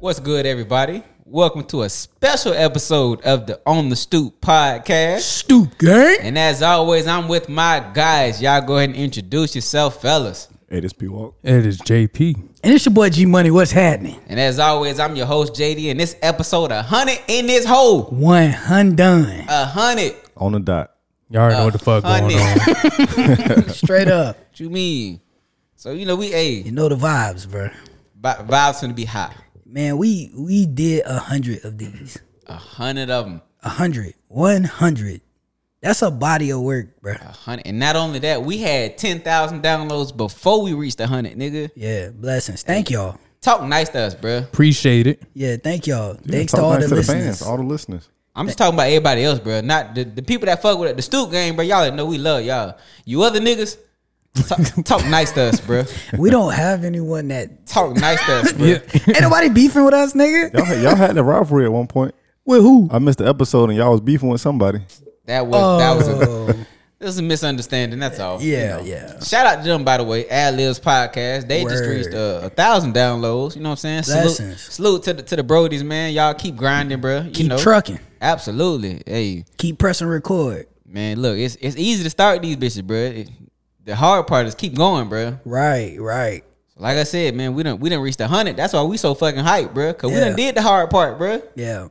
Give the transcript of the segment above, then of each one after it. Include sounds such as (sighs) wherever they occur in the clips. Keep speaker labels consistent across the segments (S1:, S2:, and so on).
S1: What's good, everybody? Welcome to a special episode of the On the Stoop podcast.
S2: Stoop gang.
S1: And as always, I'm with my guys. Y'all go ahead and introduce yourself, fellas.
S3: Hey, this P Walk.
S4: It is JP.
S2: And it's your boy G Money. What's happening?
S1: And as always, I'm your host, JD, and this episode 100 in this hole.
S2: One hun done.
S1: 100.
S3: On the dot.
S4: Y'all already know what the fuck going on.
S1: (laughs) 100. what
S2: Straight up.
S1: you mean? So, you know, we, hey,
S2: You know the vibes, bro.
S1: vi- vibes gonna be hot.
S2: Man, we we did a hundred of these.
S1: 100 of them.
S2: A hundred. One hundred. That's a body of work, bro.
S1: 100. And not only that, we had 10,000 downloads before we reached 100, nigga.
S2: Yeah, blessings. Thank y'all.
S1: Talk nice to us, bruh.
S4: Appreciate it.
S2: Yeah, thank y'all.
S3: Yeah,
S2: Thanks
S3: talk
S2: to all
S3: nice
S2: the listeners.
S3: all the listeners.
S1: I'm just talking about everybody else, bro. Not the, the people that fuck with it. The stoop game, bro. Y'all know we love y'all. You other niggas,
S2: (laughs)
S1: talk, talk nice to us, bro.
S2: we don't have anyone that
S1: Talk nice to us, bro.
S2: ain't nobody beefing with us, nigga.
S3: Y'all had, y'all had the rivalry at one point.
S2: With who?
S3: I missed the episode and y'all was beefing with somebody.
S1: That was that was a, (laughs) this is a misunderstanding. That's all.
S2: Oh. Yeah,
S1: You know.
S2: yeah.
S1: Shout out to them, by the way. Ad Libs Podcast. They just
S2: Word.
S1: reached uh, a thousand downloads. You know what I'm saying? Salute,
S2: Blessings.
S1: salute to the to the Brodies, man. Y'all keep grinding, bro. You
S2: Keep
S1: know,
S2: trucking.
S1: absolutely. Hey,
S2: Keep pressing record.
S1: man, look, it's it's easy to start these bitches, bro. the hard part is keep going, bro.
S2: Right, right.
S1: Like I said, man, we didn't we didn't reach the hundred. That's why we so fucking hype, bro. Cause we
S2: Yeah.
S1: done did the hard part, bro.
S2: Yeah.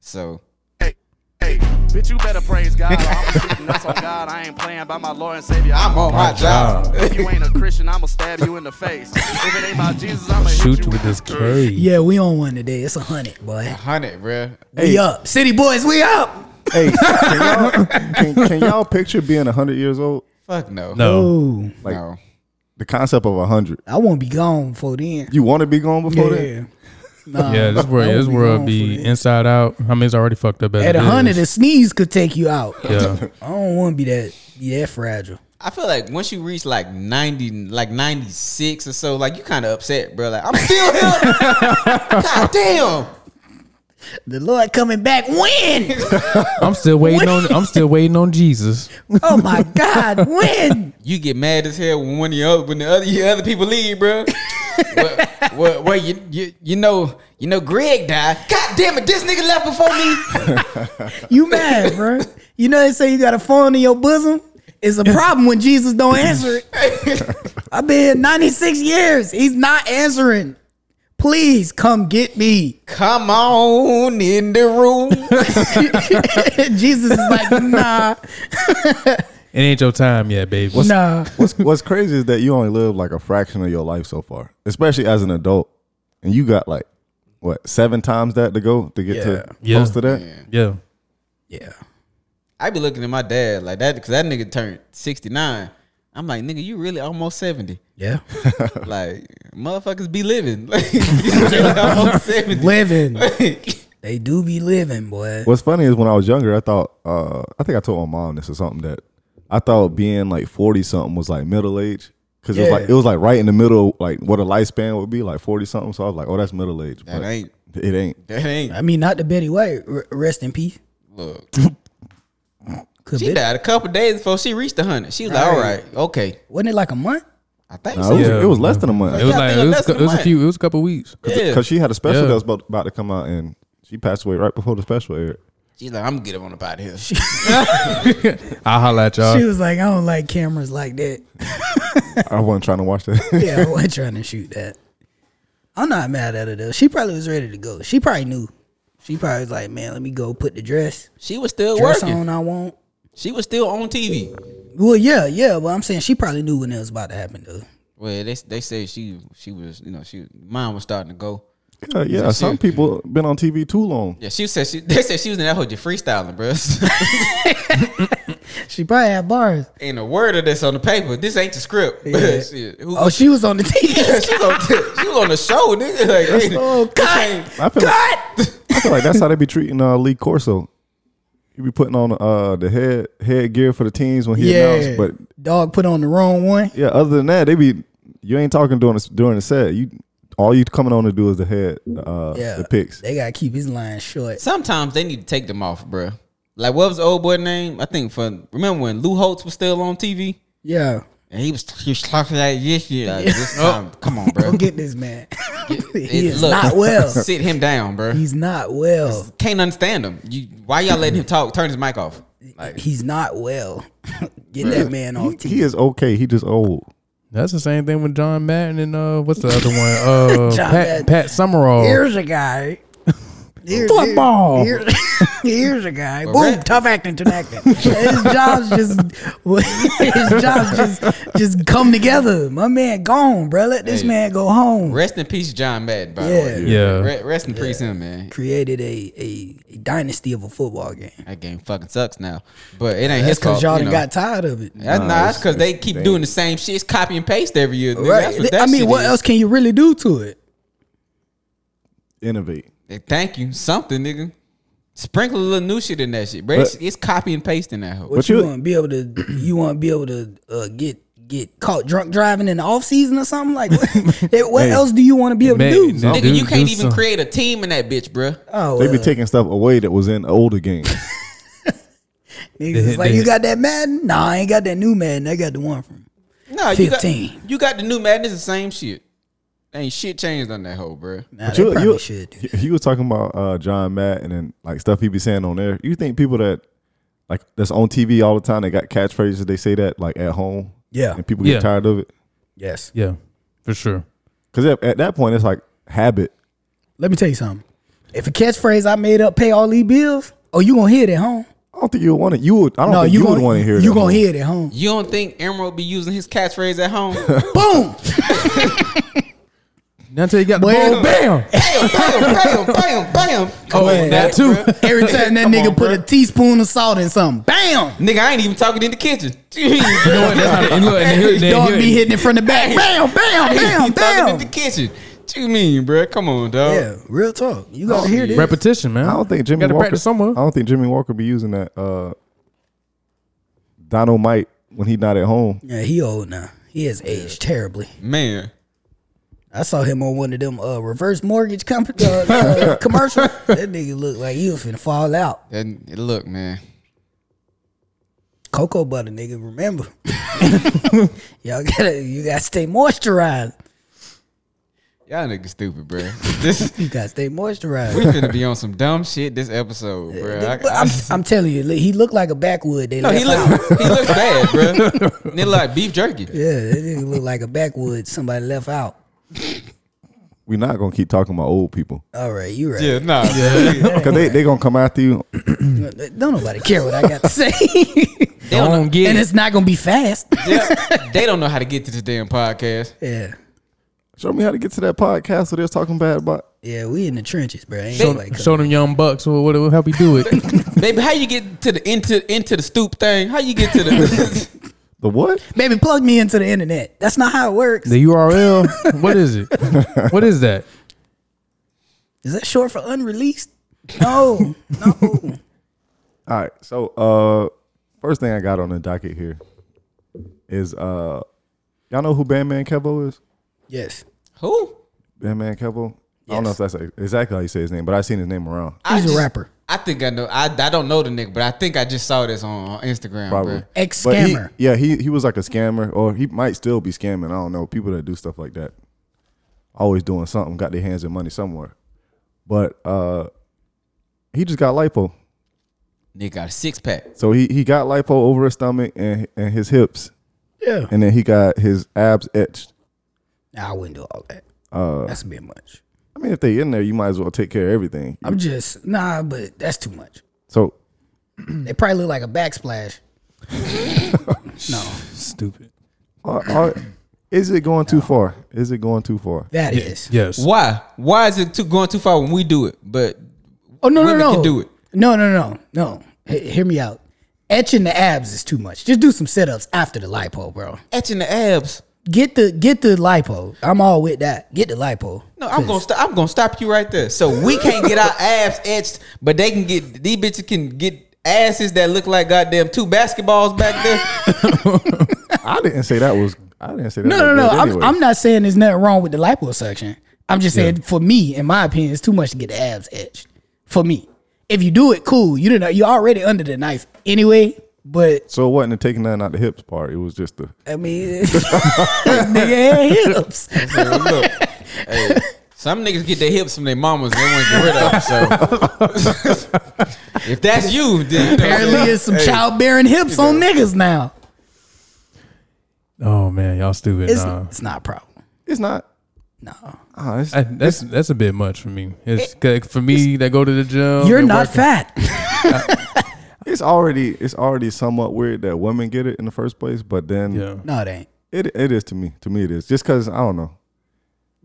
S1: So
S5: Hey, hey, bitch, you better praise God. or I'm getting nuts on God. I ain't playing by my Lord and Savior.
S1: I'm on my job.
S5: If you ain't a Christian, I'ma stab you in the face. If it ain't about Jesus, I'ma hit
S4: Shoot
S5: you
S4: you with this
S5: curve.
S4: K.
S2: Yeah, we on one today. It's a hundred, boy.
S1: Hundred, bro.
S2: We up. City boys, we up.
S3: Hey, can y'all, can, can y'all picture being 100 years old?
S1: Fuck no.
S4: No.
S2: Ooh.
S3: Like
S1: No.
S3: the concept of 100.
S2: I won't be gone before then.
S3: You want to be gone before that?
S2: Nah,
S4: Yeah, this
S2: I
S4: world,
S2: won't
S4: this world
S2: gone
S4: be
S2: for that.
S4: inside out. I mean, it's already fucked up. As
S2: At
S4: it
S2: a hundred,
S4: is.
S2: a sneeze could take you out. (laughs)
S4: yeah.
S2: I don't want to be that be that fragile.
S1: I feel like once you reach like ninety, like ninety six or so, like you kind of upset, bro. Like I'm still here. (laughs) God damn.
S2: The Lord coming back when?
S4: I'm still waiting on. I'm still waiting on Jesus.
S2: Oh my God, when?
S1: You get mad as hell when one of your other, when the other your other people leave, bro. (laughs) well, well, well, you, you you know you know Greg died. God damn it, this nigga left before me. (laughs)
S2: You mad, bro? You know they say you got a phone in your bosom. It's a problem when Jesus don't answer it. I've been here 96 years. He's not answering. Please come get me. (laughs)
S1: Come on in the room.
S2: Jesus is like, nah,
S4: It ain't your time yet, baby.
S2: nah.
S3: What's, what's crazy is that you only lived like a fraction of your life so far, especially as an adult. And you got like, what, seven times that to go to get to
S4: Yeah.
S3: close to that?
S4: Yeah.
S2: Yeah.
S1: I be looking at my dad like that because that nigga turned 69. I'm like, nigga, you really almost 70.
S2: Yeah.
S1: (laughs) Like, motherfuckers be living. (laughs) Like, you really almost (laughs) 70.
S2: Living.
S1: Like,
S2: They do be living, boy.
S3: What's funny is when I was younger, I thought uh, I think I told my mom this or something that I thought being like forty something was like middle age because it was like
S2: Yeah.
S3: it was like right in the middle, like what a lifespan would be, like forty something. So I was like, oh, that's middle age.
S1: that
S3: But
S1: ain't,
S3: It ain't.
S1: that ain't.
S2: I mean, not the Betty White. R- rest in peace. (laughs)
S1: Look,
S2: Could
S1: she
S2: be.
S1: died a couple days before she reached 100. She was like, all right, okay.
S2: Wasn't it like a month?
S1: I think
S3: Nah,
S1: so.
S3: it, was,
S4: Yeah.
S3: it was less than a month
S4: It was
S1: Yeah, I
S4: like
S1: think
S4: it
S1: less
S4: was,
S1: than
S4: it was a
S1: mine.
S4: few. It was a couple weeks.
S1: Yeah.
S3: because she had a special
S4: Yeah.
S3: that was about, about to come out and she passed away right before the special aired.
S1: She's like, I'm going to get up on the pot here.
S4: I'll holla at y'all.
S2: She was like, I don't like cameras like that. (laughs)
S3: I wasn't trying to watch that. (laughs)
S2: Yeah, I wasn't trying to shoot that. I'm not mad at her though. She probably was ready to go. She probably knew. She probably was like, man, let me go put the dress
S1: She was still
S2: dress
S1: working.
S2: on I want.
S1: She was still on TV.
S2: Well, yeah, yeah. But I'm saying she probably knew when it was about to happen though.
S1: Well, they they say she she was, you know, she mine was starting to go.
S3: yeah, yeah, some people been on TV too long.
S1: Yeah, she said she (laughs) they said she was in that whole freestyling, bro. (laughs)
S2: She probably had bars.
S1: ain't a word of this on the paper. This ain't the script. (laughs)
S2: Yeah.
S1: Shit. Who-
S2: Oh, she was on the (laughs)
S1: (laughs)
S2: TV.
S1: she, on, she on the show, nigga. (laughs) Like, ain't-
S2: oh, cut,
S1: ain't-
S3: I feel like,
S2: (laughs) cut.
S3: I feel like that's how they be treating uh, Lee Corso. He be putting on uh, the head head gear for the teams when he
S2: Yeah,
S3: announced, but
S2: dog put on the wrong one.
S3: Yeah, other than that, they be you ain't talking during the, during the set. You all you coming on to do is the head, uh,
S2: Yeah,
S3: the picks.
S2: They gotta keep his line short.
S1: sometimes they need to take them off, bruh. Like what was the old boy name? I think for remember when Lou Holtz was still on TV
S2: Yeah,
S1: and he was he was talking like this shit. Like, this time, come on, bro.
S2: don't get this man. (laughs) He is not
S1: (laughs)
S2: well.
S1: Sit him down, bro.
S2: He's not well.
S1: Can't understand him. You why y'all letting him talk? Turn his mic off. Like
S2: He's not well. (laughs) Get that man off
S3: He
S2: TV.
S3: is okay. He just old.
S4: That's the same thing with John Madden and uh, what's the other one? Uh,
S2: (laughs) John Madden.
S4: Pat, Pat Summerall.
S2: Here's a (laughs) guy. Here-
S4: Football.
S2: here- here's (laughs) a guy. Boom,
S1: Right.
S2: tough acting, tough acting. His jobs just, (laughs) his jobs just, just come together. My man gone, bro. Let this
S1: Hey.
S2: man go home.
S1: rest in peace, John Madden. By the
S2: Yeah.
S1: way,
S4: Yeah.
S1: Re- rest in peace, him man.
S2: Created a, a a dynasty of a football game
S1: That game fucking sucks now, but it ain't his fault.
S2: because y'all
S1: you
S2: done
S1: know.
S2: got tired of it.
S1: That's nah, that's because they keep
S3: they-
S1: doing the same shit. It's copy and paste every year. nigga. That's
S2: Right?
S1: what that
S2: I mean,
S1: shit
S2: what
S1: is.
S2: else can you really do to it?
S3: Innovate.
S1: Hey, Thank you. Something, nigga. Sprinkle a little new shit in that shit, bro.
S3: But-
S1: It's, it's copy and paste in that hoe.
S2: But you,
S3: you-
S2: want to be able
S3: (clears throat)
S2: to you want to be able to uh, get get caught drunk driving in the off season or something like what, (laughs) what else do you want to be able
S4: Man,
S2: to do?
S4: no.
S1: Nigga,
S4: do-
S1: you can't
S4: do
S1: even
S4: some-
S1: create a team in that bitch, bro.
S2: Oh,
S3: They be
S2: uh,
S3: taking stuff away that was in older games.
S2: niggas
S4: They-
S2: is like
S4: they-
S2: you got that Madden? Nah, I ain't got that new Madden. I got the one from.
S1: No, you
S2: 15.
S1: got you got the new Madden. It's the same shit. Ain't shit changed on that hoe, bro.
S2: Nah,
S3: But
S2: they
S3: you-
S2: probably
S3: you-
S2: should. do.
S3: you was talking about uh, John Matt and then like stuff he be saying on there. You think people that like that's on TV all the time, they got catchphrases they say that like at home.
S2: Yeah.
S3: And people get
S4: Yeah.
S3: tired of it.
S2: Yes.
S4: Yeah, for sure.
S3: Because at, at that point it's like habit.
S2: Let me tell you something. If a catchphrase I made up pay all these bills, oh, you gonna hear it at home?
S3: I don't think you would want it. You would I don't
S2: No,
S3: think
S2: you,
S3: Oh, you,
S2: gonna
S3: would want to hear it.
S2: You
S3: at
S2: gonna
S3: home.
S2: hear it
S1: (laughs)
S2: at home?
S1: You don't think Emerald be using his catchphrase at
S2: (laughs)
S1: home?
S2: Boom!
S4: Now until you got the
S2: Well-
S4: ball, (laughs) bam.
S1: bam, bam, bam, bam, bam. Come
S4: Oh,
S1: on,
S4: that
S1: bro.
S4: too.
S2: (laughs) Every time that
S1: Come
S2: nigga
S1: on,
S2: put a
S1: bruh.
S2: teaspoon of salt in something, bam!
S1: Nigga, I ain't even talking in the kitchen. (laughs)
S4: You know what? That's how they- and look, and (laughs) they- they-
S2: Dog
S4: they-
S2: be hitting it from the back. Bam, bam, bam,
S1: (laughs) you talking in the
S2: bam.
S1: kitchen. What you mean, bro? Come on, dog.
S2: Yeah, real talk. You
S1: Oh,
S2: gotta hear this.
S4: repetition, man.
S3: I don't think Jimmy
S4: Gotta
S3: Walker.
S4: practice somewhere.
S3: I don't think Jimmy Walker be using that uh dynamite when he not at home.
S2: yeah, he old now. He has aged terribly.
S1: Man.
S2: I saw him on one of them uh, reverse mortgage com- uh,
S1: (laughs)
S2: uh, commercial. That nigga looked like he was finna fall out.
S1: And look, man.
S2: Cocoa butter, nigga. Remember, (laughs) y'all gotta you gotta stay moisturized.
S1: Y'all niggas stupid, bro. (laughs) This
S2: You gotta stay
S1: we
S2: moisturized.
S1: finna be on some dumb shit this episode, bro. I,
S2: But
S1: I-
S2: I'm, I'm telling you, look, he looked like a backwood. They
S1: no,
S2: (laughs)
S1: he
S2: left out.
S1: looks he looks bad, bro. Nigga like beef jerky.
S2: (laughs) Yeah, that nigga looked like a backwood. Somebody left out.
S3: We're not gonna keep talking about
S4: (laughs)
S3: old people
S2: All right, you right.
S1: Yeah, nah. Yeah.
S3: because they they gonna come after you.
S2: Don't nobody care what I got to say. (laughs)
S1: They don't, know,
S4: Don't get
S2: and
S4: it.
S2: it's not going to be fast. (laughs)
S1: yeah, they don't know how to get to this damn podcast.
S2: yeah.
S3: Show me how to get to that podcast where they're talking bad about.
S2: Yeah, we in the trenches, bro. Ain't
S4: Show,
S2: nobody
S4: show them young bucks. What what will help you do it?
S1: Baby, how you get to the into into the stoop thing? How you get to
S2: (laughs)
S1: the
S3: The what?
S2: coming. Baby, plug me into the internet. That's not how it works.
S4: (laughs) the URL. What is it? What is that?
S2: Is that short for unreleased? No,
S1: (laughs)
S2: no.
S3: All right. So uh first thing I got on the docket here is uh y'all know who Bandman Kevo is?
S2: yes.
S1: who?
S3: Bandman Kevo? I don't know
S2: Yes.
S3: if that's like, exactly how you say his name, but I seen his name around.
S1: I
S2: He's a
S1: just-
S2: rapper.
S1: I think I know. I, I don't know the nigga, but I think I just saw this on, on Instagram.
S3: Probably.
S1: Probably.
S2: Ex
S3: But he-
S2: scammer.
S3: yeah, he he was like a scammer, or he might still be scamming. I don't know. People that do stuff like that, always doing something, got their hands in money somewhere. But uh he just got lipo,
S1: Nigga got a six pack.
S3: so he he got lipo over his stomach and and his hips,
S2: Yeah.
S3: and then he got his abs etched.
S2: Nah, I wouldn't do all that.
S1: Uh,
S2: that's a bit much.
S3: I mean, if they in there, you might as well take care of everything.
S2: I'm just, nah, but that's too much.
S3: So
S1: Hmm.
S2: They probably look like
S1: (laughs)
S2: a backsplash. no,
S4: Stupid.
S3: are, are, is it going too far? Is it going too far?
S2: that is.
S4: Yes.
S1: Why? Why is it too, going too far when we do it? But
S2: Oh no,
S1: Women
S2: no, no!
S1: can do it.
S2: No, no, no, no. H- hear me out. Etching the abs is too much. Just do some sit ups after the lipo, bro.
S1: etching the abs.
S2: Get the get the lipo. I'm all with that. Get the lipo.
S1: No, I'm gonna stop. I'm gonna stop you right there. So we can't
S3: (laughs)
S1: get our abs etched, but they can get these bitches can get asses that look like goddamn two basketballs back
S3: (laughs)
S1: there.
S3: I didn't say that was. I didn't say that.
S2: No,
S3: was
S2: no, no.
S3: good
S2: I'm,
S3: anyway.
S2: I'm not saying there's nothing wrong with the liposuction. I'm just saying for me, in my opinion, it's too much to get the abs etched. For me, if you do it, cool. You didn't. You're already under the knife anyway. But
S3: So it wasn't the taking nothing out the hips part. It was just the
S2: (laughs) I mean, nigga had hips.
S1: Look, hey, Some niggas get their hips from their mamas and they want to get rid of them.
S3: (laughs)
S1: So if that's you, then you know,
S2: Apparently, it's some
S1: hey,
S2: childbearing hips on niggas now.
S4: Oh man, y'all stupid.
S2: It's
S4: nah.
S2: it's not a problem.
S3: It's not.
S2: No,
S3: ah, it's,
S4: I- that's that's a bit much for me. It's 'cause for me that go to the gym.
S2: you're
S4: and
S2: not
S4: work-
S2: fat. (laughs)
S3: it's already it's already somewhat weird that women get it in the first place, but then
S4: Yeah.
S2: no, it ain't.
S3: it it is to me. To me, it is just because I don't know.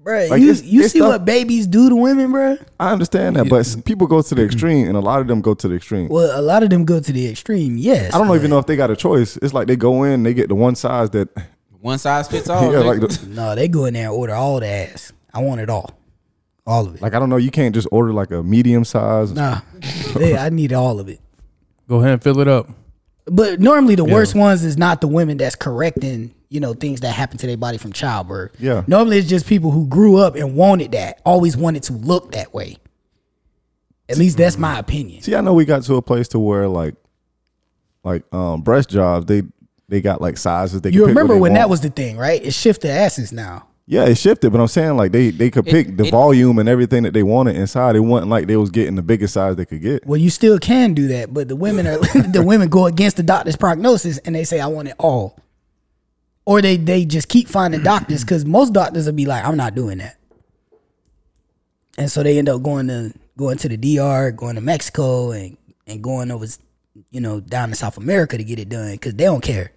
S2: Bruh,
S3: Like,
S2: you,
S3: it's-
S2: you
S3: it's
S2: see
S3: the-
S2: what babies do to women, bruh?
S3: I understand that, but s- people go to the extreme, and a lot of them go to the extreme.
S2: Well, a lot of them go to the extreme. Yes,
S3: I don't even know if they got a choice. It's like they go in, they get the one size that
S1: one size fits all.
S3: (laughs) yeah, like
S1: nigga.
S2: (laughs)
S3: the,
S2: No, Oh, they go in there and order all the ass. I want it all, all of it.
S3: like I don't know. You can't just order like a medium size.
S2: nah,
S3: (laughs)
S2: They- I need all of it.
S4: Go ahead and fill it up.
S2: But normally the worst ones is not the women that's correcting, you know, things that happen to their body from childbirth.
S3: Yeah.
S2: Normally it's just people who grew up and wanted that, always wanted to look that way. At least that's my opinion.
S3: See, I know we got to a place to where like, like um breast jobs, they they got like sizes. They can
S2: You
S3: pick what
S2: remember
S3: they
S2: when that
S3: want.
S2: was the thing, right? It's shift to asses now.
S3: Yeah, it shifted, but I'm saying like they they could pick the
S1: it-
S3: volume and everything that they wanted inside. It wasn't like they was getting the biggest size they could get.
S2: Well, you still can do that, but the women are (laughs) the women go against the doctor's prognosis and they say I want it all. Or they they just keep finding doctors cuz most doctors will be like I'm not doing that. And so they end up going to going to the DR, going to Mexico and and going over you know down to South America to get it done cuz they don't care.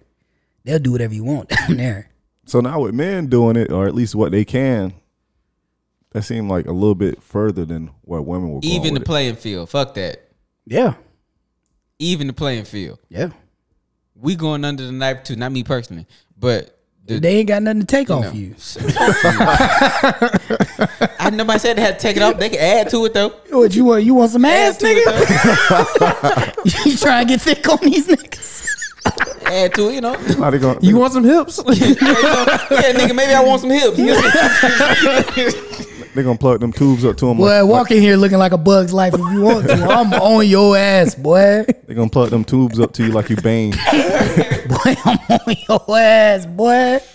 S2: They'll do whatever you want (laughs) down there.
S3: So now with men doing it, or at least what they can, that seemed like a little bit further than what women were. Going
S1: Even the
S3: with it.
S1: playing field. Fuck that.
S2: Yeah.
S1: Even the playing field.
S2: Yeah.
S1: We going under the knife too. Not me personally, but the,
S2: (laughs) They ain't got nothing to take off you. (laughs)
S1: I nobody said they had to take it off. They can add to it though.
S2: (laughs) What you want? You want some ass,
S1: Add to it
S2: nigga? (laughs)
S1: though.
S2: you trying to get thick on these niggas?
S1: Add to it. You know. (laughs)
S3: Now they gonna-
S4: You want some hips?
S1: yeah, nigga, maybe I want some hips. (laughs)
S3: They're gonna plug them tubes up to them.
S2: Boy,
S3: like,
S2: walk in here looking like a bug's life if you
S4: (laughs)
S2: want to. I'm on your ass, boy.
S3: they're gonna plug them tubes up to you like you Bane.
S1: (laughs)
S2: Boy, I'm on your ass, boy. (laughs)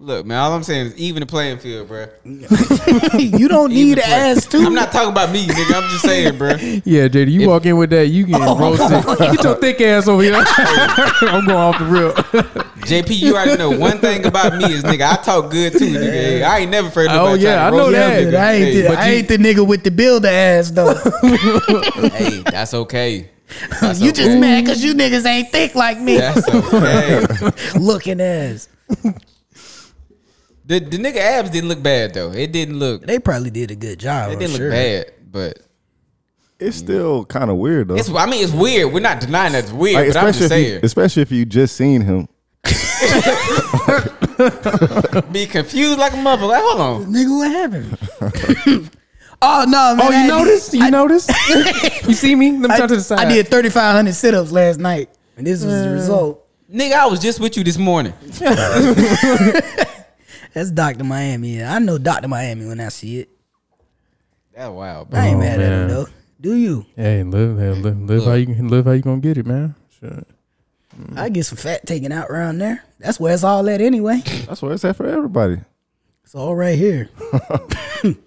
S1: Look, man, all I'm saying is even the playing field, bro.
S2: You don't need an ass
S1: I'm
S2: too.
S1: not talking about me, nigga. I'm just saying, bro.
S4: (laughs)
S2: (laughs)
S4: yeah, JD, you walk in with that, you (laughs) getting roasted. Oh, Get your thick ass over here. (laughs) I'm going off the rip.
S1: JP, you already know one thing about me is, nigga, I talk good too, nigga. Hey, I ain't never afraid of
S4: Oh,
S1: nobody
S4: yeah,
S1: trying to
S4: I know
S1: roast
S4: that.
S1: me,
S2: Dude, I ain't, the,
S4: But
S2: I
S4: you-
S2: ain't the nigga with the builder ass
S4: (laughs)
S2: though.
S1: nigga. Hey, that's
S2: (laughs)
S1: okay. That's
S2: You just
S1: okay.
S2: mad cause you niggas ain't thick like me.
S1: That's
S2: (laughs)
S1: okay.
S2: Looking ass.
S1: The, the nigga abs didn't look bad though. It didn't look. It
S2: They probably did a good job. I'm
S1: didn't
S2: sure.
S1: look bad, but
S3: It's still kind of weird though.
S1: it's. I mean, it's weird. We're not denying that's weird,
S3: Like,
S1: but I'm just
S3: especially, if you,
S1: saying.
S3: especially if you just seen him.
S1: Be confused like a mother. Like, hold on.
S2: Nigga, what happened?
S4: (laughs)
S2: (laughs) oh no, man.
S4: Oh,
S2: I-
S4: you noticed? You noticed? (laughs) you see me? Let me
S2: I,
S4: turn to the side.
S2: I did 3,500 sit ups last night, and this was the result.
S1: Nigga, I was just with you this morning.
S2: That's Dr. Miami. I know Dr. Miami when I see it.
S1: That wild, bro.
S2: I ain't
S4: Oh,
S2: mad at him
S4: man.
S2: though. Do you?
S4: Hey, live, live, live, live how you can live how you gonna get it, man. Sure.
S2: I get some fat taken out around there. That's where it's all at anyway. (laughs)
S3: That's where it's at for everybody.
S2: It's all right here.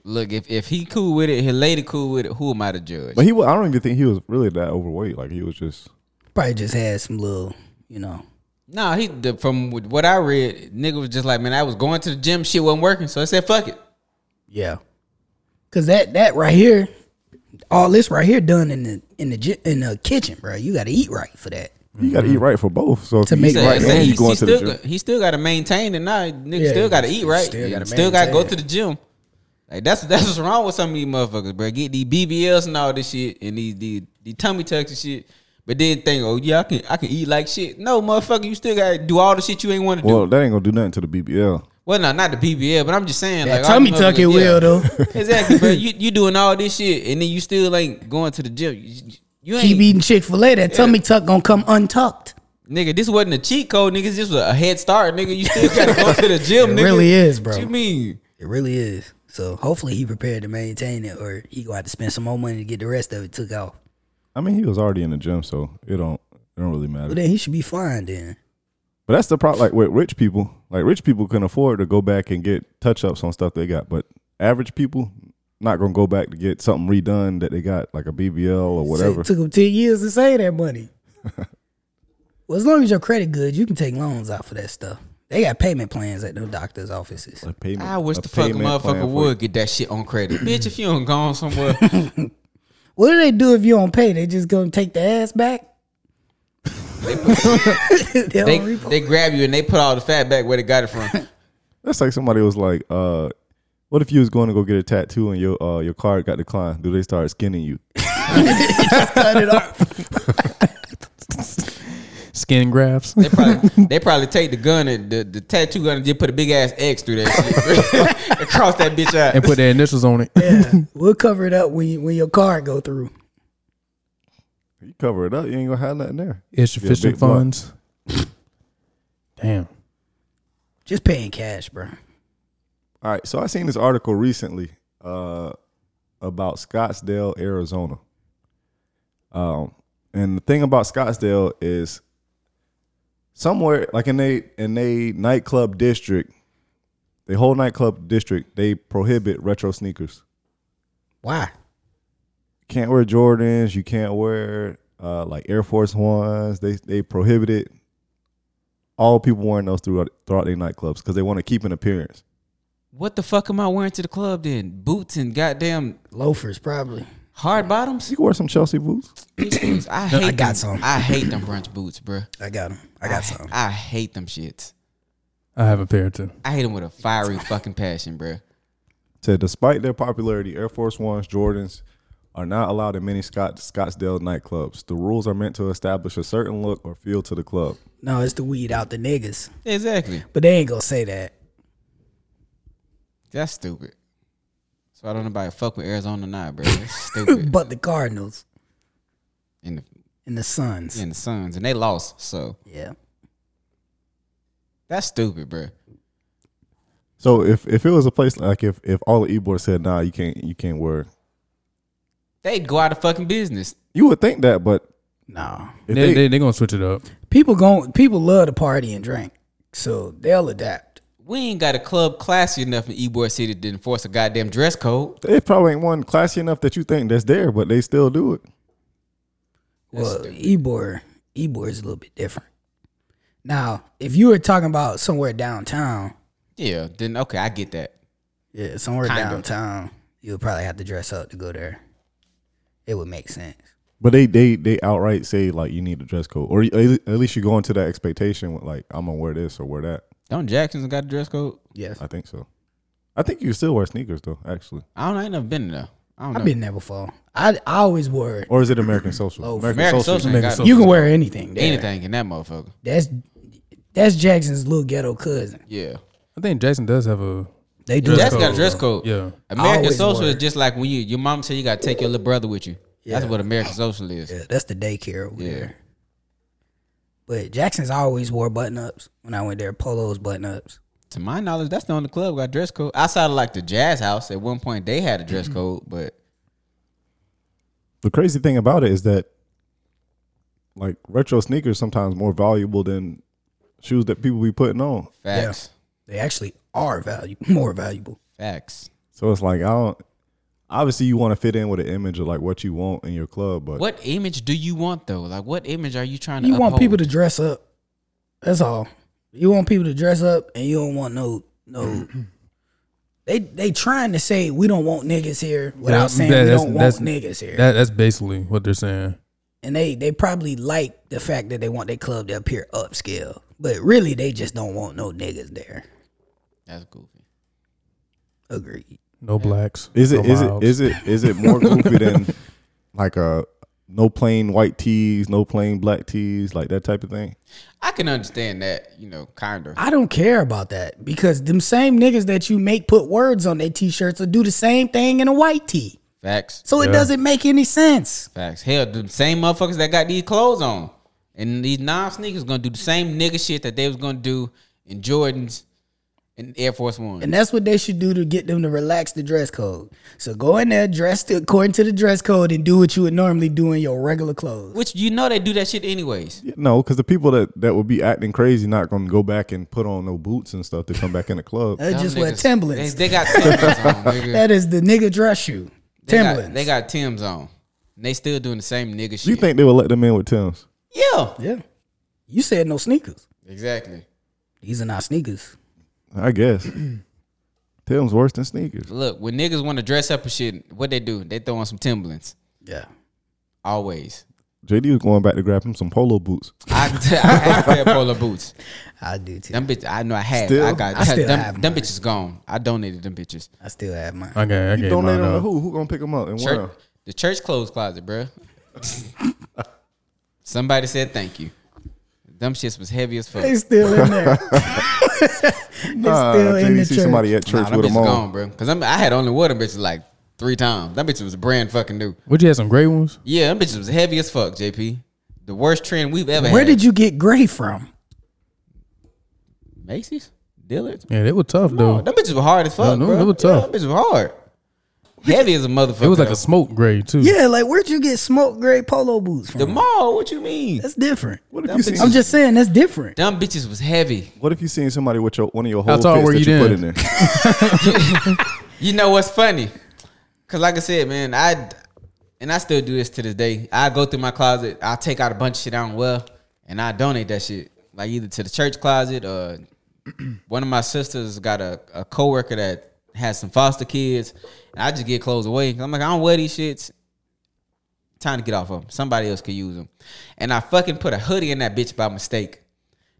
S1: Look, if if he cool with it, his lady cool with it. Who am I to judge?
S3: But he, wa- I don't even think he was really that overweight. Like he was just.
S2: Probably just had some little, you know.
S1: Nah, he the, from what I read, nigga was just like, man, I was going to the gym, shit wasn't working, so I said, fuck it.
S2: Yeah. Cause that that right here, all this right here done in the in the gy- in the kitchen, bro. You got to eat right for that.
S3: You got to eat right for both. So if
S2: Mm-hmm. To
S3: you
S2: make
S3: eat
S1: Said-
S3: right,
S2: it.
S1: said
S3: and
S1: he,
S3: you going
S1: he
S3: to
S1: still
S3: the gym.
S1: got- he still got to maintain it. Nah, nigga
S2: Yeah,
S1: still got to eat right.
S2: still
S1: Still,
S2: gotta
S1: got to go
S2: maintain.
S1: to the gym. Like that's that's what's wrong with some of these motherfuckers, bro. Get these BBLs and all this shit, and these the the tummy tucks and shit. But then think, oh yeah, I can I can eat like shit. No, motherfucker, you still got to do all the shit you ain't want to
S3: Well,
S1: do.
S3: that ain't gonna do nothing to the BBL.
S1: Well, no, not the BBL, but I'm just saying,
S2: That
S1: like all
S2: tummy
S1: these
S2: tuck it
S1: motherfuckers- yeah.
S2: will
S1: (laughs)
S2: though.
S1: Exactly, bro. You you doing all this shit, and then you still ain't going to the gym. You, you ain't
S2: (laughs) Keep eating Chick Fil A. That tummy tuck gonna come untucked.
S1: Nigga, this wasn't a cheat code, nigga. This was a head start, nigga. You still gotta go to the gym,
S2: (laughs) It
S1: nigga.
S2: really is, bro.
S1: What you mean?
S2: It really is. So hopefully he prepared to maintain it, or he gonna have to spend some more money to get the rest of it took off.
S3: I mean, he was already in the gym, so it don't it don't really
S2: But
S3: matter.
S2: then he should be fine then.
S3: But that's the problem. Like with rich people, like rich people can afford to go back and get touch ups on stuff they got, but average people not gonna go back to get something redone that they got like a BBL or whatever.
S2: It took them 10 years to save that (laughs) money. well, as long as your credit good, you can take loans out for that stuff. They got payment plans at those doctor's offices.
S3: A payment-
S1: I wish
S3: a
S1: the fucking
S3: payment plan
S1: motherfucker
S3: for
S1: would get that shit on credit. (laughs) Bitch, if you don't gone
S2: (laughs)
S1: somewhere,
S2: What do they do if you don't pay? They just gonna take the ass back? (laughs) they don't
S1: they
S2: repo-
S1: they grab you and they put all the fat back where they got it from.
S3: That's like somebody was like, uh, "What if you was going to go get a tattoo and your uh, your card got declined? Do they start skinning you?"
S2: cut it off.
S4: Skin grafts.
S1: They
S2: (laughs)
S1: probably they probably take the gun and the, the tattoo gun and just put a big ass X through that shit (laughs) and cross that bitch out.
S4: (laughs) and put their initials on (laughs) it.
S2: Yeah, we'll cover it up when you, when your card go through.
S3: You cover it up. You ain't gonna have nothing there.
S4: It's your
S3: Yeah,
S4: fishing
S3: big buck.
S4: funds. (laughs) Damn.
S2: Just pay in cash, bro.
S3: All right. So I seen this article recently uh, about Scottsdale, Arizona. Um, and the thing about Scottsdale is somewhere like in they in they nightclub district, the whole nightclub district, they prohibit retro sneakers.
S1: Why?
S3: can't wear Jordans. You can't wear uh, like Air Force Ones. They they prohibited all people wearing those throughout throughout their nightclubs because they want to keep an appearance.
S1: What the fuck am I wearing to the club then? Boots and goddamn
S2: Loafers, probably.
S1: hard bottoms.
S3: You can wear some Chelsea boots.
S1: Bitch, please, I hate.
S2: I got
S1: them-
S2: some.
S1: I hate them brunch boots, bruh.
S2: I got them. I got some.
S1: I hate them shits.
S4: I have a pair too.
S1: I hate them with a fiery fucking passion, bruh.
S3: So despite their popularity, Air Force Ones, Jordans are not allowed in many Scott Scottsdale nightclubs. The rules are meant to establish a certain look or feel to the club.
S2: (laughs) No, it's to weed out the niggas,
S1: Exactly.
S2: but they ain't gonna say that.
S1: That's stupid. So I don't know about fuck with Arizona now, bro. That's (laughs) stupid.
S2: But the Cardinals
S1: and the
S2: and the Suns.
S1: and the Suns and they lost, so
S2: yeah.
S1: that's stupid, bro.
S3: So if, if it was a place like if if all the e-board said nah you can't you can't wear
S1: They'd go out of fucking business.
S3: you would think that but
S2: No.
S3: if
S4: they,
S3: they-
S4: they, they gonna switch it up.
S2: People going people love to party and drink. So they'll adapt.
S1: We ain't got a club classy enough in Ybor City to enforce a goddamn dress code.
S3: They probably ain't one classy enough that you think that's there, but they still do it.
S2: Well, Ebor Ebor is a little bit different. Now, if you were talking about somewhere downtown,
S1: Yeah, then okay, I get that.
S2: yeah, somewhere
S1: Kinda.
S2: downtown, you would probably have to dress up to go there. It would make sense.
S3: But they they they outright say like you need a dress code, or at le- at least you go into that expectation with like I'm gonna wear this or wear that.
S1: Don't Jackson's got a dress code?
S2: Yes.
S3: I think so. I think you still wear sneakers though, actually.
S1: I don't know. I ain't never been there. I don't know.
S2: I've been there before. I I always wore
S3: Or is it American Social?
S2: Oh,
S1: American Social ain't got
S4: Social.
S2: you can wear anything there.
S1: anything in that motherfucker.
S2: That's that's Jackson's little ghetto cousin.
S1: Yeah.
S4: I think Jason does have a
S2: They do
S1: That's
S2: that.
S1: got a dress code.
S4: Yeah.
S1: American
S2: Always
S1: Social
S2: were.
S1: is just like when you your mom said you gotta take your little brother with you. That's what American Social is.
S2: Yeah, that's the daycare over
S1: Yeah.
S2: there. But Jackson's always wore button ups when I went there. Polos button ups.
S1: To my knowledge, that's the only club got dress code. Outside of like the jazz house, at one point they had a dress
S2: Mm-hmm.
S1: code, but
S3: The crazy thing about it is that like retro sneakers sometimes more valuable than shoes that people be putting on.
S1: facts.
S2: They actually are value (laughs) more valuable.
S1: Facts.
S3: So it's like I don't. Obviously, you want to fit in with an image of like what you want in your club, but
S1: What image do you want though? Like what image are you trying to
S2: You want
S1: uphold?
S2: people to dress up. That's all. You want people to dress up, and you don't want no
S4: (clears throat)
S2: no. They they trying to say we don't want niggas here without
S4: That-
S2: saying
S4: that-
S2: we
S4: that's-
S2: don't want
S4: that's-
S2: niggas here.
S4: that that's basically what they're saying.
S2: and they they probably like the fact that they want their club to appear upscale, but really they just don't want no niggas there.
S1: That's goofy.
S2: Agreed.
S4: No blacks.
S3: Is
S4: no
S3: it is it
S4: miles.
S3: is it is it more goofy than like a no plain white tees, no plain black tees, like that type of thing?
S1: I can understand that, you know, kinda.
S2: I don't care about that because them same niggas that you make put words on their t-shirts will do the same thing in a white tee.
S1: Facts.
S2: So it doesn't make any sense.
S1: Facts. Hell, the same motherfuckers that got these clothes on and these non sneakers gonna do the same nigga shit that they was gonna do in Jordans in Air Force One.
S2: And that's what they should do to get them to relax the dress code. So go in there, dress to, according to the dress code, and do what you would normally do in your regular clothes.
S1: Which you know they do that shit anyways.
S3: Yeah, No, because the people that, that would be acting crazy not going to go back and put on no boots and stuff to come back in the club.
S2: They
S1: Them
S2: just wear
S1: niggas-
S2: Timberlands.
S1: They, they got Timberlands
S2: (laughs)
S1: on, nigga.
S2: that is the nigga dress
S1: They
S2: shoe.
S1: got-
S2: Timberlands.
S1: They got Tim's on. And they still doing the same nigga shit.
S3: you think they would let them in with Tim's?
S1: Yeah.
S2: yeah. You said no sneakers.
S1: Exactly.
S2: These are not sneakers.
S3: I (clears throat) guess. Tim's worse than sneakers.
S1: Look, when niggas want to dress up and shit, what they do? They throw on some Timberlands.
S2: Yeah.
S1: Always.
S3: JD was going back to grab him some polo boots.
S1: I, (laughs) I have a pair of polo boots.
S2: I do too.
S1: Them bitches, I know I have.
S3: Still?
S1: I got
S2: I still
S1: them,
S2: have
S1: them
S2: mine.
S1: bitches gone. I donated them bitches.
S2: I still have mine.
S4: I got, I
S3: You
S4: got
S3: donate
S4: mine
S3: them to
S4: up.
S3: who? Who going to pick them up and wear
S1: Church,
S3: 'em?
S1: the church clothes closet,
S3: (laughs)
S1: bruh. Somebody said thank you. Them shits was heavy as fuck.
S2: They still in there. (laughs) they
S3: Ah,
S2: still
S3: JD
S2: in the
S3: see
S2: church.
S3: somebody at church
S1: Nah, them
S3: with
S1: bitches
S3: them on.
S1: gone, bro. Cause I'm, I had only wore them bitches like three times. That bitch was brand fucking new.
S4: Would you have some great ones?
S1: Yeah, them bitches was heavy as fuck, JP. The worst trend we've ever
S2: Where
S1: had.
S2: did you get gray from?
S1: Macy's? Dillard's?
S4: Yeah, they were tough
S1: No,
S4: though.
S1: them bitches were hard as fuck.
S4: No, no,
S1: bro.
S4: they were tough.
S1: Yeah, them bitches were hard. Heavy as a motherfucker.
S4: It was like
S1: though.
S4: a smoke gray too.
S2: Yeah, like where'd you get smoke gray polo boots from?
S1: the mall. What you mean?
S2: that's different.
S3: What if, you seen,
S2: I'm just saying that's different.
S1: Them bitches was heavy.
S3: what if you seen somebody with your one of your whole fits
S4: tall
S3: that
S4: were
S3: you,
S4: you
S3: put in
S4: then?
S3: there?
S1: You know what's funny? Cause like I said, man, I and I still do this to this day. I go through my closet. I take out a bunch of shit I don't wear, and I donate that shit, like either to the church closet or (clears throat) one of my sisters got a, a coworker that has some foster kids, and I just get clothes away. 'Cause I'm like, I don't wear these shits. Time to get off of them. Somebody else could use them. And I fucking put a hoodie in that bitch by mistake.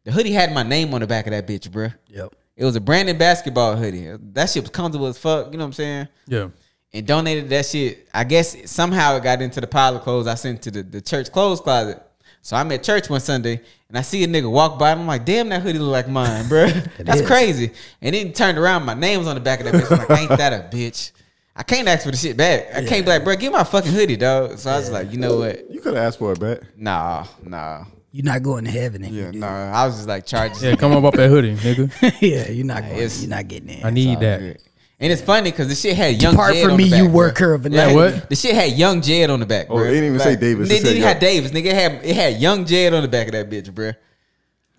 S1: The hoodie had my name on the back of that bitch, bruh.
S2: Yep.
S1: It was a Brandon basketball hoodie. That shit was comfortable as fuck. You know what I'm saying?
S4: Yeah.
S1: And donated that shit. I guess somehow it got into the pile of clothes I sent to the, the church clothes closet. So I'm at church one Sunday and I see a nigga walk by and I'm like, damn, that hoodie look like mine, bro. (laughs) That's
S2: is.
S1: crazy. And then he turned around, my name's on the back of that bitch. I'm like, ain't that a bitch? I can't ask for the shit back. I can't be like, bro, give my fucking hoodie, dog. So I was like, you know what?
S3: You could have asked for it back.
S1: Nah, nah.
S2: You're not going to heaven. If
S1: Yeah,
S2: yeah,
S1: nah. I was just like,
S4: (laughs)
S1: charges.
S4: Yeah, come up off that hoodie, nigga.
S2: (laughs) yeah, you're not going.
S1: it's-
S2: You're not getting in.
S4: I need that.
S1: And it's funny because the shit had young
S2: Apart
S1: Jed
S2: from
S1: on
S2: me,
S1: the
S2: you
S1: back,
S2: work
S1: bruh.
S2: her of a
S1: Yeah,
S2: night.
S4: what?
S1: The shit had young Jed on the back, bro.
S3: Oh, it didn't even say Davis,
S1: They
S3: it said
S1: didn't have
S3: young.
S1: Davis. Nigga it had it had young Jed on the back of that bitch, bro.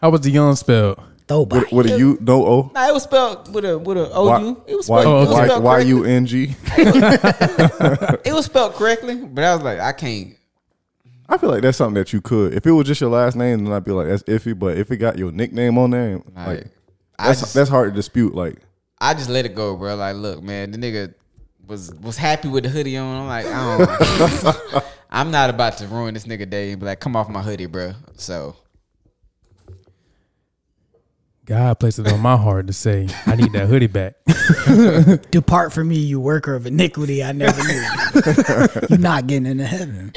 S4: How was the young spelled?
S2: Throw by.
S3: With, with a U, no O.
S1: Nah, it was spelled with a with a O
S3: Y-
S1: U. It was
S3: Y-
S1: spelled, it was
S3: Y-
S1: spelled correctly.
S3: Y-U-N-G.
S1: It was spelled correctly, but I was like, I can't.
S3: I feel like that's something that you could. If it was just your last name, then I'd be like, that's iffy. But if it got your nickname on there, like
S1: I
S3: that's
S1: just-
S3: that's hard to dispute. Like
S1: I just let it go, bro. Like, look, man, the nigga was was happy with the hoodie on. I'm like,
S3: (laughs)
S1: I don't. I'm not about to ruin this nigga day and be like, come off my hoodie, bro. So
S4: God placed it on my heart to say, I need that hoodie (laughs) back.
S2: Depart from me, you worker of iniquity. I never
S1: (laughs)
S2: knew. you're not getting into heaven.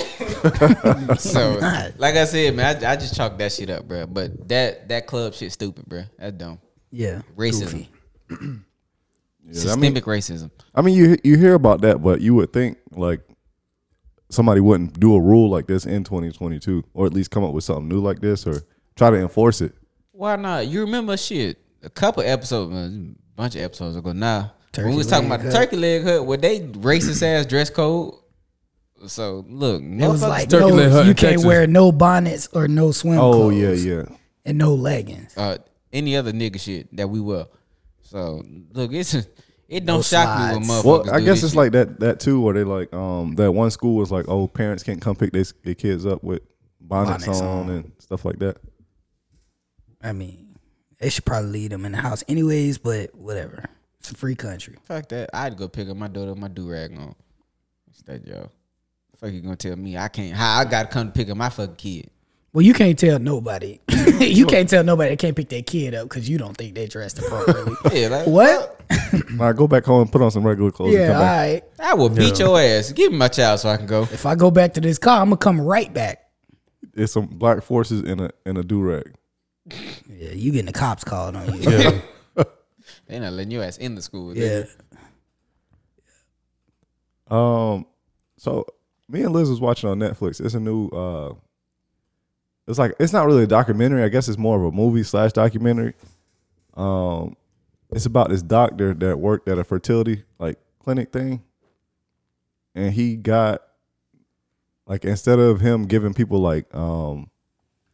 S1: So,
S2: not.
S1: like I said, man, I, I just chalked that shit up, bro. But that that club shit stupid, bro. That's dumb.
S2: Yeah.
S1: Racism,
S2: Goofy.
S3: yeah, I mean,
S1: systemic racism.
S3: I mean, you you hear about that, but you would think like somebody wouldn't do a rule like this in 2022, or at least come up with something new like this, or try to enforce it.
S1: Why not? You remember shit? A couple episodes, man, a bunch of episodes ago. Nah, when we was
S2: Turkey
S1: talking
S2: leg
S1: about the
S2: hut.
S1: turkey leg hut, where they racist ass dress code. So look,
S2: It was
S1: motherfuckers-
S2: like
S4: Turkey
S2: no,
S4: leg hut
S2: you
S4: in
S2: can't
S4: Texas.
S2: wear no bonnets or no swim
S3: Oh
S2: clothes
S3: yeah, yeah.
S2: and no leggings.
S1: uh, any other nigga shit that we were. So look, it's it don't
S2: No
S1: shock me when
S2: slides.
S1: motherfuckers.
S3: Well, I
S1: do
S3: guess
S1: this
S3: it's
S1: shit.
S3: like that that too, where they like um that one school was like, oh, parents can't come pick their, their kids up with bonnets,
S2: Bonnets
S3: on,
S2: on.
S3: and stuff like that.
S2: I mean, they should probably leave them in the house anyways. But whatever. It's a free country.
S1: Fuck that. I'd go pick up my daughter with my do rag on. What's that, yo? Fuck you gonna tell me I can't? How I gotta come to pick up my fucking kid?
S2: Well, you can't tell nobody. (laughs) you can't tell nobody that can't pick their kid up because you don't think they dressed
S1: (laughs)
S2: appropriately.
S1: Yeah, like
S2: what?
S3: Now go back home and put on some regular clothes. and
S2: Yeah,
S3: come
S2: all
S3: back.
S2: right.
S1: I will beat your ass. Give me my child so I can go.
S2: If I go back to this car, I'm gonna come right back.
S3: it's some black forces in a in a do rag.
S2: Yeah, you getting the cops called on you.
S4: Yeah.
S1: They not letting your ass in the school.
S2: yeah.
S3: Um, so me and Liz was watching on Netflix. It's a new. uh It's like it's not really a documentary. I guess it's more of a movie slash documentary. Um, It's about this doctor that worked at a fertility like clinic thing, and he got like instead of him giving people like um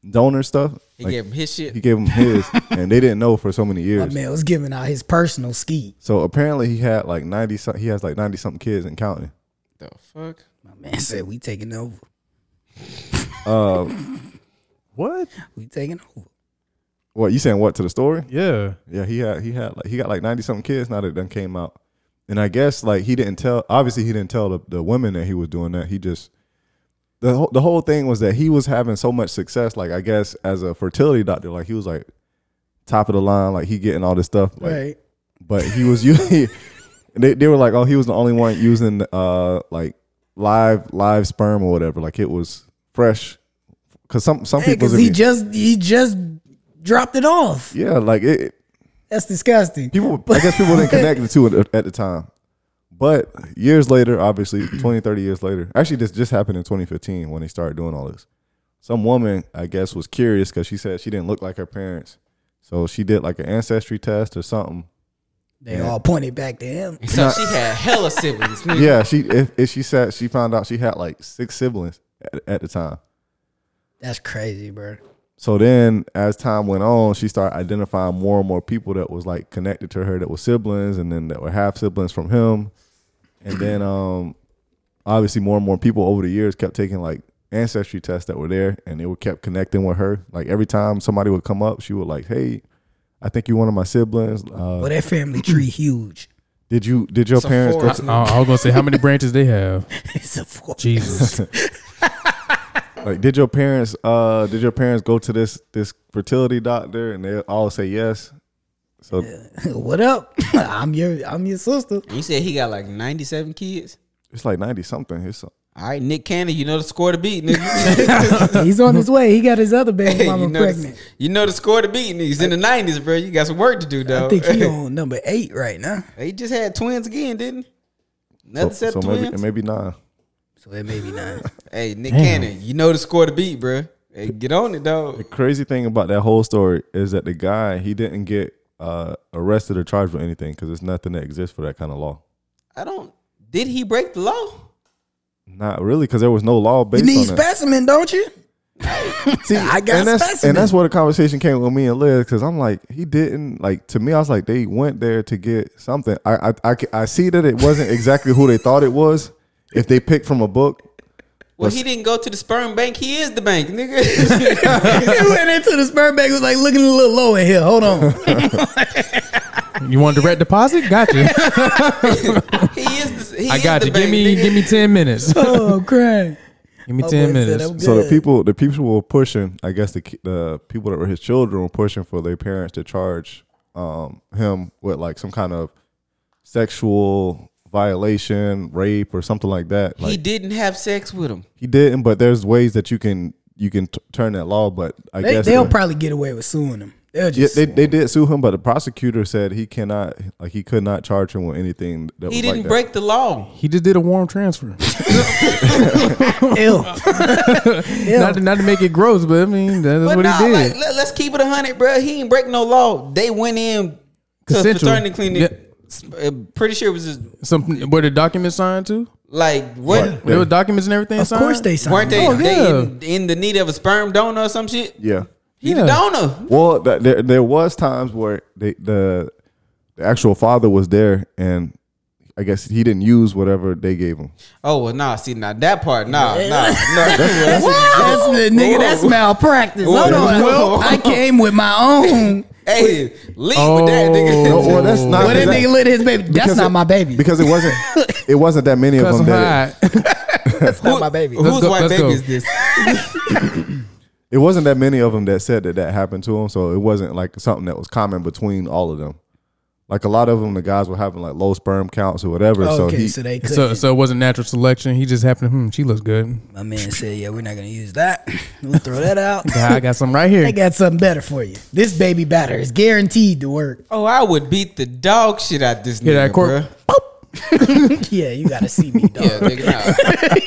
S3: donor stuff,
S1: He
S3: like,
S1: gave him his shit.
S3: he gave
S1: (laughs)
S3: him his, and they didn't know for so many
S2: My
S3: years.
S2: man was giving out his personal ski.
S3: So apparently he had like ninety. some- He has like ninety something kids and counting.
S1: the fuck?
S2: My man said, "We taking over.
S3: What?
S2: We taking over."
S3: What you saying? What to the story?
S4: Yeah.
S3: Yeah, he had he had like he got like ninety something kids now that done came out, and I guess like he didn't tell. Obviously, he didn't tell the, the women that he was doing that. He just the whole, the whole thing was that he was having so much success. Like I guess as a fertility doctor, like he was like top of the line. Like he getting all this stuff. Like,
S2: Right.
S3: But he was (laughs) using. they they were like, oh, he was the only one using uh like live live sperm or whatever. Like it was fresh. Cause some some people
S2: Because he just he just dropped it off.
S3: yeah like it
S2: That's disgusting.
S3: people i guess people didn't connect the two at, at the time but years later obviously (clears throat) 20 30 years later actually this just happened in 2015 when they started doing all this some woman i guess was curious because she said she didn't look like her parents so she did like an ancestry test or something
S2: They all pointed back to him.
S1: So she had hella siblings. nigga.
S3: yeah she if, if she said she found out she had like six siblings at, at the time
S2: That's crazy, bro.
S3: so then as time went on she started identifying more and more people that was like connected to her that were siblings and then that were half siblings from him and then um obviously more and more people over the years kept taking like ancestry tests that were there and they were kept connecting with her like every time somebody would come up she would like hey i think you're one of my siblings uh,
S2: Well, that family tree huge. (laughs)
S3: did you did your
S1: Some
S3: parents go
S1: forest
S3: to,
S4: I, I was gonna say how many branches they have.
S2: It's a four.
S4: Jesus.
S3: like did your parents uh did your parents go to this this fertility doctor and they all say yes so
S2: (laughs) what up? (laughs) I'm your I'm your sister.
S1: You said he got like 97 kids?
S3: it's like 90 something it's
S1: All right, Nick Cannon, you know the score to beat, nigga.
S2: He's on his way. He got his other baby
S1: Hey, you,
S2: mama
S1: know the,
S2: pregnant.
S1: you know the score to beat, niggas. In the 90s, bro. You got some work to do,
S3: Oh.
S2: I
S1: dog.
S2: think
S3: (laughs)
S2: he on number eight right now.
S1: (laughs) He just had twins again, didn't he?
S3: so,
S1: Another set
S3: so
S1: of
S3: maybe
S1: twins.
S3: maybe nine
S2: So it may be nine.
S1: hey, Nick Cannon, you know the score to beat, bro. Hey, get on it, dog.
S3: The crazy thing about that whole story is that the guy he didn't get uh, arrested or charged with anything because there's nothing that exists for that kind of law.
S1: I don't. Did he break the law?
S3: Not really, because there was no
S2: You
S3: law based
S2: need
S3: on that.
S2: specimen, don't you? (laughs)
S3: See,
S2: I got
S3: and that's,
S2: specimen.
S3: and that's where the conversation came with me and Liz, because I'm like, he didn't like. To me, I was like, they went there to get something. I I, I, ca- I see that it wasn't exactly who they thought it was. If they picked from a book,
S1: Well,
S3: Let's-
S1: he didn't go to the sperm bank. He is the bank,
S4: (laughs)
S1: nigga.
S2: he went into the sperm bank. Was like looking a little low in here.
S3: (laughs)
S2: Hold on.
S4: (laughs) You want direct deposit? Gotcha.
S1: he is. The, he
S4: (laughs) I
S1: is
S4: got
S1: the
S4: you. Give
S1: bank,
S4: me
S1: nigga.
S4: give me ten (laughs) minutes.
S2: oh, I'm crying.
S4: Give me
S2: My boy said,
S4: ten minutes.
S2: "I'm
S3: so the
S2: good."
S3: people the people were pushing. I guess the ki- the people that were his children were pushing for their parents to charge um, him with like some kind of sexual violation, rape, or something like that.
S1: he
S3: Like he,
S1: didn't have sex with him.
S3: didn't, but there's ways that you can you can t- turn that law. But I
S2: They,
S3: guess
S2: they'll
S3: the-
S2: probably get away with suing him. They'll
S3: yeah,
S2: just
S3: they,
S2: sue
S3: they did sue him, but the prosecutor said he cannot, like he could not charge him with anything that
S1: He
S3: was
S1: didn't
S3: like that.
S1: break the law.
S4: He just did a warm transfer. (laughs)
S3: (laughs)
S2: him. (laughs) Ew.
S4: Not to, not to make it gross, but I mean that's
S1: But
S4: what
S1: nah,
S4: he did.
S1: Like, let, us keep it hundred, bro. He ain't break no law. They went in to
S4: Consensual.
S1: fraternity clinic.
S4: Yeah.
S1: S- uh, Pretty sure it was just
S4: Something were the documents signed too?
S1: like what?
S4: There were documents and everything
S2: Of
S4: signed.
S2: course they signed.
S1: Weren't
S2: him.
S1: they, they
S4: Oh, yeah.
S1: in, in the need of a sperm donor or some shit?
S3: Yeah.
S1: He
S4: Yeah.
S1: the donor.
S3: Well, th- there there was times where they, the the actual father was there, and I guess he didn't use whatever they gave him.
S1: Oh well, nah. See, now that part, nah, nah, nah.
S2: That's, that's the nigga. That's malpractice. Hold
S1: Whoa.
S2: on.
S1: Whoa.
S2: I came with my own.
S1: hey, leave with that,
S4: Oh.
S1: nigga.
S3: Well, well, that's not
S2: What that
S3: because
S2: nigga
S3: that-
S2: lit his baby? That's
S3: because
S2: not
S3: it-
S2: my baby.
S3: because it
S2: (laughs)
S3: wasn't it wasn't that many of
S4: Cousin
S3: them that
S4: Hyde.
S2: That's not my baby.
S1: Whose
S4: go,
S1: white
S4: let's
S1: baby
S4: go.
S1: is this?
S3: it wasn't that many of them that said that that happened to them. So it wasn't like something that was common between all of them. Like a lot of them, the guys were having like low sperm counts or whatever. so
S2: Oh, Okay,
S3: he
S2: so they could.
S4: (laughs) So, so it wasn't natural selection. He just happened. Hmm, she looks good. (laughs)
S2: my man said, "Yeah, we're not gonna use that. (laughs) We'll throw that
S3: (laughs)
S2: out.
S4: I got some right here.
S2: I got something better for you. This baby batter is guaranteed to work.
S1: Oh, I would beat the dog shit out this
S4: Hear
S1: nigga,
S4: that, Corp?
S1: bruh.
S2: yeah, you gotta see
S3: (laughs)
S2: me,
S1: (laughs)
S2: dog.
S1: Yeah, nigga,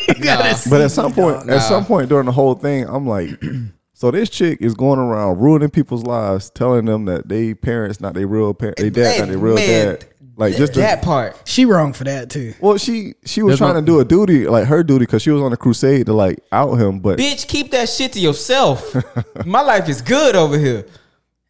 S1: nah.
S2: you gotta see
S3: But at some
S2: me,
S3: point,
S2: dog.
S3: at some point during the whole thing, I'm like, (clears throat) So this chick is going around ruining people's lives, telling them that they parents not their real parents, they dad not their real
S1: Man,
S3: dad. Like
S1: th-
S3: just
S1: that
S3: that.
S1: part.
S2: She wrong for that too.
S3: well, she she was
S4: There's
S3: trying
S4: no-
S3: to do a duty, like her duty, because she was on a crusade to like out him. But
S1: Bitch, keep that shit to yourself. My life is good over here.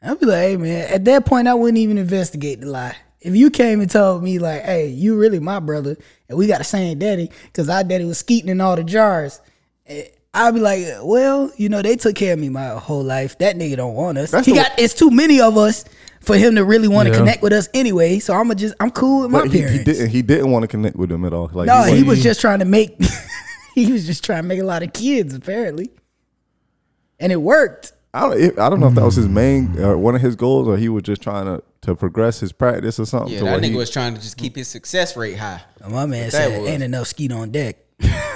S2: I'd be like, hey man, at that point I wouldn't even investigate the lie. If you came and told me like, hey, you really my brother, and we got the same daddy, because our daddy was skeeting in all the jars, eh, I'd be like, well, you know, they took care of me my whole life. That nigga don't want us.
S3: That's
S2: he
S3: the-
S2: got it's too many of us for him to really want to
S4: Yeah.
S2: connect with us anyway. So I'ma just I'm cool with my
S3: but he,
S2: parents.
S3: he didn't he didn't want to connect with them at all. Like
S2: No,
S3: he
S2: he
S3: wasn't-
S2: was just trying to make. (laughs) he was just trying to make a lot of kids, apparently, and it worked.
S3: I don't if- I don't know if that was
S1: Mm.
S3: his main or one of his goals, or he was just trying to to progress his practice or something.
S1: Yeah,
S3: to
S1: that
S3: where
S1: nigga
S3: he-
S1: was trying to just keep his success rate high.
S2: And Oh, my man
S1: that
S2: said,
S1: was-
S2: "Ain't enough skeet on deck." (laughs)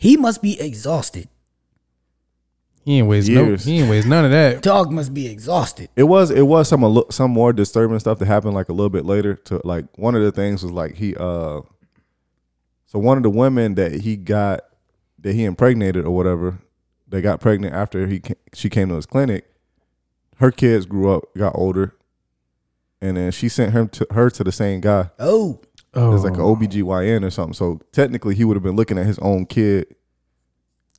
S2: he must be exhausted.
S4: He ain't waste no.
S3: Years.
S4: He ain't waste none
S2: (laughs)
S4: of that.
S2: Dog must be exhausted.
S3: It was it was some a lo- some more disturbing stuff that happened like a little bit later. To like one of the things was like he uh, so one of the women that he got that he impregnated or whatever, they got pregnant after he ca- she came to his clinic. Her kids grew up, got older, and then she sent him to her to the same guy.
S2: Oh,
S4: Oh,
S3: It was like an OBGYN or something. So technically, he would have been looking at his own kid,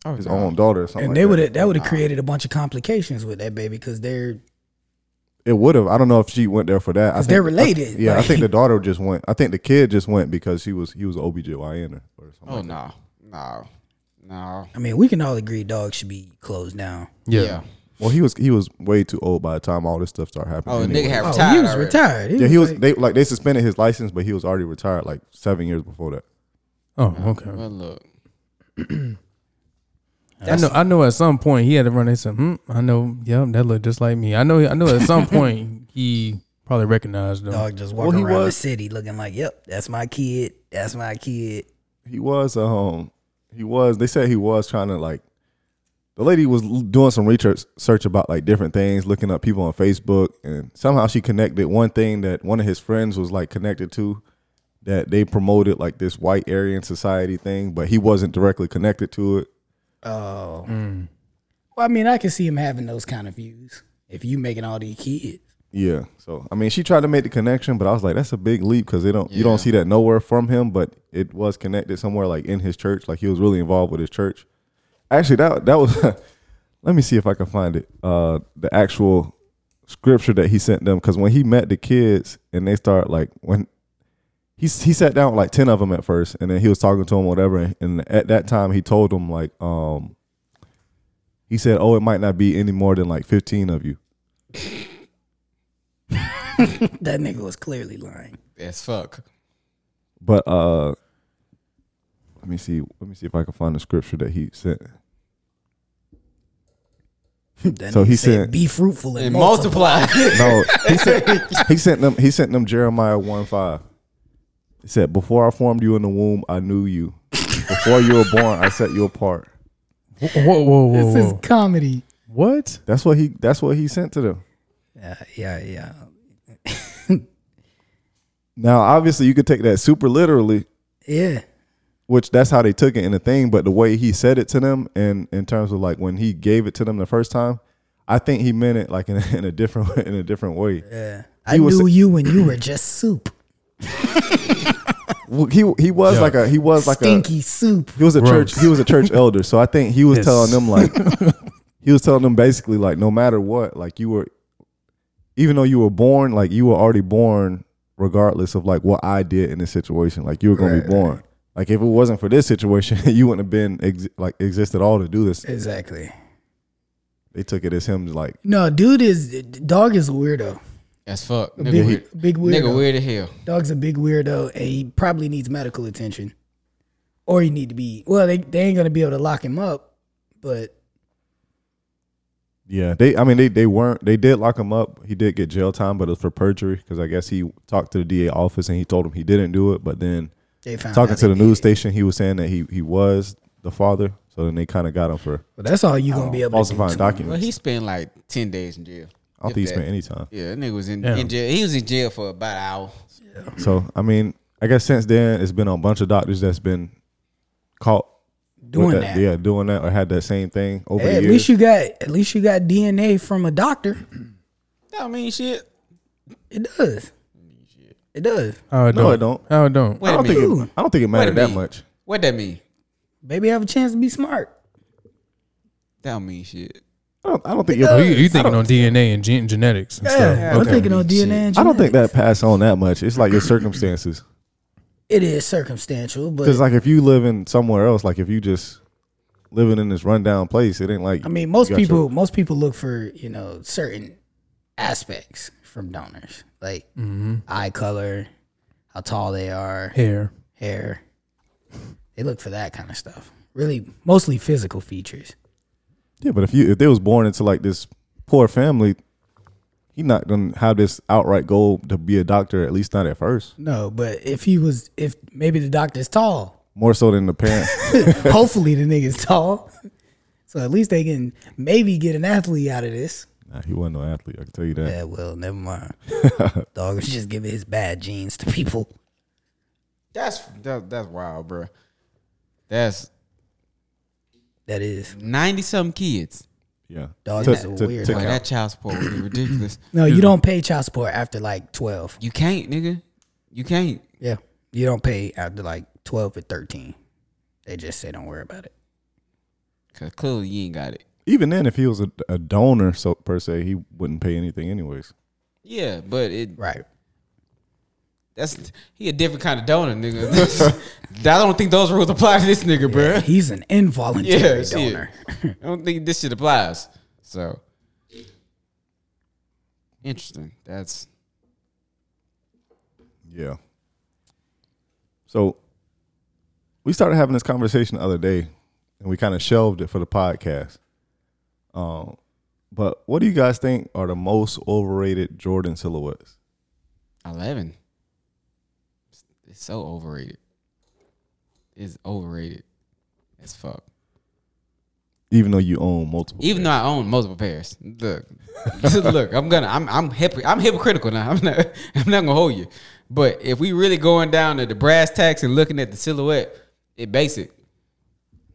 S3: his own daughter or something.
S2: Oh, and
S3: like
S2: they
S3: that.
S2: would have that would have created a bunch of complications with that baby because they're
S3: It would have. I don't know if she went there for that. I think,
S2: they're
S3: I-
S2: related,
S3: yeah,
S2: like-
S3: I think
S2: (laughs)
S3: the daughter just went. I think the kid just went because she was he was an OBGYN or, or something.
S1: Oh no, no, no.
S2: I mean, we can all agree dogs should be closed down.
S4: yeah.
S1: Yeah.
S3: Well, he was he was way too old by the time all this stuff started happening.
S1: Oh, nigga
S3: anyway.
S1: had
S2: Oh,
S1: retired.
S2: he was
S1: already.
S2: retired. He
S3: yeah,
S2: was
S3: he was.
S2: like-
S3: They like they suspended his license, but he was already retired like seven years before that.
S4: Oh, okay.
S1: Well, look,
S4: (clears throat) I know. I know. At some point, he had to run into some. Hmm, I know. Yep, that looked just like me. I know. I know.
S2: (laughs)
S4: At some point, he probably recognized them.
S2: dog just
S3: he
S2: walking around
S3: was-
S2: the city looking like, "Yep, that's my kid. That's my kid."
S3: He was um he was they said he was trying to like the lady was l- doing some research search about like different things, looking up people on Facebook and somehow she connected one thing that one of his friends was like connected to that they promoted like this white Aryan society thing, but he wasn't directly connected to it.
S2: Oh. Well, I mean, I can see him having those kind of views if you making all these kids.
S3: Yeah. So I mean, she tried to make the connection, but I was like, that's a big leap because they don't you don't see that nowhere from him, but it was connected somewhere like in his church, like he was really involved with his church. Actually, that that was. (laughs) let me see if I can find it. Uh, the actual scripture that he sent them because when he met the kids and they start like when. He, s- he sat down with like 10 of them at first and then he was talking to them whatever and, and at that time he told them like um he said oh it might not be any more than like 15 of you
S2: That nigga was clearly lying.
S3: (laughs)
S1: as fuck.
S3: But uh let me see. Let me see if I can find the scripture that he sent.
S2: That
S3: So
S2: nigga
S3: he
S2: said,
S3: said-
S2: "Be fruitful and,
S1: And
S2: multiply."
S1: multiply.
S3: No, he sent he sent them he sent them Jeremiah one five. He said, "Before I formed you in the womb, I knew you. Before you were born, I set you apart."
S4: Whoa, whoa, whoa, whoa!
S2: comedy.
S4: what?
S3: That's what he. That's what he sent to them.
S2: Yeah, yeah, yeah.
S3: Now, obviously, you could take that super literally,
S2: Yeah.
S3: which that's how they took it in the thing. But the way he said it to them, and in terms of like when he gave it to them the first time, I think he meant it like in, a- in a different (laughs) in a different way.
S2: I
S3: was-
S2: knew you when you were
S3: (clears throat)
S2: just soup.
S3: Well, He he was like a he was like a
S2: Stinky soup.
S3: He was a
S4: Gross.
S3: church. He was a church elder. So I think he was
S4: Yes.
S3: telling them
S4: (laughs)
S3: like, he was telling them basically like, no matter what, like you were, even though you were born, like you were already born, regardless of like what I did in this situation. Like you were gonna be born. Like if it wasn't for this situation, (laughs) you wouldn't have been ex- like exist at all to do this.
S2: Exactly.
S3: They took it as him like,
S2: No, dude is dog is a weirdo.
S1: (laughs) As fuck. Nigga,
S2: Big,
S1: weird.
S2: big weirdo.
S1: Nigga, weird as hell.
S2: Dog's a big weirdo, and he probably needs medical attention, or he need to be. Well, they they ain't gonna be able to lock him up, but
S3: yeah. They, I mean, they they weren't. They did lock him up. He did get jail time, but it was for perjury because I guess he talked to the DA office and he told him he didn't do it. But then
S2: they found
S3: talking
S2: out
S3: to
S2: they
S3: the news
S2: did.
S3: station, he was saying that he he was the father. So then they kind of got him for
S2: But that's all you gonna be able to do.
S3: Oh, falsifying
S2: to
S1: Well,
S3: documents.
S1: he spent like ten days in jail.
S3: I don't
S1: if
S3: think he
S1: that.
S3: spent any time.
S1: Yeah, that nigga was in,
S4: Yeah.
S1: in jail. He was in jail for about an hour.
S3: So I mean, I guess since then it's been a bunch of doctors that's been caught with
S2: doing that.
S3: Yeah, doing that or had that same thing over the
S2: At
S3: years.
S2: least you got at least you got DNA from a doctor.
S1: I mean, shit.
S2: It does. It does.
S4: How it
S3: No,
S4: don't.
S3: it don't.
S4: How it don't.
S1: Wait
S3: I
S1: a
S3: don't
S1: minute.
S3: think it, I don't think it
S1: Wait a
S3: mattered that
S1: minute.
S3: much.
S1: What that mean?
S2: Baby have a chance to be smart.
S1: That don't mean shit.
S3: I don't, I don't think
S4: Oh,
S3: your,
S4: you, you thinking on DNA and gen- genetics and
S2: Yeah,
S4: stuff.
S2: I'm thinking on DNA. And
S3: I don't think
S2: genetics.
S3: that passed on that much. It's like your circumstances.
S2: it is circumstantial, but
S3: Because like if you live in somewhere else, like if you just living in this rundown place, it ain't like
S2: I mean, most
S3: you got
S2: people
S3: your-
S2: most people look for you know certain aspects from donors, like eye color, how tall they are,
S4: Hair.
S2: hair. They look for that kind of stuff. Really, mostly physical features.
S3: yeah, but if you if they was born into like this poor family, he not gonna have this outright goal to be a doctor. At least not at first.
S2: No, but if he was, if maybe the doctor's tall,
S3: More so than the parents.
S2: hopefully the nigga's tall. (laughs) So at least they can maybe get an athlete out of this.
S3: (laughs) nah, he wasn't no athlete. I can tell you that.
S2: Yeah, well, never
S3: (laughs)
S2: mind. Dog was just giving his bad genes to people.
S1: That's that, that's wild, bro. That's
S2: That is.
S1: ninety some kids.
S3: Yeah,
S2: Dog,
S3: To-
S2: that's
S3: to-
S2: weird,
S3: to
S2: bro.
S1: Like,
S3: count.
S1: that child
S3: (clears throat)
S1: support would be ridiculous.
S2: No, you don't pay child support after like 12.
S1: You can't, nigga. You can't.
S2: Yeah. You don't pay after like 12 or 13. They just say don't worry about it.
S1: Cause clearly you ain't got it.
S3: Even then, if he was a, a donor, so per se, he wouldn't pay anything anyways.
S1: Yeah, but it
S2: Right.
S1: that's he a different kind of donor, nigga. (laughs) I don't think those rules apply to this nigga, bro.
S2: He's
S3: (laughs)
S2: an involuntary
S1: Yeah, shit.
S2: donor.
S1: I don't think this shit applies. So interesting. That's
S3: Yeah. So we started having this conversation the other day, and we kind of shelved it for the podcast. Um, but what do you guys think are the most overrated Jordan silhouettes?
S1: eleven. It's so overrated. It's overrated as fuck.
S3: Even though you own multiple,
S1: Even though I own multiple pairs, look, (laughs) look, I'm gonna, I'm, I'm, hypocr- I'm hypocritical now. (laughs) I'm not, I'm not gonna hold you. But if we really going down to the brass tacks and looking at the silhouette, it basic.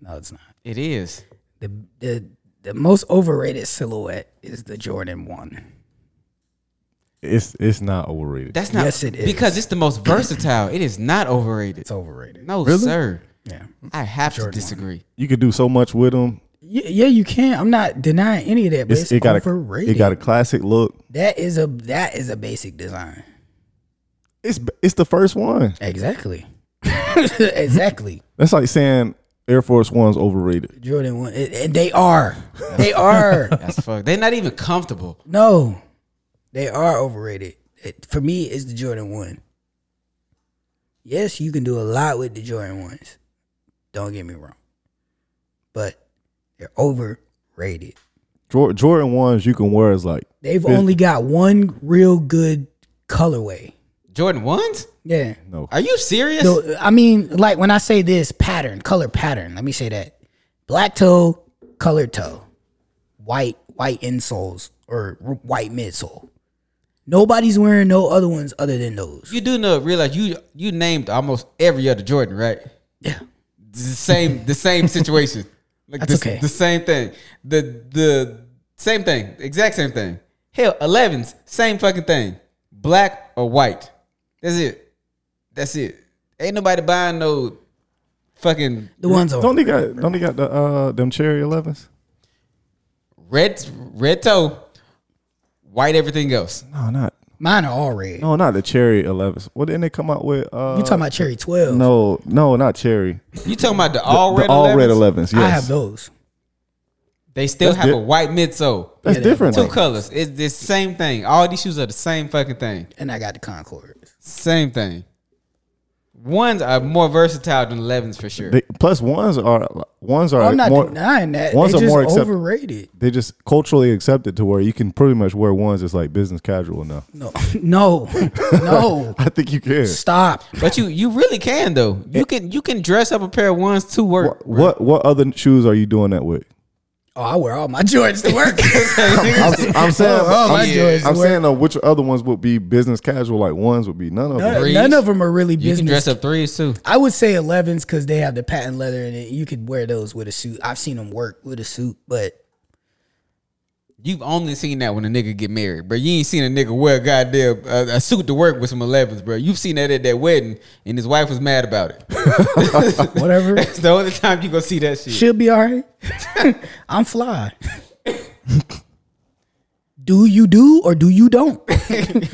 S2: No, it's not.
S1: It is.
S2: The, the, the most overrated silhouette is the Jordan 1.
S3: it's it's not overrated.
S1: That's not.
S2: Yes, it is.
S1: because it's the most versatile. It is not overrated.
S2: It's overrated.
S1: No, sir.
S2: Yeah.
S1: I have to disagree.
S3: You could do so much with them.
S2: Yeah, yeah, you can. I'm not denying any of that, but
S3: It's,
S2: it's,
S3: it got
S2: overrated.
S3: a it got a classic look.
S2: that is a that is a basic design.
S3: It's it's the first one.
S2: Exactly. (laughs) exactly.
S3: That's like saying Air Force One's overrated.
S2: Jordan one, and and they are, they are.
S1: That's fuck. They're not even comfortable.
S2: No, they are overrated. It- for me, it's the Jordan one. Yes, you can do a lot with the Jordan ones. Don't get me wrong, but they're overrated.
S3: Jor- Jordan ones you can wear is like
S2: They've only got one real good colorway.
S1: Jordan ones?
S2: Yeah.
S3: no.
S1: Are you
S2: (laughs)
S1: serious?
S2: So, I mean, like when I say this pattern, color pattern, let me say that black toe, colored toe, white, white insoles or r- white midsole. Nobody's wearing no other ones other than those.
S1: You do know realize you you named almost every other Jordan, right?
S2: Yeah.
S1: the same the same
S2: (laughs)
S1: situation. Like
S2: That's
S1: the,
S2: okay.
S1: the same thing. The the same thing. Exact same thing. Hell, elevens, same fucking thing. Black or white. That's it. That's it. Ain't nobody buying no fucking
S2: The ones
S3: Don't
S2: over.
S3: they got don't they got the uh them cherry elevens?
S1: red red toe, white everything else.
S3: No, not
S2: Mine are all red.
S3: No, not the cherry 11s. What didn't they come out with? Uh,
S2: you talking about cherry 12.
S3: No, no, not cherry.
S1: You talking about the all
S3: the
S1: red?
S3: all
S1: 11s?
S3: red 11s. Yes,
S2: I have those.
S1: They still
S3: That's
S1: have a
S3: di-
S1: white midsole.
S3: that's different.
S1: Two
S3: though.
S1: colors. It's the same thing. All these shoes are the same fucking thing.
S2: And I got the Concords.
S1: Same thing. Ones are more versatile than elevens for sure.
S3: They- plus ones are ones are
S2: I'm not
S3: more.
S2: denying that.
S3: ones
S2: they
S3: are
S2: just
S3: more accept-
S2: overrated.
S3: They just culturally accepted to where you can pretty much wear ones as like business casual now. (laughs)
S2: No, (laughs) no, no.
S3: I think you can.
S2: Stop.
S1: But you you really can though. (laughs) You can you can dress up a pair of ones to work.
S3: What what other shoes are you doing that with?
S2: Oh, I wear all my Jordans to
S3: (laughs)
S2: work.
S1: (laughs)
S3: I'm, I'm saying,
S2: Oh, oh, my
S3: I'm,
S2: Jordans
S3: I'm
S2: to work.
S3: saying though, which other ones would be business casual? Like ones would be none of them.
S2: none,
S1: Threes.
S2: none of them are really
S1: You can
S2: business.
S1: dress up threes too.
S2: I would say 11s because they have the patent leather in it. You could wear those with a suit. I've seen them work with a suit, but
S1: You've only seen that when a nigga get married, bro. You ain't seen a nigga wear a goddamn uh, a suit to work with some 11s, bro. You've seen that at that wedding, and his wife was mad about it. (laughs)
S3: (laughs)
S2: whatever.
S1: That's the only time you gonna see that shit.
S2: She'll be all right. (laughs) I'm fly. do you do or do you don't? (laughs)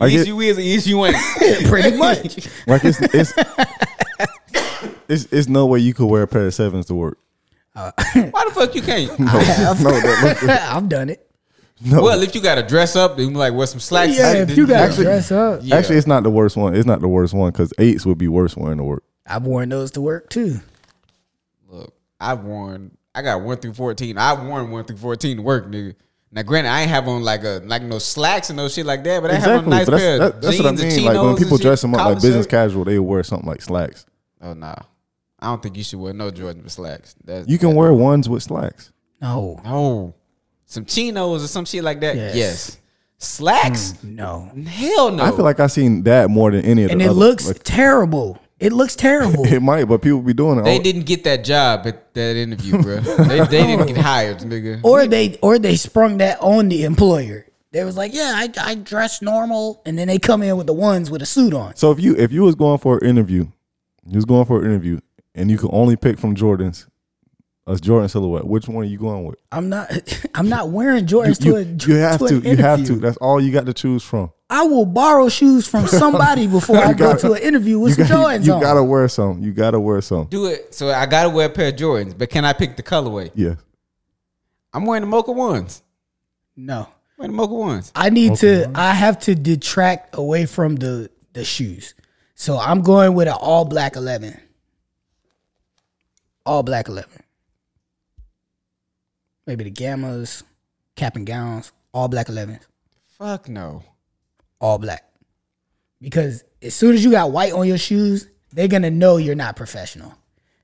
S3: Like,
S1: yes,
S3: it-
S1: you is, or yes, you ain't.
S3: (laughs)
S2: Pretty much.
S3: like it's
S1: (laughs)
S3: it's, it's it's no way you could wear a pair of sevens to work.
S1: Why the fuck you
S3: (laughs)
S1: can't?
S2: I've,
S3: No, that,
S2: (laughs) I've done it.
S3: no.
S1: Well, if you gotta dress up, then like wear some slacks.
S2: Yeah, if you got to
S3: actually-
S2: dress up.
S1: Yeah.
S3: Actually, it's not the worst one. It's not the worst one because eights would be worse wearing to work.
S2: I've worn those to work too.
S1: Look, I've worn. I got one through fourteen. I've worn one through fourteen to work, nigga. Now, granted, I ain't have on like a like no slacks and no shit like that, but I have on
S3: Exactly,
S1: a nice
S3: but that's,
S1: pair of
S3: that- that's
S1: jeans
S3: what I
S1: and
S3: mean. Like when
S1: chinos and
S3: people
S1: shit,
S3: dress them up
S1: collar
S3: like business
S1: shirt.
S3: casual, they wear something like slacks.
S1: Oh nah, I don't think you should wear no Jordan with slacks. That's,
S3: You can wear ones with slacks.
S2: No,
S1: no some chinos or some shit like that. Yes,
S2: Yes.
S1: slacks.
S2: no.
S1: Hell no.
S3: Hmm. I feel like I've seen that more than any of the
S2: And it
S3: other-
S2: looks
S3: like, (laughs)
S2: terrible. It looks terrible.
S3: it might, but people be doing it.
S1: they
S3: all-
S1: didn't get that job at that interview, bro.
S3: (laughs)
S1: they, they didn't get hired, nigga.
S2: or they or they sprung that on the employer. They was like, "Yeah, I, I dress normal," and then they come in with the ones with a suit on.
S3: So if you if you was going for an interview, you was going for an interview, and you could only pick from Jordans, a Jordan silhouette. Which one are you going with?
S2: I'm not (laughs) I'm not wearing Jordans
S3: You,
S2: to a
S3: you have
S2: to,
S3: to.
S2: an
S3: You have to.
S2: interview.
S3: That's all you got to choose from.
S2: I will borrow shoes from
S3: (laughs)
S2: somebody before I go
S3: gotta-
S2: to an interview with
S3: you
S2: some Jordans
S3: you
S2: on.
S3: gotta wear some. You gotta wear some.
S1: Do it. So I gotta wear a pair of Jordans, but can I pick the colorway?
S3: Yeah.
S1: I'm wearing the mocha ones.
S2: no,
S1: I'm wearing the mocha ones.
S2: I need to. I have to detract away from the the shoes. So I'm going with an all black eleven. All black eleven. Maybe the gammas, cap and gowns, all black elevens.
S1: Fuck no.
S2: all black. Because as soon as you got white on your shoes, they're gonna know you're not professional.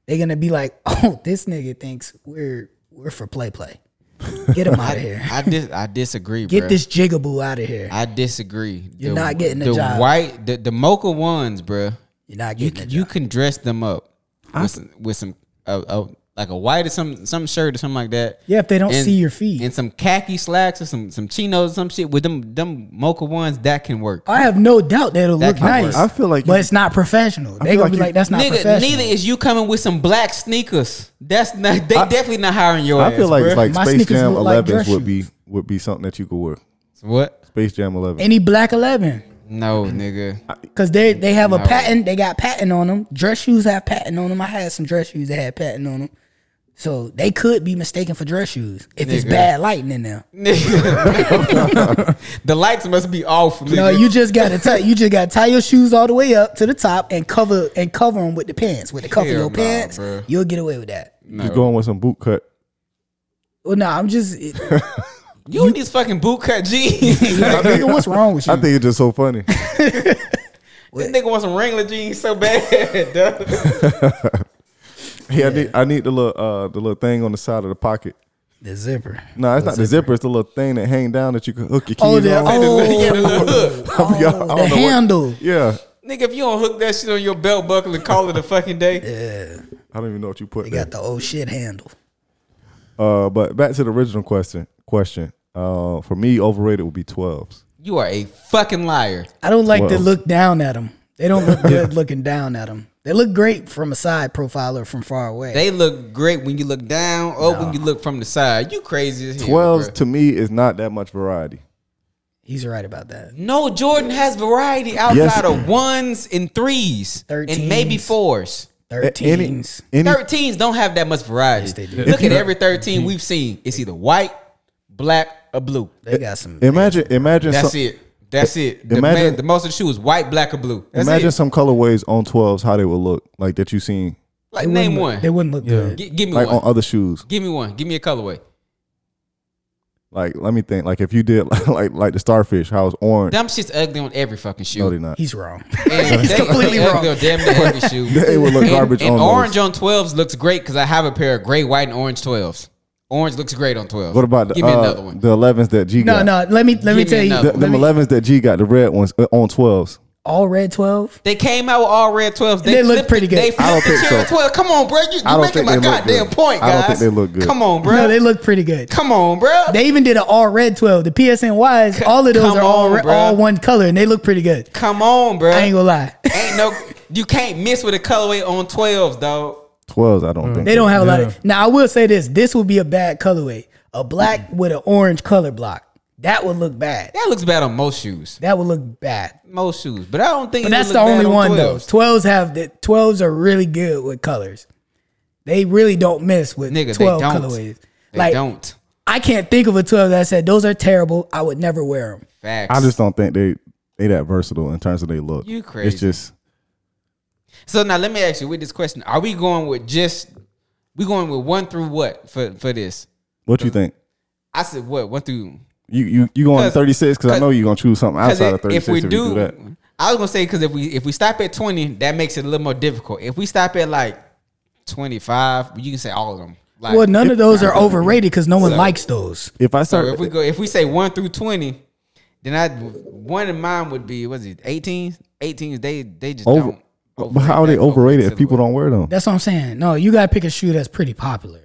S2: They're gonna be like, (laughs) "Oh, this nigga thinks we're we're for play play. Get him out
S1: (laughs)
S2: of here.
S1: I dis- I disagree,
S2: Get
S1: bro.
S2: this jigaboo out of here.
S1: I disagree.
S2: You're not getting the
S1: the
S2: job.
S1: white the, the mocha ones, bro.
S2: You're not
S1: You
S2: getting
S1: can,
S2: it.
S1: you can dress them up with some, with some uh, uh, like a white or some some shirt or something like that.
S2: Yeah, if they don't
S1: And-
S2: see your feet.
S1: and some khaki slacks or some some chinos or some shit with them them mocha ones that can work.
S2: I have no doubt that it'll
S1: That
S2: look
S1: can work.
S2: nice.
S3: I feel like
S2: but
S3: you-
S2: it's not professional. They gonna
S3: feel like
S2: be
S3: you-
S2: like, "That's not
S1: Nigga,
S2: professional."
S1: neither is you coming with some black sneakers. That's not. They definitely not hiring your
S3: I
S1: ass.
S3: feel like
S1: bruh.
S3: it's like
S2: My
S3: Space
S2: sneakers
S3: Jam
S2: look like
S3: 11s
S2: dress
S3: would be would be something that you could wear.
S1: what?
S3: Space Jam 11.
S2: Any black eleven
S1: (laughs) No, nigga.
S2: because they they have a patent. They got patent on them. Dress shoes have patent on them. I had some dress shoes that had patent on them. So they could be mistaken for dress shoes if it's
S1: Nigga.
S2: bad lighting in there.
S1: Nigga. the lights must be off. Nigga.
S2: No, you just gotta tie, you just gotta tie your shoes all the way up to the top and cover and cover them with the pants. With the cuff of
S1: Hell
S2: your
S1: nah,
S2: pants,
S1: bruh.
S2: you'll get away with that.
S3: You're going with some boot cut.
S2: Well, no,
S1: (laughs)
S2: I'm just (laughs) it,
S1: You in these fucking bootcut
S2: (laughs)
S1: jeans. this
S2: nigga, what's wrong with you?
S3: I think it's just so funny.
S1: nigga wants some Wrangler jeans so bad. (laughs) duh.
S3: yeah, I need I need the little uh the little thing on the side of the pocket.
S2: the zipper.
S3: No, it's not the zipper. It's the little thing that hang down that you can hook your keys
S2: Oh, the,
S3: on.
S1: yeah, the
S2: (laughs) oh,
S1: little hook.
S3: I forgot- I
S2: oh,
S3: don't
S2: the
S3: know what-
S2: handle.
S3: Yeah,
S1: Nigga, if you don't hook that shit on your belt buckle and call it a fucking day,
S3: I don't even know what you put
S2: They
S3: there.
S2: got the old shit handle.
S3: Uh, but back to the original question. Question. Uh, for me, overrated would be twelves.
S1: you are a fucking liar.
S2: I don't like to
S3: Twelve.
S2: look down at them. They don't look good looking down at them. They look great from a side profile or from far away.
S1: They look great when you look down or when you look from the side. You crazy as hell.
S3: Twelves
S1: bruh.
S3: to me is not that much variety.
S2: He's right about that.
S1: No, Jordan has variety outside
S3: Yes.
S1: of ones and threes and maybe
S2: 13s.
S1: fours.
S3: A- Any,
S2: Thirteens.
S3: any, Mm-hmm.
S1: 13s don't have that much variety.
S2: Yes, they do.
S1: Look
S3: you
S1: at every 13 we've seen. It's either white, black, or blue.
S2: They got some.
S3: imagine, imagine,
S1: That's
S3: some,
S1: it. That's it. The,
S3: Imagine-
S1: man, the most of the shoe is white, black, or blue. That's
S3: imagine
S1: it.
S3: some colorways on twelves how they would look like that you seen
S1: like
S2: they
S1: name
S2: wouldn't look-
S1: one.
S2: They wouldn't look good.
S1: Gi- give me
S3: like
S1: one.
S3: on uh, other shoes.
S1: give me one. Give me a colorway.
S3: Like let me think. Like if you did (laughs) like like the starfish, how it's orange.
S1: Dumb shit's ugly on every fucking shoe.
S3: no, they
S2: (laughs)
S3: not.
S2: He's wrong.
S1: And they,
S2: completely
S1: they
S2: wrong.
S1: ugly on Damn near every shoe.
S3: (laughs) They would look
S1: And-
S3: garbage
S1: and
S3: on those.
S1: orange on 12s looks great because I have a pair of gray, white, and orange 12s. Orange looks great on twelve.
S3: What about the,
S1: Give me
S3: uh,
S1: another one.
S3: the 11s that G
S2: No,
S3: got?
S2: no. Let me let
S1: Give me
S2: me tell you.
S1: another
S3: The,
S2: Let
S3: them
S2: me,
S3: 11s that G got, the red ones uh, on 12s.
S2: all red twelve.
S1: They came out with all red twelves.
S2: They look
S1: flipped-
S2: pretty good.
S1: They
S3: I don't
S1: flipped the
S3: think
S1: cherry
S3: so.
S1: twelve. Come on, bro. You,
S3: I
S1: you
S3: don't
S1: making
S3: think
S1: my
S3: they look
S1: goddamn
S3: good.
S1: point,
S3: I
S1: guys.
S3: don't think they look good.
S1: Come on, bro.
S2: No, they look pretty good.
S1: Come on, bro.
S2: They even did an all red twelve. The PSNYs, all of those
S1: come
S2: are all
S1: on,
S2: re-
S1: bruh.
S2: all one color, and they look pretty good.
S1: Come on, bro.
S2: I ain't
S1: Ain't,
S2: gonna lie.
S1: no. You can't miss with a colorway on twelves, dog.
S3: 12s, I don't think.
S2: They don't have a lot
S4: Yeah.
S2: of. Now I will say this: this would be a bad colorway. A black with an orange color block. That would look bad.
S1: That looks bad on most shoes.
S2: That would look bad.
S1: Most shoes, but I don't think. it would
S2: But that's
S1: look
S2: the
S1: bad
S2: only
S1: on
S2: one
S1: 12s.
S2: though. Twelves have the twelves are really good with colors. They really don't mess with
S1: Nigga, they
S2: twelve
S1: don't.
S2: colorways.
S1: They
S2: like
S1: don't.
S2: I can't think of a twelve that said those are terrible. I would never wear them.
S1: Facts.
S3: I just don't think they they that versatile in terms of they look.
S1: You
S3: It's
S1: crazy.
S3: just
S1: So now let me ask you with this question: Are we going with just? We going with one through what for for this?
S3: what you think.
S1: I said what one through
S3: You you you going to
S1: Cause-
S3: 36 because I
S1: cause-
S3: know you're going to choose something
S1: Because
S3: outside
S1: it-
S3: of 36 if, we do, that.
S1: I was gonna say because if we if we stop at twenty, that makes it a little more difficult. If we stop at like twenty five, you can say all of them. Like,
S2: Well, none of
S1: (laughs)
S2: those are overrated because no one likes those.
S3: If I
S1: so
S3: start,
S1: if we go if we say one through twenty, then I one in mine would be was it 18s? 18s they they just
S3: over,
S1: don't.
S3: but how are they overrated if people don't wear them?
S2: That's what I'm saying. No, you gotta pick a shoe that's pretty popular.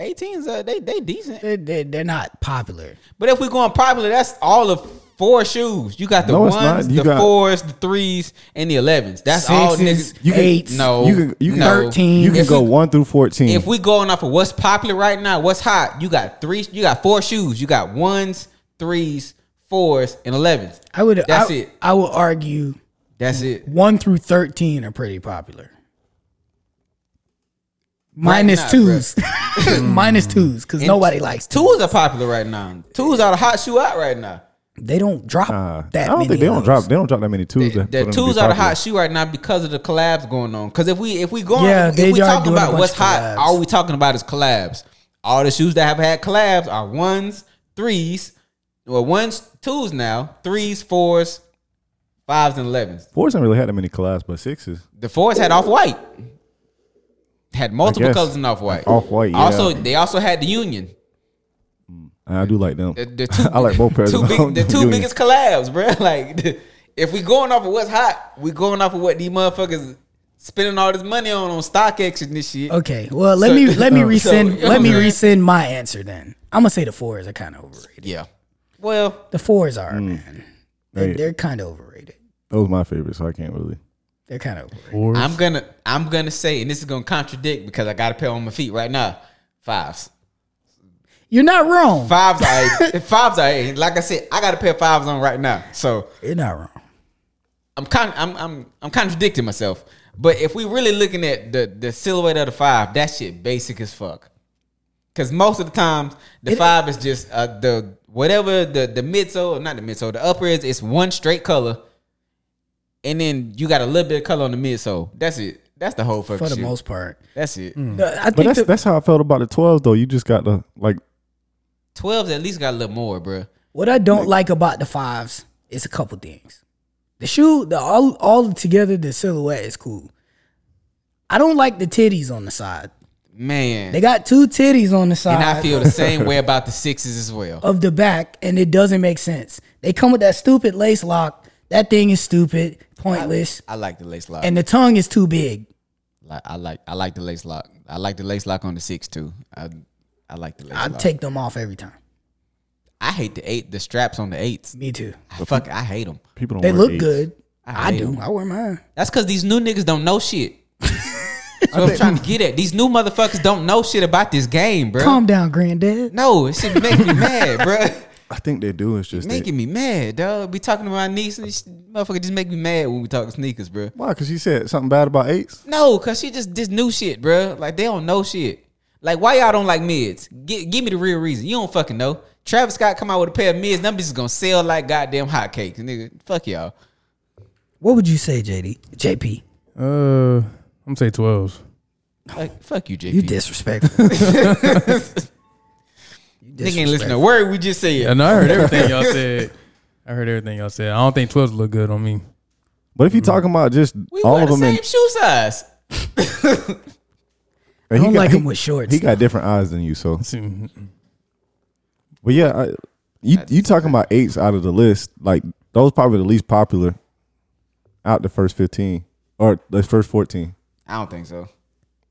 S1: 18s uh, they they decent.
S2: They, they, they're not popular.
S1: But if we're going popular, that's all of four shoes. You got the
S3: No, it's not.
S1: ones,
S3: You
S1: the
S3: got-
S1: fours, the threes, and the elevens. That's all
S2: Sixes,
S1: niggas.
S2: You can- eights,
S1: no,
S3: you can- you can-
S1: no.
S2: 13s.
S3: You can
S1: If
S3: go
S1: we-
S3: 1 through 14.
S2: Mm.
S1: If we going off of what's popular right now, what's hot, you got three, you got four shoes. You got ones, threes, fours, and elevens.
S2: I would.
S1: That's
S2: I,
S1: it.
S2: I would argue
S1: That's it.
S2: one through thirteen are pretty popular. Minus
S1: now,
S2: twos, (laughs) minus twos, because nobody likes two.
S1: Twos are popular right now. Twos are the hot shoe out right now.
S2: They don't drop
S3: Uh,
S2: that.
S3: I don't
S2: many
S3: think they
S2: of
S3: don't
S2: those.
S3: drop. They don't drop that many twos. that-
S1: The
S3: for them to
S1: twos
S3: be
S1: are the
S3: popular.
S1: hot shoe right now because of the collabs going on. Because if we if we going
S2: Yeah, they
S1: if we
S2: are
S1: talking
S2: doing a
S1: about
S2: bunch
S1: what's
S2: of
S1: hot,
S2: collabs.
S1: all we talking about is collabs. All the shoes that have had collabs are ones, threes, well ones, twos now, threes, fours, fives, and elevens.
S3: Fours haven't really had that many collabs, but sixes.
S1: The Fords had off white. Had multiple
S3: guess.
S1: colors in off white.
S3: Off-White, yeah.
S1: Also, they also had the Union.
S3: And I do like them.
S1: The, the two,
S3: (laughs) I like both pairs.
S1: Two
S3: of
S1: big,
S3: them.
S1: the two
S3: Union.
S1: biggest collabs, bro. (laughs) Like, if we going off of what's hot, we going off of what these motherfuckers spending all this money on on StockX and this shit.
S2: Okay, well let
S1: So- (laughs)
S2: me let me
S1: so,
S2: rescind
S1: you know
S2: let me
S1: what I'm
S2: rescind my answer then. I'm gonna say the fours are kind of overrated.
S1: Yeah. Well,
S2: The fours are
S3: Mm.
S2: man. They,
S3: Hey.
S2: They're kind of overrated.
S3: Those are my favorite, so I can't really.
S2: They're kind of overrated.
S4: Or
S1: I'm gonna I'm gonna say, and this is gonna contradict because I got a pair on my feet right now. Fives.
S2: You're not wrong.
S1: Fives are (laughs) fives are like I said, I got a pair of fives on right now. So
S2: You're not wrong.
S1: I'm con- I'm I'm I'm contradicting myself. But if we really looking at the the silhouette of the five, that shit basic as fuck. Cause most of the times the five is just uh, the whatever the the midsole, not the midsole, the upper is it's one straight color, and then you got a little bit of color on the midsole. That's it. That's the whole fucking
S2: For the
S1: shit.
S2: most Mm. part,
S1: That's it.
S2: No, I
S3: But
S2: think
S3: that's
S2: the,
S3: that's how I felt about the twelves though. You just got the like
S1: Twelves at least got a little more, bruh.
S2: what I don't like about the fives is a couple things. The shoe, the all all together, the silhouette is cool. I don't like the titties on the side.
S1: Man,
S2: They got two titties on the side.
S1: and I feel the
S2: (laughs)
S1: same way about the sixes as well.
S2: of the back and it doesn't make sense. They come with that stupid lace lock. That thing is stupid, pointless,
S1: I like the lace lock.
S2: and the tongue is too big.
S1: Like I like I like the lace lock. I like the lace lock on the six too. I I like the lace
S2: I
S1: lock.
S2: take them off every time.
S1: I hate the eight the straps on the eights.
S2: Me too.
S1: I fuck I hate them.
S3: people don't.
S2: They
S3: wear
S2: look
S3: eights.
S2: good.
S1: I
S2: I,
S1: hate
S2: do.
S1: 'em.
S2: I wear mine.
S1: That's because these new niggas don't know shit.
S2: (laughs)
S1: That's what I'm trying to get at. These new motherfuckers don't know shit about this game, bro.
S2: Calm down, granddad.
S1: No, it should make me mad,
S2: (laughs)
S1: bro.
S3: I think they do. It's just that,
S1: Making me mad, dog. Be talking to my niece and she, motherfucker just make me mad when we talk sneakers, bro.
S3: why? Because you said something bad about eights.
S1: No, cause she just this new shit, bro. Like they don't know shit. Like why y'all don't like mids? Gi- give me the real reason. You don't fucking know. Travis Scott come out with a pair of mids. Them bitches gonna sell like goddamn hotcakes, nigga. Fuck y'all.
S2: What would you say, JD? JP,
S4: uh, I'm say twelves.
S1: Like, fuck you, JP.
S2: you disrespectful. (laughs) You
S1: Nigga ain't listening to a
S2: disrespectful.
S1: word we just said.
S4: And I heard
S1: (laughs)
S4: everything y'all said. I heard everything y'all said. I don't think twelves look good on me.
S2: Mm-hmm.
S3: But if you're talking about just
S1: we
S3: all
S1: wear
S3: of
S1: the same
S3: them, in,
S1: shoe size.
S3: And
S2: I don't
S3: got-
S2: like him with shorts.
S3: He got different eyes than you, so.
S4: See,
S3: But yeah, I, you you talking about eights out of the list? Like those probably the least popular out the first fifteen or the first fourteen.
S1: I don't think so.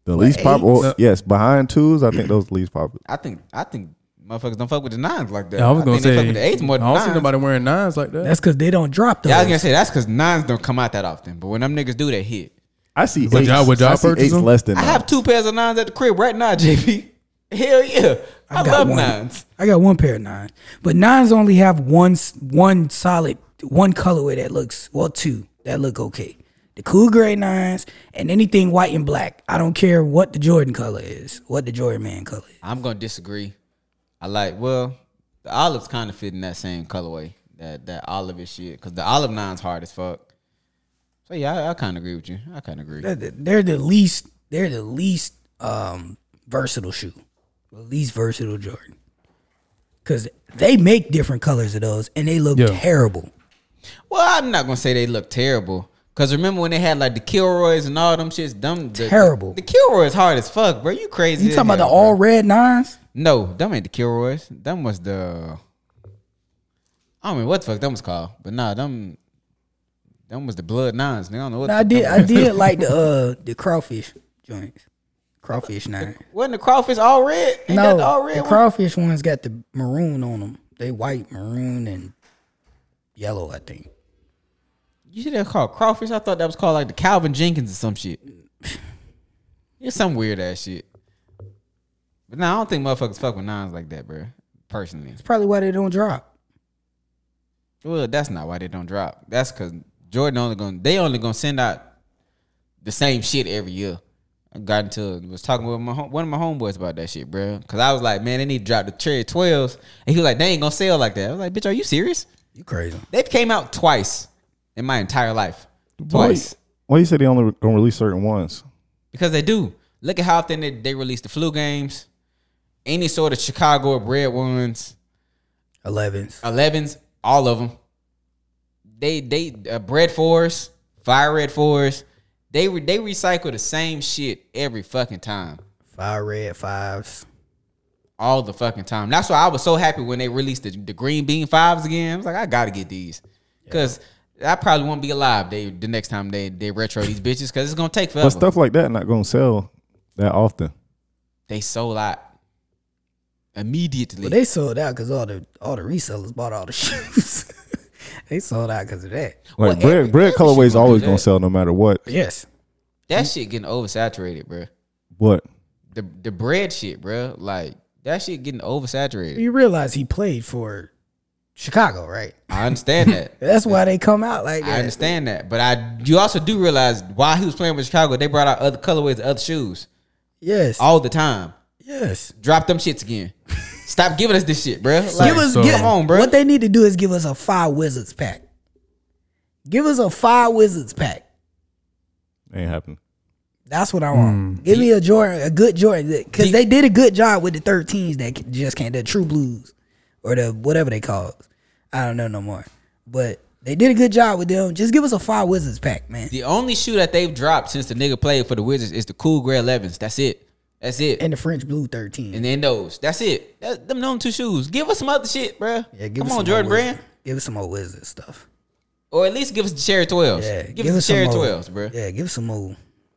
S3: The least popular,
S4: eights?
S3: yes, behind twos. I think those the least popular.
S1: I think I think motherfuckers don't fuck with the nines like that.
S4: I was gonna
S1: think they
S4: say
S1: fuck with the eights more than
S4: I don't
S1: nines.
S4: see nobody wearing nines like that.
S2: That's because they don't drop those.
S1: Yeah, I was gonna say that's because nines don't come out that often. But when them niggas do, they hit.
S3: I see
S4: Would
S3: eights.
S4: y'all- would y'all
S3: I see
S4: purchase
S3: eights
S4: them?
S3: less than
S1: I
S3: nine.
S1: have two pairs of nines at the crib right now, JP. (laughs) Hell yeah, I,
S2: got
S1: love
S2: one.
S1: nines.
S2: I got one pair of nines, but nines only have one s- one solid one colorway that looks well two that look okay. The cool gray nines and anything white and black. I don't care what the Jordan color is, what the Jordan man color is.
S1: I'm gonna disagree. I like well, the olives kind of fit in that same colorway that that olive is shit because the olive nine's hard as fuck. So yeah, I, I kind of agree with you. I kind of agree.
S2: They're the, they're the least they're the least um, versatile shoe, the least versatile Jordan, because they make different colors of those and they look
S4: Yeah.
S2: terrible.
S1: Well, I'm not gonna say they look terrible. Cause remember when they had like the Kilroys and all them shits, dumb the,
S2: Terrible.
S1: The, Kilroys hard as fuck, bro. You crazy?
S2: You
S1: as
S2: talking about the
S1: hell,
S2: all
S1: bro.
S2: red nines?
S1: No, them ain't the Kilroys. Them was the. I don't mean what the fuck them was called, but nah, them. Them was the blood nines. Nigga, I don't know what. the
S2: No, I
S1: fuck
S2: did.
S1: them
S2: I
S1: was. (laughs)
S2: did like the uh, the crawfish joints, crawfish nine.
S1: Wasn't the crawfish all red? Ain't that
S2: No,
S1: the all red
S2: the
S1: one?
S2: crawfish ones got the maroon on them. They white, maroon, and yellow. I think.
S1: You see that called crawfish? I thought that was called like the Calvin Jenkins or some shit. (sighs) it's some weird ass shit. But nah, I don't think motherfuckers fuck with nines like that, bro. Personally,
S2: It's probably why they don't drop.
S1: well, that's not why they don't drop. That's because Jordan only gonna they only gonna send out the same shit every year. I got into was talking with my hom- one of my homeboys about that shit, bro. Because I was like, man, they need to drop the cherry twelves, and he was like, they ain't gonna sell like that. I was like, bitch, are you serious?
S2: You crazy?
S1: They came out twice in my entire life, twice.
S3: Why you say they only gonna release certain ones?
S1: Because they do. Look at how often they, they release the flu games, any sort of Chicago bred ones,
S2: Elevens.
S1: elevens, all of them. They they uh, bred fours, fire red fours. They re, they recycle the same shit every fucking time,
S2: Five red fives.
S1: all the fucking time. That's why I was so happy when they released the, the green bean fives again. I was like, I gotta get these because. I probably won't be alive they, the next time they, they retro these bitches because it's gonna take forever.
S3: But stuff like that not gonna sell that often.
S1: they sold out immediately.
S2: Well, they sold out because all the all the resellers bought all the (laughs) shoes. they sold out because of that.
S1: Well,
S3: Like
S1: every-
S3: bread, bread
S1: every shit
S3: colorways
S1: gonna do
S3: always gonna
S1: that.
S3: sell no matter what.
S2: Yes.
S1: That shit getting oversaturated, bro.
S3: What?
S1: The the bread shit, bro. Like that shit getting oversaturated.
S2: You realize he played for Chicago, right?
S1: I understand
S2: (laughs)
S1: that.
S2: That's why they come out like that.
S1: I understand that, but I you also do realize while he was playing with Chicago, they brought out other colorways, other shoes
S2: Yes.
S1: all the time.
S2: yes.
S1: Drop them shits
S2: (laughs)
S1: again. Stop giving us this shit, bro. Like,
S2: give us
S4: so-
S2: give,
S1: come on, bro.
S2: What they need to do is give us a five wizards pack. Give us a five wizards pack.
S3: Ain't happening.
S2: That's what I want. Give me a Jordan, a good Jordan, because
S1: Do-
S2: they did a good job with the thirteens that just came, the True Blues or the whatever they call. it. I don't know no more, but they did a good job with them. Just give us a five wizards pack, man.
S1: the only shoe that they've dropped since the nigga played for the Wizards is the cool gray 11s. That's it. That's it.
S2: And the French blue thirteen.
S1: And then those. That's it. That, them known two shoes. Give us some other shit, bro.
S2: yeah, give
S1: Come on,
S2: us some more
S1: Jordan
S2: Wizards.
S1: Brand.
S2: Give us some more wizards stuff.
S1: Or at least give us the Cherry 12s.
S2: Yeah,
S1: give, us the
S2: some
S1: Cherry
S2: more.
S1: 12s, bro.
S2: Yeah, give us some more.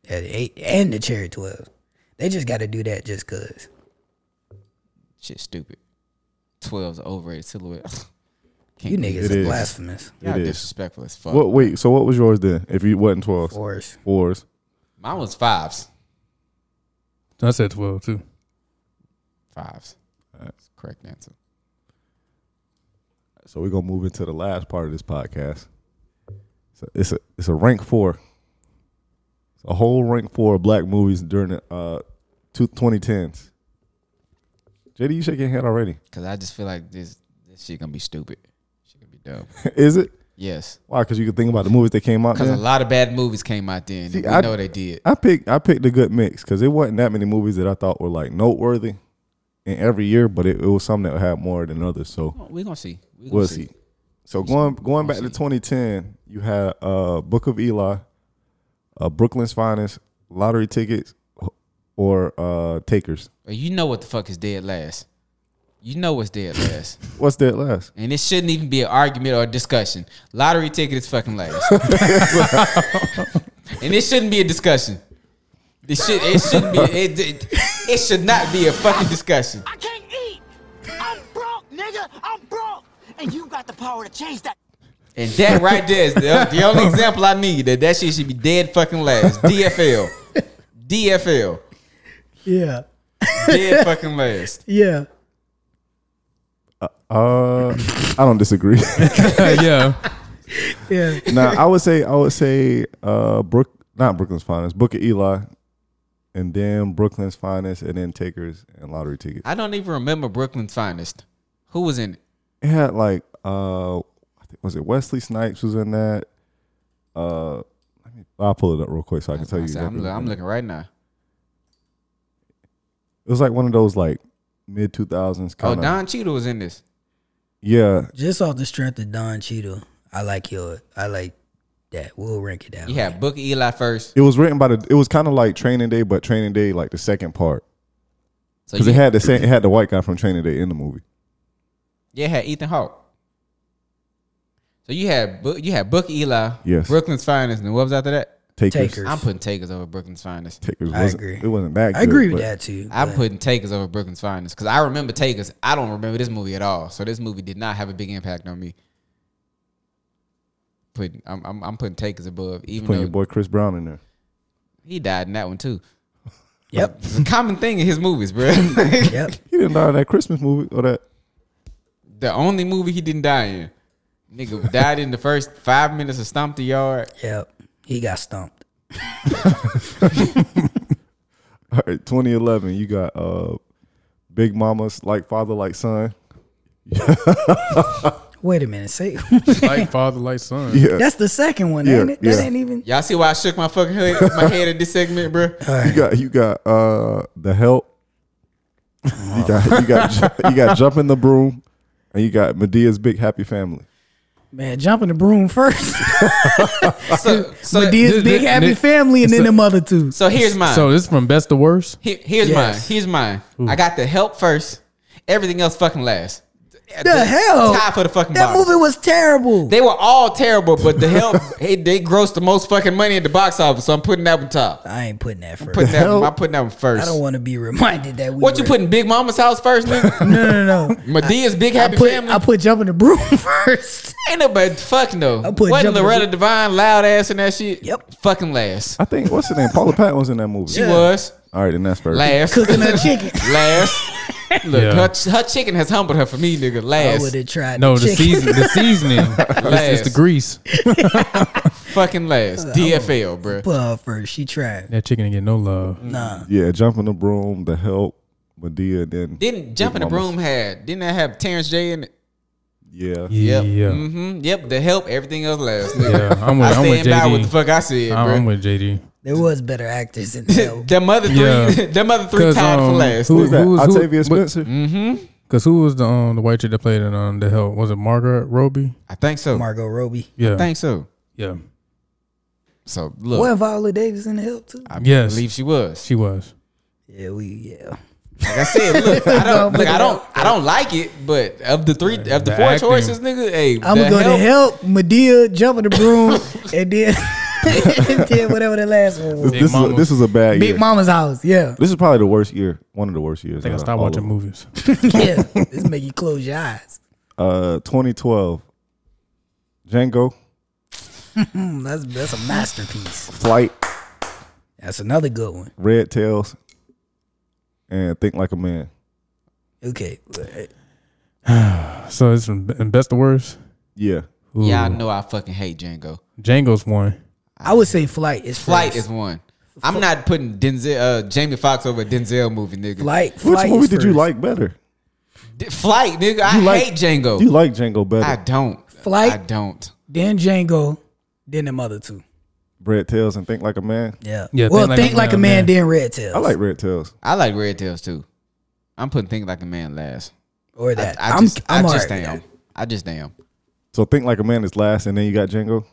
S2: Yeah, the eight and the cherry twelve. They just got to do that just cause.
S1: Shit, stupid. 12's an overrated silhouette. (laughs) Can't
S2: You
S1: believe
S2: niggas
S3: It
S2: is
S3: is.
S2: blasphemous.
S1: Y'all
S3: It is.
S1: disrespectful as fuck.
S3: What? Wait. So what was yours then? If you wasn't twelves,
S2: Force.
S3: fours.
S1: Mine was fives.
S4: I said twelve too.
S1: Fives. That's the correct answer.
S3: So we're gonna move into the last part of this podcast. So it's a it's a rank four. It's a whole rank four of black movies during the uh two, 2010s. JD, you shaking your head already?
S1: Because I just feel like this this shit gonna be stupid. Shit gonna be
S3: (laughs)
S1: dumb.
S3: (laughs) Is it?
S1: yes.
S3: Why? Because you can think about the movies that came out.
S1: Because
S3: Then.
S1: a lot of bad movies came out then.
S3: See,
S1: we
S3: I-
S1: know they did.
S3: I picked I picked a good mix because it wasn't that many movies that I thought were like noteworthy in every year, but it, it was some that had more than others. So
S1: We're gonna see. we gonna
S3: We'll see. So going going back to
S1: We'll see.
S3: 2010, you had uh, Book of Eli, uh, Brooklyn's Finest, lottery tickets, or uh, takers.
S1: Or You know what the fuck is dead last. You know what's dead last.
S3: What's that last?
S1: and it shouldn't even be an argument or a discussion. Lottery ticket is fucking last. and it shouldn't be a discussion. This shit, it shouldn't be. It, it, it should not be a fucking discussion.
S6: I can't eat. I'm broke, nigga. I'm broke. And you got the power to change that.
S1: And that right there is the, the only example I need that that shit should be dead fucking last. DFL, DFL,
S2: Yeah.
S1: dead fucking last.
S2: Yeah.
S3: Uh, I don't disagree. (laughs)
S1: (laughs)
S4: yeah.
S2: Yeah.
S3: now I would say I would say uh, Brook, not Brooklyn's finest, Booker Eli, and then Brooklyn's finest, and then takers and lottery tickets.
S1: I don't even remember Brooklyn's finest. Who was in it?
S3: It had like uh, I think- was it Wesley Snipes was in that. Uh, let me, I'll pull it up real quick so I can tell you.
S1: I said, I'm,
S3: exactly
S1: loo-
S3: what
S1: I'm
S3: it is.
S1: looking right now.
S3: It was like one of those like mid two thousands.
S1: Oh, Don Cheadle was in this.
S3: Yeah,
S2: Just off the strength of Don Cheeto, I like your, I like that. We'll rank it down.
S1: You had Booker Eli first.
S3: it was written by the. It was kind of like Training Day, but Training Day like the second part
S1: So
S3: because
S1: you,
S3: it had the same. It had the white guy from Training Day in the movie.
S1: Yeah, it had Ethan Hawke. So you had Bu- you had Book Eli,
S3: Yes.
S1: Brooklyn's finest, and what was after that?
S3: Takers.
S2: Takers.
S1: I'm putting takers over Brooklyn's finest.
S3: Takers
S2: I
S3: wasn't,
S2: agree.
S3: It wasn't that.
S2: I agree
S3: good,
S2: with
S3: but
S2: that too.
S1: I'm
S2: but-
S1: putting takers over Brooklyn's finest because I remember takers. I don't remember this movie at all. So this movie did not have a big impact on me. Putting I'm I'm, I'm putting takers above, even
S3: Putting
S1: though
S3: your boy Chris Brown in there.
S1: he died in that one too.
S2: Yep.
S1: It's a common thing in his movies, bro. (laughs)
S2: Yep.
S3: He didn't die in that Christmas movie or that. (laughs)
S1: the only movie he didn't die in, nigga died in the first five minutes of Stomp the Yard.
S2: Yep. He got stumped.
S3: All right, 2011. You got uh, Big Mama's like father like son. (laughs)
S2: Wait a minute. Say (laughs)
S4: Like father, like son.
S3: Yeah,
S2: that's the second one,
S3: Yeah,
S2: ain't it? That
S3: yeah.
S2: ain't even.
S1: Y'all see why I shook my fucking head, my head at this segment, bro?
S3: you got you got uh the help. (laughs) You got you got (laughs) Ju- you got jumping the broom, and you got Medea's big happy family.
S2: Man, jumping the broom first. (laughs)
S1: So, so,
S2: Medea's
S4: this-
S2: big
S4: this-
S2: happy
S4: this-
S2: family, and then
S4: so-
S2: them other two.
S1: so here's mine.
S4: So this is from best to worst.
S1: Here- here's
S2: Yes.
S1: mine. Here's mine. I got the help first. Everything else fucking last.
S2: the hell?
S1: Tie for the fucking
S2: that
S1: bottom.
S2: movie was terrible.
S1: They were all terrible, but the help (laughs) hey, they grossed the most fucking money at the box office. So I'm putting that one top.
S2: I ain't putting that first.
S1: Putting that
S3: Help.
S1: one, I'm putting that one
S2: I
S1: first.
S2: don't want to be reminded that we.
S1: What you
S2: were-
S1: putting Big Mama's house first, nigga?
S2: (laughs) No, no, no. no.
S1: Medea's big
S2: I
S1: happy
S2: put
S1: family.
S2: I put jumping the broom (laughs) first.
S1: Ain't nobody fuck no.
S2: I put
S1: Wasn't
S2: Jumpin'
S1: Loretta
S2: Ju-
S1: Devine loud ass in that shit?
S2: Yep.
S1: Fucking last.
S3: I think what's her name? Paula Patton was in that movie.
S1: She was
S3: All right, then that's fair.
S1: last.
S2: Cooking her chicken.
S1: Last. Look,
S4: Yeah.
S1: her, her chicken has humbled her for me, nigga.
S2: I
S1: Last.
S2: would have tried.
S4: No,
S2: the
S4: the
S2: chicken.
S4: season, the
S1: (laughs)
S4: seasoning. it's, it's the
S1: Last.
S4: grease.
S1: Fucking last. DFL, bro.
S2: Put her first. She tried.
S4: That chicken ain't get no love.
S1: Mm,
S3: Yeah, jumping the broom, the help, Medea, then
S1: Didn't Jump in the
S3: Big Mama's.
S1: Broom had, didn't that have Terrence J in it?
S3: Yeah,
S4: Yeah.
S1: hmm Yep. The help, everything else last. nigga.
S4: Yeah, I'm with,
S1: I
S4: I'm with
S1: stand by
S4: JD.
S1: what the fuck I said,
S4: I'm, I'm
S1: bro.
S4: with JD.
S2: There was better actors
S1: (laughs)
S2: in there.
S1: Them other three,
S4: Yeah.
S1: (laughs) them other three
S4: 'Cause,
S1: tied for
S4: um,
S1: last.
S4: who-
S3: Who's that?
S4: who- Mm. who-
S3: Octavia
S4: what-
S3: Spencer.
S4: Cause who was the um the white chick that played in um the help? Was it Margaret Roby?
S1: I think so.
S2: Margot Robbie.
S4: Yeah.
S1: I think so.
S4: Yeah.
S1: So look,
S2: What Viola Davis in the help too?
S1: I
S4: Yes.
S1: believe she was.
S4: She was.
S2: Yeah, we yeah.
S1: Like I said,
S2: (laughs)
S1: look, I don't, look, I don't, I don't like it. But of the three, of the
S4: The
S1: four
S4: acting.
S1: choices, nigga, hey,
S2: I'm
S1: the
S2: gonna go to help Medea jumping the broom and then (laughs) and then whatever the last one was.
S3: This, this, is a,
S4: Mama.
S3: this is a bad
S2: Big
S3: year.
S2: Mama's house. Yeah,
S3: This is probably the worst year. One of the worst years.
S4: I think I
S3: out of
S4: stopped
S3: all of
S4: watching
S3: them.
S4: movies.
S2: yeah. This make you close your eyes.
S3: Uh, 2012. Django,
S2: Mm, that's that's a masterpiece.
S3: Flight,
S2: That's another good one.
S3: Red Tails, and Think Like a Man.
S2: Okay,
S4: So it's from and best to worst.
S3: Yeah.
S4: Ooh.
S1: Yeah, I know I fucking hate Django.
S4: Django's one.
S2: I would say flight is
S1: Flight
S2: first.
S1: is one. I'm not putting Denzel, uh, Jamie Foxx over a Denzel movie, nigga.
S2: flight.
S3: Which
S2: flight
S3: movie
S2: is
S3: did you
S2: first.
S3: like better?
S1: D- Flight, nigga. I
S3: like-
S1: hate Django.
S3: You like Django better?
S1: I don't.
S2: Flight?
S1: I don't.
S2: Then Django, then them other two.
S3: Red Tails and Think Like a Man.
S2: Yeah.
S4: Yeah,
S2: well, think, like, a man, then red tails.
S3: I like Red Tails.
S1: I like Red Tails too. I'm putting Think Like a Man last.
S2: or
S1: I,
S2: that.
S1: I
S2: I, am
S1: just,
S2: I'm
S1: I
S2: all
S1: just
S2: right with
S1: am.
S2: that.
S1: I just am.
S3: So Think Like a Man is last, and then you got Django.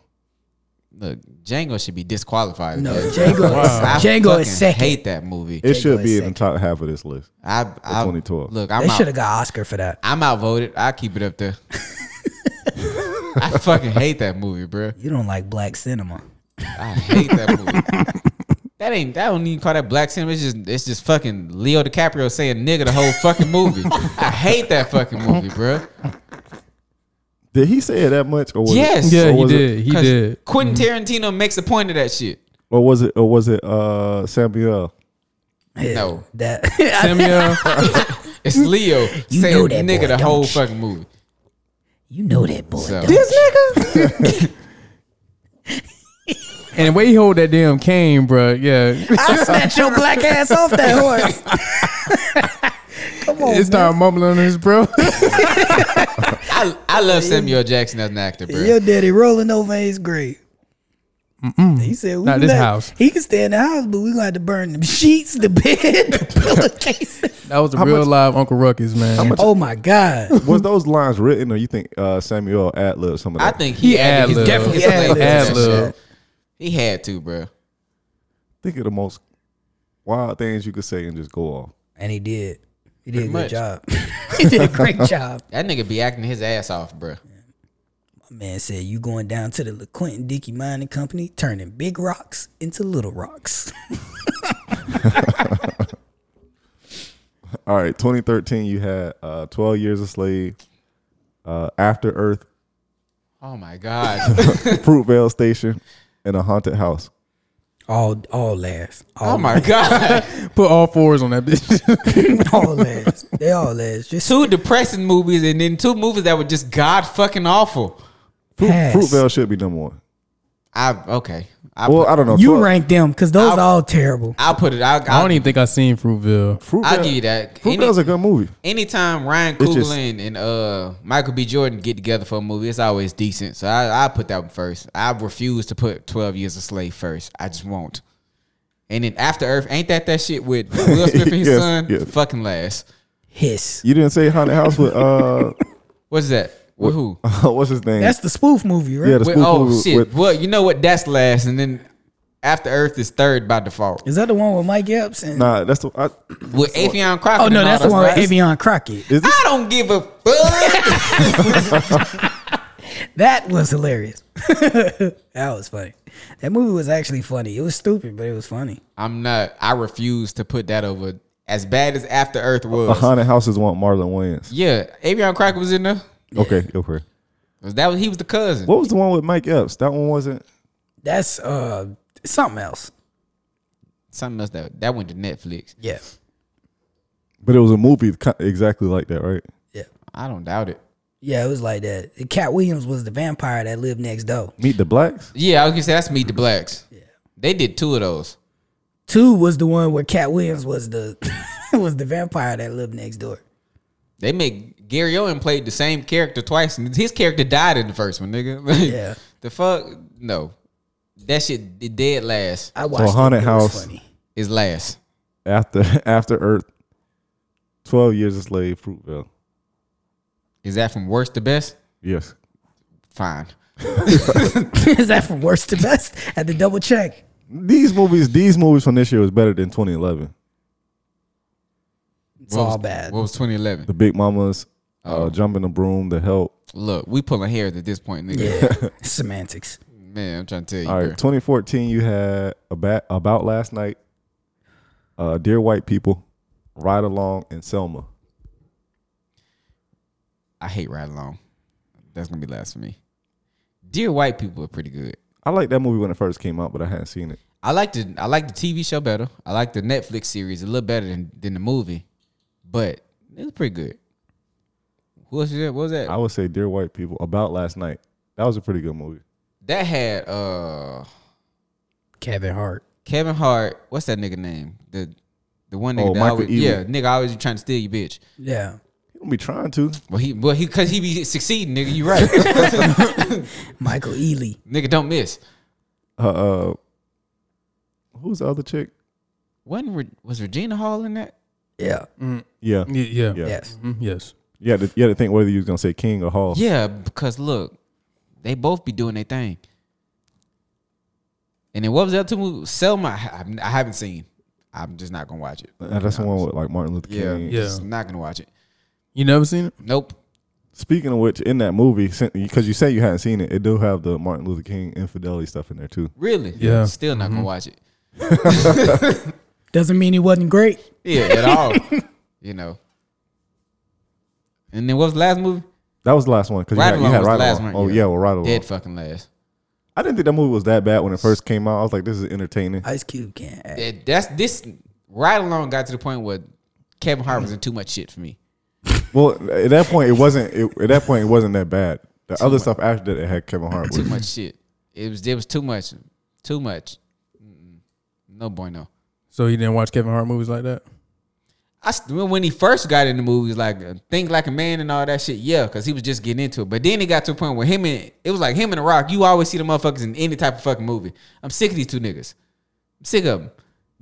S1: Look, Django should be disqualified.
S2: No,
S1: Yeah.
S2: Django.
S1: I
S2: Is, Django is
S1: fucking
S2: second.
S1: Hate that movie.
S3: It
S2: Django
S3: should
S2: is
S3: be in the
S2: second.
S3: top half of this list.
S1: I, I
S3: 2012.
S1: Look, I'm
S2: they
S1: out,
S2: should have got Oscar for that.
S1: I'm outvoted. I keep it up (laughs) there. I fucking hate that movie, bro.
S2: You don't like black cinema.
S1: I hate that movie. That ain't. I don't even call that black cinema. It's just. It's just fucking Leo DiCaprio saying nigga the whole fucking movie. I hate that fucking movie, bro.
S3: Did he say it that much? Or was
S1: Yes.
S3: It,
S4: Yeah,
S3: or
S4: he
S3: was it-
S4: did. He
S1: 'Cause
S4: did.
S1: Quentin Tarantino makes a point of that shit.
S3: Or was it? Or was it uh, Samuel?
S2: Yeah,
S1: No.
S2: (laughs) That
S4: (laughs) Samuel.
S1: It's Leo
S2: You
S1: saying
S2: know that
S1: nigga the
S2: boy, don't
S1: whole
S2: you?
S1: fucking movie.
S2: you know that boy.
S1: So-
S2: don't you?
S4: and the way he hold that damn cane, bro. Yeah.
S2: I snatch your black ass off that horse. (laughs) Come on.
S4: (laughs) It started mumbling on his bro.
S1: I, I love Samuel Jackson as an actor, bro.
S2: Your daddy rolling over in his grave. He said, we
S4: Not
S2: can
S4: this
S2: let-
S4: house.
S2: He can stay in the house, but we gonna have to burn the sheets, the bed, (laughs) the pillowcases.
S4: (laughs) that was (laughs) a real live Uncle Ruckus, man.
S2: Oh my god!
S3: Was those lines written, or you think uh, Samuel ad libbed some of
S1: I
S3: that?
S1: think he,
S4: He
S1: added his,
S4: ad-libbed.
S1: definitely
S2: Definitely
S1: his ad
S2: ad-libbed.
S4: Ad-libbed.
S1: He had to, bro.
S3: think of the most wild things you could say and just go off.
S2: And he did. He did a good
S1: much.
S2: job. (laughs) he did a
S4: (laughs)
S2: great job.
S1: That nigga be acting his ass off, bro.
S2: My man said, "You going down to the LaQuentin Dickey Mining Company, turning big rocks into little rocks." (laughs)
S3: All right, 2013, you had uh, 12 Years a Slave, uh, After
S1: (laughs)
S3: Earth,
S1: Oh my god. (laughs)
S3: Fruitvale Station, and A Haunted House.
S2: All, all laughs. All,
S1: Oh my god.
S4: Put all fours on that bitch.
S2: all laughs. They all laughs.
S3: (laughs)
S1: (laughs)
S2: Just
S1: two depressing movies and then two movies that were just god fucking awful.
S3: Fruit,
S2: Pass.
S3: Fruitvale should be number one.
S1: I okay. I
S3: Well,
S1: put,
S3: I don't know.
S2: you
S3: 12
S2: rank them because those
S1: I'll-
S2: are all terrible.
S1: I'll put it. I'll,
S4: (laughs) I
S1: I'll,
S4: don't even think I seen Fruitville.
S3: Fruitvale,
S1: I'll give you that. Any-
S3: Fruitvale's a good movie.
S1: anytime Ryan
S3: It's
S1: Coogler
S3: just-
S1: and, and uh Michael B. Jordan get together for a movie, it's always decent. So I I put that one first. I refuse to put Twelve Years a Slave first. I just won't. And then After Earth, ain't that that shit with Will Smith and his
S3: (laughs) Yes,
S1: son?
S3: yes.
S1: Fucking last.
S2: Hiss.
S3: You didn't say Haunted House with, uh, (laughs)
S1: What's that? With who?
S3: what's his name?
S2: That's the spoof movie, right?
S3: yeah, the
S1: With,
S3: spoof
S1: oh
S3: movie
S1: shit.
S3: with
S1: well, you know what? That's last, and then After Earth is third by default.
S2: Is that the one with Mike Epps and?
S3: Nah, that's the. I,
S1: With Avion Crockett.
S2: oh
S1: and
S2: no,
S1: all
S2: that's the
S1: those
S2: one with
S1: rappers.
S2: Avion Crockett.
S3: is this,
S1: I don't give a fuck. (laughs)
S2: That was hilarious. (laughs) that was funny. That movie was actually funny. It was stupid, but it was funny.
S1: I'm not. I refuse to put that over. As bad as After Earth
S3: the
S1: was,
S3: Haunted House is one Marlon Wayans.
S1: yeah, Avion Crockett was in there.
S3: Okay, go for it.
S1: 'Cause That was he was the cousin.
S3: What was the one with Mike Epps? That one wasn't.
S2: That's uh something else.
S1: Something else that that went to Netflix.
S2: Yeah,
S3: But it was a movie ki- exactly like that, right?
S2: yeah,
S1: I don't doubt it.
S2: yeah. It was like that. Cat Williams was the vampire that lived next door.
S3: Meet the Blacks.
S1: Yeah, I was gonna say that's Meet the Blacks. Yeah, they did two of those.
S2: Two was the one where Cat Williams was the (laughs) was the vampire that lived next door.
S1: They make Gary Owen played the same character twice, and his character died in the first one, nigga. (laughs) Like,
S2: Yeah.
S1: the fuck no, that shit it dead last
S2: I watched. it.
S3: Haunted
S2: It was
S3: House.
S2: funny. (laughs)
S1: is last.
S3: After (laughs) After Earth, Twelve Years a Slave, Fruitvale.
S1: Is that from worst to best?
S3: Yes.
S1: Fine.
S2: Is that from worst to best? Had to double check.
S3: These movies, these movies from this year was better than 2011.
S2: It's
S1: What
S2: all
S1: was-
S2: bad.
S1: What was 2011?
S3: The Big Mamas, uh, Jumping the Broom, The Help.
S1: Look, we pulling hairs at this point, nigga.
S2: yeah, (laughs) semantics.
S1: Man, I'm trying to tell you.
S3: All right,
S1: bruh.
S3: 2014, you had about about last night, uh, Dear White People, Ride Along, and Selma.
S1: I hate Ride Along. That's gonna be last for me. Dear White People are pretty good.
S3: I liked that movie when it first came out, but I hadn't seen it.
S1: I like the I like the TV show better. I like the Netflix series a little better than, than the movie, but it was pretty good. Who was that? What was that?
S3: I would say Dear White People, About Last Night. That was a pretty good movie.
S1: that had uh
S2: Kevin Hart.
S1: Kevin Hart. What's that nigga name? The the one
S3: Oh,
S1: nigga. that
S3: Michael
S1: always,
S3: Ealy.
S1: yeah, nigga always trying to steal your bitch.
S2: Yeah.
S3: You don't be trying to.
S1: Well, he well he because he be succeeding, nigga. You right,
S3: (laughs)
S1: (laughs)
S2: Michael Ealy.
S1: nigga. Don't miss.
S3: Uh, uh who's the other chick?
S1: Wasn't Re- was Regina Hall in that?
S2: Yeah.
S4: Mm,
S3: Yeah,
S4: Y- yeah.
S3: Yeah.
S2: Yes.
S4: Mhm, yes.
S3: you had, to, you had to think whether you was gonna say King or Hall.
S1: Yeah, because look, they both be doing their thing. And then what was the other two movies? Selma. I, I haven't seen. I'm just not gonna watch it.
S3: Uh, That's the one with like Martin Luther
S1: Yeah,
S3: King.
S4: Yeah.
S1: just not gonna watch it.
S4: You never seen it?
S1: Nope.
S3: Speaking of which, in that movie, because you say you hadn't seen it, it do have the Martin Luther King infidelity stuff in there too.
S1: Really?
S4: Yeah. Mm-hmm.
S1: Still not gonna watch it.
S2: Doesn't mean he wasn't great.
S1: Yeah, at all. (laughs) you know. And then what was the last movie?
S3: That was the last one because you
S1: Right
S3: had, you
S1: Along
S3: had
S1: was the
S3: Right
S1: last
S3: Along.
S1: one,
S3: Oh
S1: yeah.
S3: yeah, well, Right Along.
S1: Dead fucking last.
S3: I didn't think that movie was that bad when it first came out. I was like, this is entertaining.
S2: Ice Cube can't act.
S1: That- that's this right along got to the point where Kevin Hart was in too much shit for me.
S3: well, at that point, it wasn't. It, at that point, it wasn't that bad. The other stuff after that, it had Kevin Hart.
S1: Too
S3: with.
S1: much shit. It was it was too much. Too much. Mm-mm. No bueno.
S4: So you didn't watch Kevin Hart movies like that?
S1: I st- when he first got in the movies, like uh, Think Like a Man and all that shit, yeah, because he was just getting into it. But then it got to a point where him and it was like him and The Rock. You always see the motherfuckers in any type of fucking movie. I'm sick of these two niggas. I'm sick of them.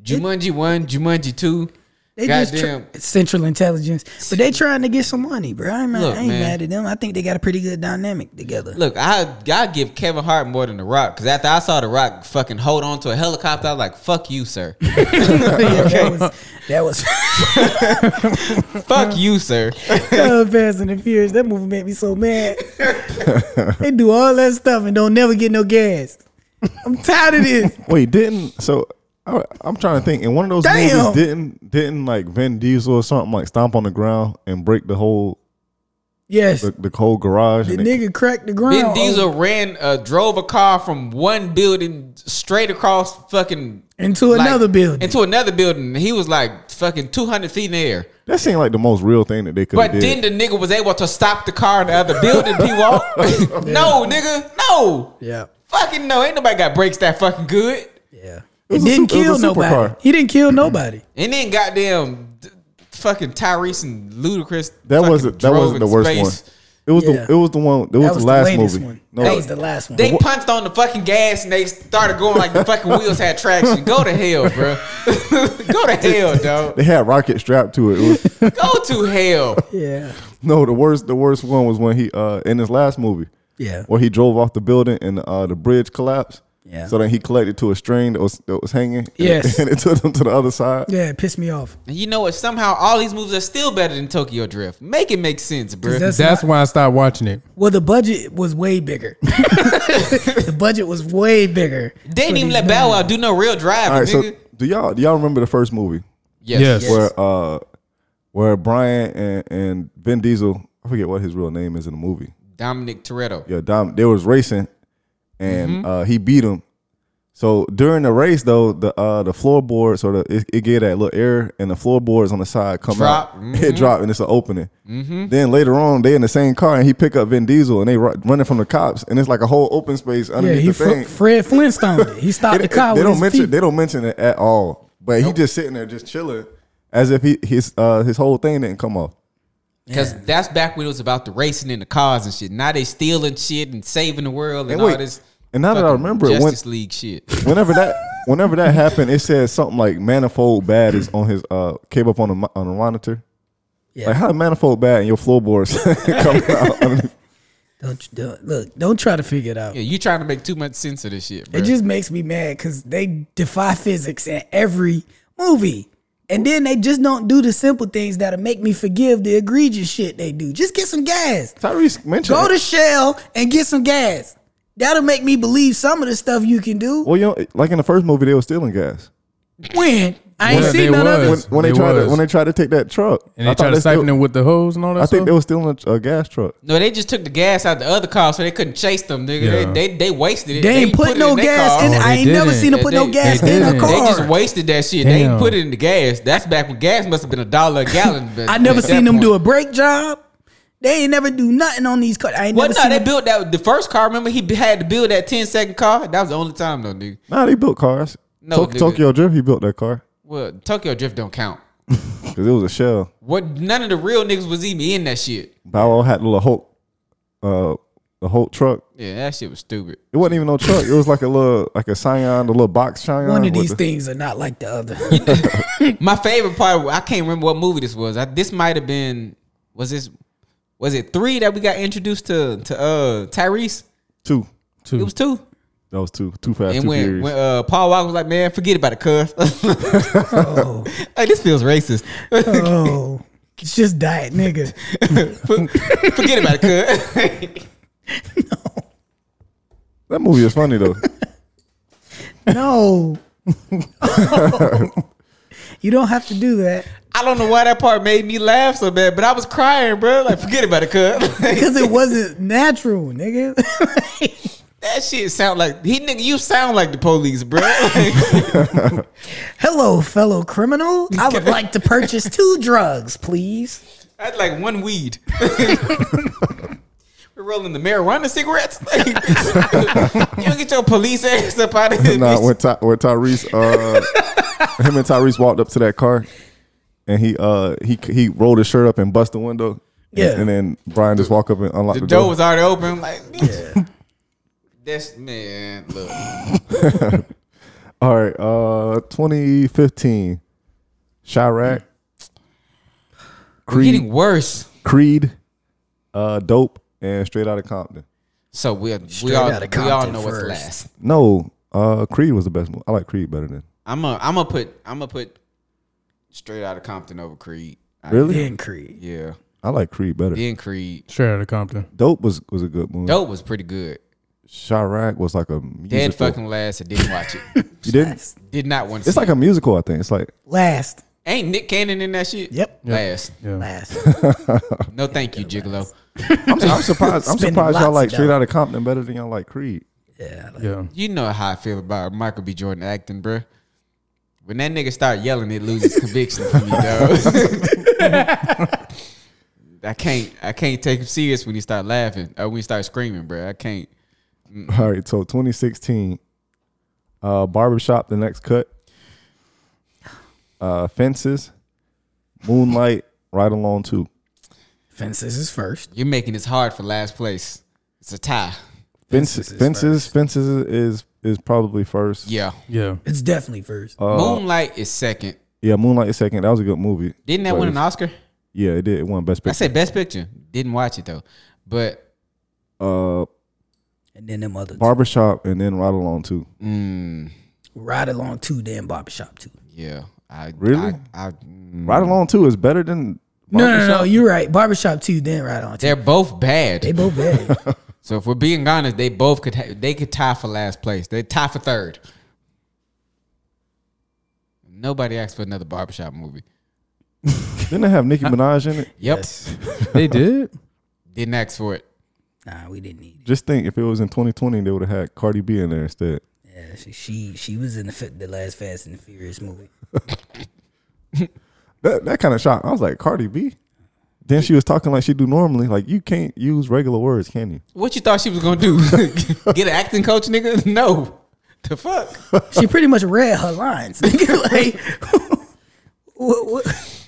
S1: Jumanji one, Jumanji two.
S2: They just try-
S1: Goddamn,
S2: central intelligence, but they trying to get some money, bro. I ain't, mad-
S1: Look,
S2: I ain't
S1: man.
S2: mad at them. I think they got a pretty good dynamic together.
S1: Look, I I give Kevin Hart more than The Rock because after I saw The Rock fucking hold on to a helicopter, I was like, "Fuck you,
S2: (laughs)
S1: sir.
S2: (laughs) Yeah, that was that was
S1: Fuck you, sir."
S2: Oh, Fast and the Furious. That movie made me so mad. they do all that stuff and don't never get no gas. I'm tired of this.
S3: Wait, didn't so? I, I'm trying to think. In one of those
S2: Damn.
S3: movies, didn't didn't like Vin Diesel or something like stomp on the ground and break the whole
S2: Yes,
S3: the, the whole garage?
S2: the
S3: and it-
S2: nigga cracked the ground.
S1: Vin Diesel ran, uh, drove a car from one building straight across fucking
S2: into
S1: like,
S2: another building.
S1: into another building. And he was like fucking two hundred feet in the air.
S3: that seemed like the most real thing that they could.
S1: But
S3: have
S1: then
S3: did.
S1: the nigga was able to stop the car in the other building. P walk. (laughs)
S2: (laughs)
S1: no, nigga, no.
S2: yeah,
S1: Fucking no. Ain't nobody got brakes that fucking good.
S2: yeah.
S3: was
S2: He
S3: a
S2: didn't
S3: su- it
S2: kill
S3: was a
S2: nobody.
S3: supercar.
S2: He didn't kill nobody.
S1: And then goddamn d- fucking Tyrese and Ludacris.
S3: that
S1: fucking
S3: wasn't that
S1: drove
S3: wasn't the
S1: in
S3: worst
S1: space.
S3: one. It was
S2: Yeah.
S3: the it was the one. It was,
S2: That was
S3: the
S2: the
S3: last
S2: latest
S3: movie.
S2: one.
S3: No,
S2: That was the last one.
S1: They punched on the fucking gas and they started going like the fucking wheels had traction. Go to hell, bro. (laughs) Go to hell, dog.
S3: they had rocket strapped to it.
S2: (laughs)
S3: It was
S1: Go to hell.
S2: Yeah,
S3: no the worst. The worst one was when he uh in his last movie.
S2: yeah.
S3: where he drove off the building and uh, the bridge collapsed.
S2: Yeah.
S3: So then he collected to a string that was that was hanging.
S2: Yes.
S3: (laughs) And it took him to the other side.
S2: Yeah, it pissed me off.
S1: And you know what? Somehow all these moves are still better than Tokyo Drift. Make it make sense, bro.
S2: That's,
S4: That's why I stopped watching it.
S2: well, the budget was way
S3: (laughs)
S2: bigger. the budget was way bigger.
S1: They didn't even let Bow Wow do no real driving,
S3: All right. So
S1: nigga.
S3: do y'all do y'all remember the first movie
S1: yes.
S4: Yes.
S3: where uh where Brian and, and Vin Diesel I forget what his real name is in the movie.
S1: Dominic Toretto.
S3: Yeah, Dom. They was racing, and
S1: Mm-hmm.
S3: uh, he beat him. So during the race though, the uh the floorboards or the it, it gave that little air and the floorboards on the side come
S1: Drop. Mm-hmm.
S3: out. (laughs) It dropped and it's an opening. Then later on, they in the same car and he pick up Vin Diesel and they ru- running from the cops and it's like a whole open space
S2: Yeah,
S3: underneath
S2: he
S3: the
S2: fr-
S3: thing.
S2: Fred Flintstone. it. He stopped
S3: It-
S2: Uh, the car.
S3: they
S2: with
S3: don't
S2: his
S3: mention
S2: feet.
S3: they don't mention it at all. But he just sitting there just chilling as if he his uh his whole thing didn't come off.
S1: Because that's back when it was about the racing and the cars and shit. Now they stealing shit and saving the world and
S3: And wait,
S1: all this.
S3: and now that I
S1: fucking
S3: remember it,
S2: (laughs)
S3: when-
S1: Justice League shit.
S3: whenever that whenever that happened, it said something like manifold bad is on his uh came up on the mo- on the monitor.
S2: Yeah.
S3: Like how manifold bad and your floorboards (laughs) coming out. underneath?
S2: Don't, don't look. Don't try to figure it out.
S1: Yeah, you trying to make too much sense of this shit, bro.
S2: It just makes me mad because they defy physics in every movie. And then they just don't do the simple things that'll make me forgive the egregious shit they do. Just get some gas.
S3: Tyrese mentioned.
S2: Go
S3: it.
S2: to Shell and get some gas. That'll make me believe some of the stuff you can do.
S3: well, you know, like in the first movie, they were stealing gas
S2: When? I ain't
S4: When they
S2: seen none of
S4: was.
S2: it.
S3: when, when they,
S4: They
S3: tried to,
S4: was.
S3: when they tried to take that truck.
S4: And they
S3: I thought
S4: tried to siphon
S3: still-
S4: it with the hose and all that
S3: I
S4: stuff.
S3: think they were stealing a, a gas truck.
S1: No, they just took the gas out the other car, so they couldn't chase them. Nigga,
S4: Yeah.
S1: they, they they wasted it.
S2: They ain't put,
S1: it
S2: no
S1: their
S2: gas
S1: car.
S2: in.
S4: Oh,
S2: I
S4: they
S2: ain't never
S4: didn't.
S2: seen them put
S1: They-
S2: no
S1: they
S2: gas in
S4: didn't.
S2: a
S4: They
S2: car.
S1: They just wasted that shit. They
S4: Damn.
S1: ain't put it in the gas. That's back when gas must have been a dollar a gallon. but
S2: I never
S1: at
S2: seen
S1: that
S2: them
S1: point-
S2: do a brake job. They ain't never do nothing on these cars. I ain't
S1: Well,
S2: never
S1: no,
S2: seen
S1: they
S2: them-
S1: built that the first car. Remember, he had to build that 10 second car. That was the only time though, nigga.
S3: Nah, they built cars.
S1: No,
S3: Tok-
S1: nigga.
S3: Tokyo Drift, he built that car
S1: Well, Tokyo Drift don't count.
S3: because it was a shell.
S1: What? None of the real niggas was even in that shit.
S3: Bow Wow had the little Hulk, uh, the Hulk truck.
S1: Yeah, that shit was stupid.
S3: It wasn't even no truck. It was like a little, like a Scion, the little box Scion.
S2: One of
S3: with
S2: these
S3: the-
S2: things are not like the other.
S1: My favorite part, I can't remember what movie this was. I, this might have been was this was it three that we got introduced to to uh Tyrese?
S3: Two.
S1: It was two.
S3: The Those two, too fast,
S1: And
S3: too
S1: when,
S3: furious.
S1: when uh, Paul Walker was like, "Man, forget about it, cuz." Hey, this feels racist.
S2: Oh, it's just diet, nigga.
S1: forget about it, cuz. (laughs)
S3: that movie is
S1: (laughs)
S3: funny though. (laughs)
S2: No. (laughs) you don't have to do that
S1: I don't know why that part made me laugh so bad, but I was crying, bro. Like, forget about it, cuz. (laughs)
S2: because it wasn't natural, nigga. (laughs)
S1: that shit sound like he nigga. You sound like the police, bro. (laughs)
S2: Hello, fellow criminal. I would like to purchase two drugs, please.
S1: That's like one weed. (laughs) We're rolling the marijuana cigarettes. (laughs) you don't get your police ass up out of here.
S3: nah,
S1: bitch.
S3: when, Ty- when Tyrese,
S1: (laughs)
S3: uh, him and Tyrese walked up to that car, and he uh he he rolled his shirt up and bust the window. and-
S2: Yeah.
S3: and, then Brian just walked up and unlocked
S1: the
S3: the,
S1: door was already open. I'm like, bitch. (laughs) That's man, look.
S3: All right, uh, 2015, Chirac,
S1: We're getting
S3: Creed,
S1: worse.
S3: Creed, uh, Dope, and Straight Outta Compton.
S1: So we are, we
S2: Straight
S1: all
S2: outta
S1: we all
S2: Compton
S1: know what's
S2: first.
S1: last.
S3: No, uh, Creed was the best movie. I like Creed better than
S1: I'm a I'm gonna put I'm gonna put straight out of Compton over Creed. I-
S3: really.
S2: Then Creed.
S1: yeah.
S3: I like Creed better.
S1: Then Creed.
S4: Straight out of Compton.
S3: Dope was was a good movie.
S1: Dope was pretty good.
S3: Chirac was like a musical.
S1: Dead fucking last. I didn't watch
S3: (laughs)
S1: it.
S3: you didn't.
S1: Did not want to.
S3: It's
S1: see
S3: like
S1: it.
S3: a musical. I think it's like
S2: Last.
S1: ain't Nick Cannon in that shit.
S2: Yep.
S1: Last.
S4: Yeah.
S2: Last.
S1: No, thank you, Gigolo.
S3: I'm,
S2: (laughs)
S3: I'm surprised. I'm
S2: Spending
S3: surprised y'all
S2: lots
S3: like
S2: of
S3: Straight
S2: dollars.
S3: Outta Compton better than y'all like Creed.
S4: Yeah.
S1: You know how I feel about Michael B. Jordan acting, bruh. When that nigga start yelling, it loses conviction for me, dog. (laughs) I can't, I can't take him serious when he start laughing or when he start screaming, bruh. I can't.
S3: All right, so 2016, uh, Barbershop, The Next Cut, uh, Fences, Moonlight, Ride Along 2.
S2: Fences is first.
S1: You're making this hard for last place. It's a tie.
S3: Fences, Fences, Fences is is probably first.
S1: Yeah.
S3: (laughs)
S4: Yeah.
S2: It's definitely first.
S1: Uh, Moonlight is second.
S3: Yeah, Moonlight is second. That was a good movie.
S1: Didn't that
S3: But
S1: win an
S3: it's-
S1: Oscar?
S3: Yeah, it did. It won Best
S1: I
S3: Picture.
S1: said Best Picture. Didn't watch it though. But
S3: Uh,
S2: and then them other two.
S3: Barbershop and then Ride Along 2.
S2: Ride Along 2, then Barbershop 2.
S1: yeah, I
S3: Really?
S1: I, I, mm.
S3: Ride Along 2 is better than
S2: No, no, no, you're right. Barbershop 2, then Ride Along 2.
S1: they're both bad.
S2: They both bad.
S1: So if we're being honest, they both could ha- they could tie for last place. They tie for third. Nobody asked for another barbershop movie.
S3: Didn't it have Nicki Minaj in it?
S1: Yep,
S4: They did?
S1: didn't ask for it.
S2: nah, we didn't need
S3: Just think if it was in 2020, they would have had Cardi B in there instead.
S2: it. Yeah, she, she she was in the fi- the last Fast and the Furious movie.
S3: that that kind of shocked. I was like, Cardi B. Then she was talking like she do normally. Like you can't use regular words, can you?
S1: What you thought she was gonna do? (laughs) Get an acting coach, nigga? No, the fuck.
S2: She pretty much read her lines. (laughs) nigga, like, (laughs) what, what?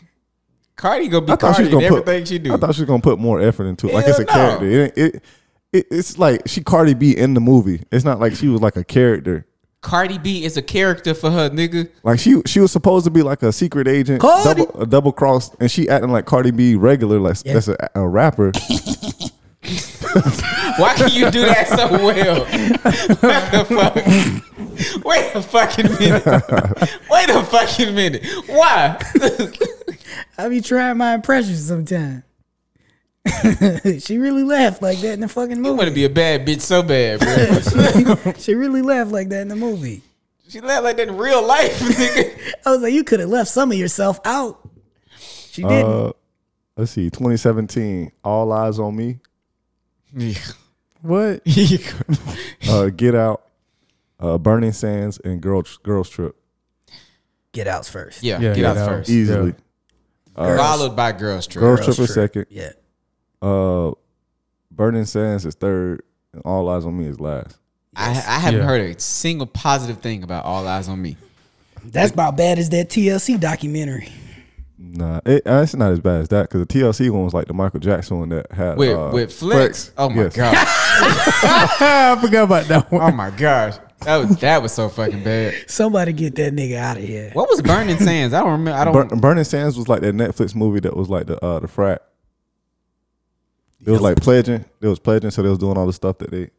S1: Cardi gonna be
S3: I thought she
S1: Cardi
S3: was
S1: in
S3: gonna put.
S1: everything she do.
S3: I thought she was gonna put more effort into it. Like it's a
S1: Hell no.
S3: character. It, it, it it's like she Cardi B in the movie. It's not like she was like a character.
S1: Cardi B is a character for her, nigga.
S3: Like she she was supposed to be like a secret agent,
S2: Cardi-
S3: double, a double cross, and she acting like Cardi B regular. Like
S2: Yeah.
S3: that's a, a rapper.
S1: Why can you do that so well? What the fuck? Wait a fucking minute. Wait a fucking minute. Why?
S2: I be trying my impressions sometimes. (laughs) she really laughed like that in the fucking
S1: (laughs) You want to
S2: movie.
S1: be a bad bitch so bad, bro.
S2: she really laughed like that in the movie.
S1: She laughed like that in real life, (laughs) nigga.
S2: I was like, you could have left some of yourself out. She didn't.
S3: Uh, let's see, 2017, All Eyes on Me,
S4: What?
S3: uh, Get Out, uh, Burning Sands, and Girl Girls Trip.
S2: Get out's first.
S1: yeah,
S4: Yeah,
S1: get out
S4: yeah.
S1: first.
S3: easily.
S1: Followed by Girls Trip.
S3: Girls, Trip is second.
S2: Yeah.
S3: Uh, Burning Sands is third, and All Eyes on Me is last.
S1: I, I haven't
S4: Yeah.
S1: heard a single positive thing about All Eyes on Me.
S2: That's about bad as that TLC documentary.
S3: Nah, it, uh, it's not as bad as that because the TLC one was like the Michael Jackson one that had
S1: With,
S3: uh,
S1: with Flex. Oh my
S3: Yes.
S1: God.
S4: (laughs) I forgot about (laughs) that one.
S1: Oh my gosh. That was, that was so fucking bad.
S2: Somebody get that nigga out of here.
S1: What was Burning Sands? I don't remember. I don't.
S3: Bur- Burning Sands was like that Netflix movie that was like the uh, the frat. It was like pledging. It was pledging, so they was doing all the stuff that they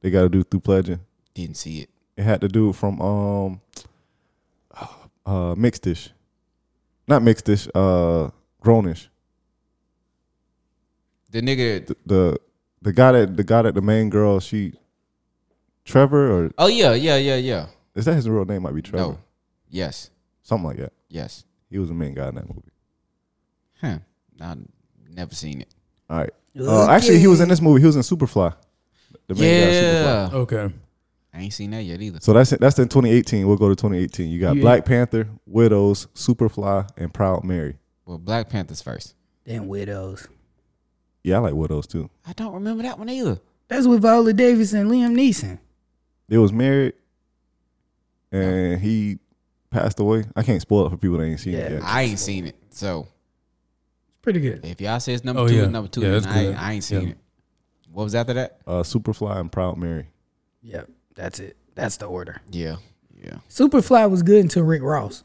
S3: they got to do through pledging.
S1: Didn't see it.
S3: It had the dude from um uh Mixed Dish. Not Mixed Dish, uh Grownish.
S1: The nigga.
S3: The, the the guy that the guy that the main girl she Trevor or
S1: Oh yeah, yeah, yeah, yeah.
S3: is that his real name? Might be Trevor.
S1: No. Yes.
S3: Something like that.
S1: Yes.
S3: He was the main guy in that movie.
S1: Huh. I never seen it.
S3: All right. Uh, actually he was in this movie. He was in Superfly. The in
S1: Yeah.
S4: Okay.
S1: I ain't seen that yet either.
S3: So that's it. That's in 2018. We'll go to 2018. You got
S4: Yeah.
S3: Black Panther, Widows, Superfly, and Proud Mary.
S1: Well, Black Panthers first.
S2: Damn widows.
S3: Yeah, I like Widows too.
S1: I don't remember that one either.
S2: That's with Viola Davis and Liam Neeson.
S3: They was married, and he passed away. I can't spoil it for people that ain't seen it
S2: Yeah.
S3: yet.
S1: I ain't seen it. So
S4: Pretty good.
S1: if y'all say it's number
S4: Oh,
S1: two,
S4: yeah.
S1: it's number two.
S4: Yeah,
S1: then
S4: that's
S1: I,
S4: good.
S1: I ain't seen
S4: Yeah.
S1: it. What was after that?
S3: Uh, Superfly and Proud Mary.
S2: Yep, that's it. That's the order.
S1: Yeah. Yeah.
S2: Superfly was good until Rick Ross.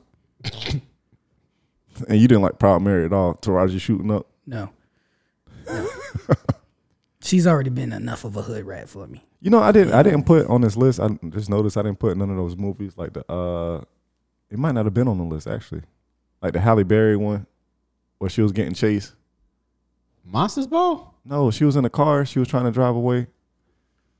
S3: And you didn't like Proud Mary at all. Taraji shooting up.
S2: No. No. (laughs) She's already been enough of a hood rat for me.
S3: You know, I didn't. I didn't put on this list. I just noticed I didn't put none of those movies. Like the, uh, it might not have been on the list actually. Like the Halle Berry one, where she was getting chased.
S1: Monsters Ball?
S3: No, she was in a car. She was trying to drive away,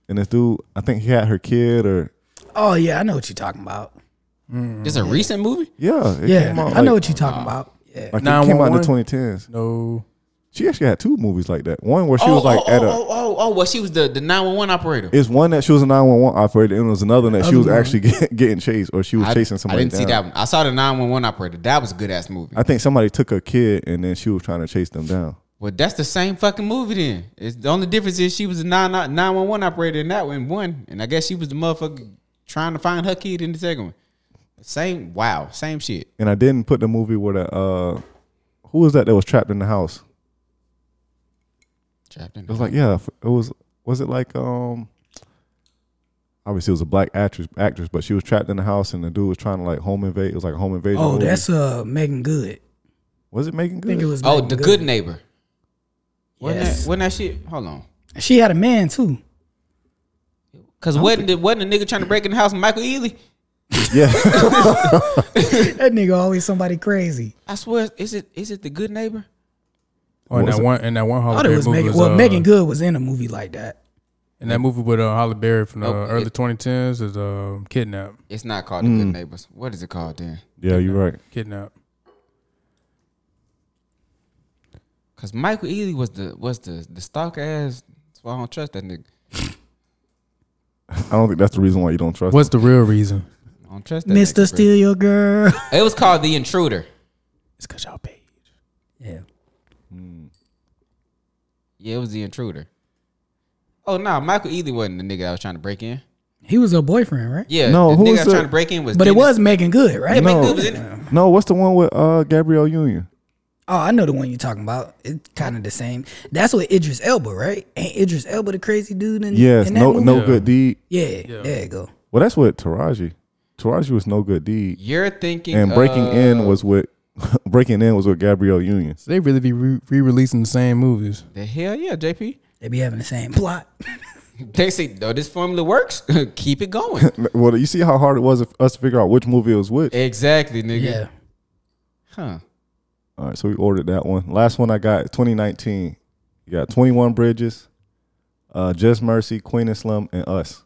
S3: and this dude, I think he had her kid or
S2: Oh yeah, I know what you're talking about.
S1: It's
S3: Mm-hmm.
S1: a recent movie?
S3: yeah, it
S2: Yeah,
S3: came out,
S2: I know
S3: like-
S2: what you're talking about. Yeah.
S3: Like it came out in the
S4: 911?
S3: 2010s.
S4: No.
S3: She actually had two movies like that. One where she was like
S1: oh,
S3: at a.
S1: oh, oh, oh, well, she was the, the 911 operator.
S3: It's one that she was a 911 operator, and it was another that she
S2: Other
S3: was
S2: one.
S3: actually (laughs) get, getting chased or she was
S1: I,
S3: chasing
S1: I
S3: somebody.
S1: didn't see that
S3: down.
S1: one. I saw the 911 operator. That was a good ass movie.
S3: I think somebody took her kid and then she was trying to chase them down.
S1: Well, that's the same fucking movie then. It's the only difference is she was a 9 911 operator in that one, one, and I guess she was the motherfucker trying to find her kid in the second one. Same, wow, same shit.
S3: And I didn't put the movie where the. Uh, who was that that was trapped in the house?
S1: Trapped in.
S3: It was like, yeah, it was. Was it like. um? Obviously, it was a black actress, actress, but she was trapped in the house, and the dude was trying to like home invade. It was like a home invasion.
S2: Oh,
S3: movie.
S2: that's uh Megan Good.
S3: was it making
S2: I think it
S3: good?
S2: was.
S1: oh,
S2: Megan
S1: the good neighbor. Wasn't,
S2: Yes.
S1: that, wasn't that shit? Hold on,
S2: She had a man too.
S1: because wasn't the, wasn't a nigga trying to break in the house? of Michael Ealy.
S3: Yeah,
S2: That nigga always somebody crazy.
S1: I swear, is it is it the good neighbor?
S4: Or in
S3: What was
S4: that
S3: it?
S4: one, in that one
S2: I
S4: Holly
S2: thought it
S4: Berry
S2: was
S4: movie
S2: Megan.
S4: was,
S2: Well,
S4: uh,
S2: Megan Good was in a movie like that.
S4: In that movie with uh, Holly Berry from the
S3: Oh,
S1: Nope,
S4: early
S1: it-
S4: 2010s is uh, Kidnap.
S1: It's not called the
S3: Mm.
S1: good neighbors. What is it called then?
S3: yeah, you're right.
S4: Kidnap.
S1: Because Michael Ealy was the was the the stalker ass. That's why I don't trust that nigga.
S3: I don't think that's the reason why you don't trust.
S4: What's the real reason?
S1: I don't trust that nigga,
S2: Mister
S1: bro.
S2: Steal Your Girl. (laughs)
S1: It was called the intruder.
S4: It's because y'all paid.
S2: Yeah.
S1: Yeah, it was the intruder. Oh no, Michael Ealy wasn't the nigga I was trying to break in.
S2: He was her boyfriend, right?
S1: Yeah,
S3: No,
S1: the
S3: who
S1: nigga
S3: was
S1: I was trying
S3: the-
S1: to break in was.
S2: But it
S1: Dennis-
S2: was Megan Good, right?
S1: Megan
S3: No.
S1: Good was in it.
S3: No, what's the one with uh Gabrielle Union?
S2: Oh, I know the one you're talking about. It's kind of the same. That's what Idris Elba, right? Ain't Idris Elba the crazy dude in,
S3: Yes,
S2: in that
S3: no,
S2: movie?
S3: no
S4: Yeah.
S3: good deed.
S2: Yeah, there you go.
S3: Well, that's what Taraji. Taraji was no good deed,
S1: You're thinking
S3: and breaking
S1: of-
S3: in was with (laughs) breaking in was with Gabrielle Union.
S4: So they really be re releasing the same movies.
S1: the hell yeah, JP.
S2: They be having the same plot.
S1: (laughs)
S2: (laughs)
S1: They say though this formula works. (laughs) Keep it
S3: (laughs)
S1: going.
S3: Well, you see how hard it was for us to figure out which movie it was which.
S1: exactly, nigga.
S2: yeah.
S1: Huh.
S3: All right, so we ordered that one. Last one I got 2019. You got 21 Bridges, uh, Just Mercy, Queen and Slum, and Us.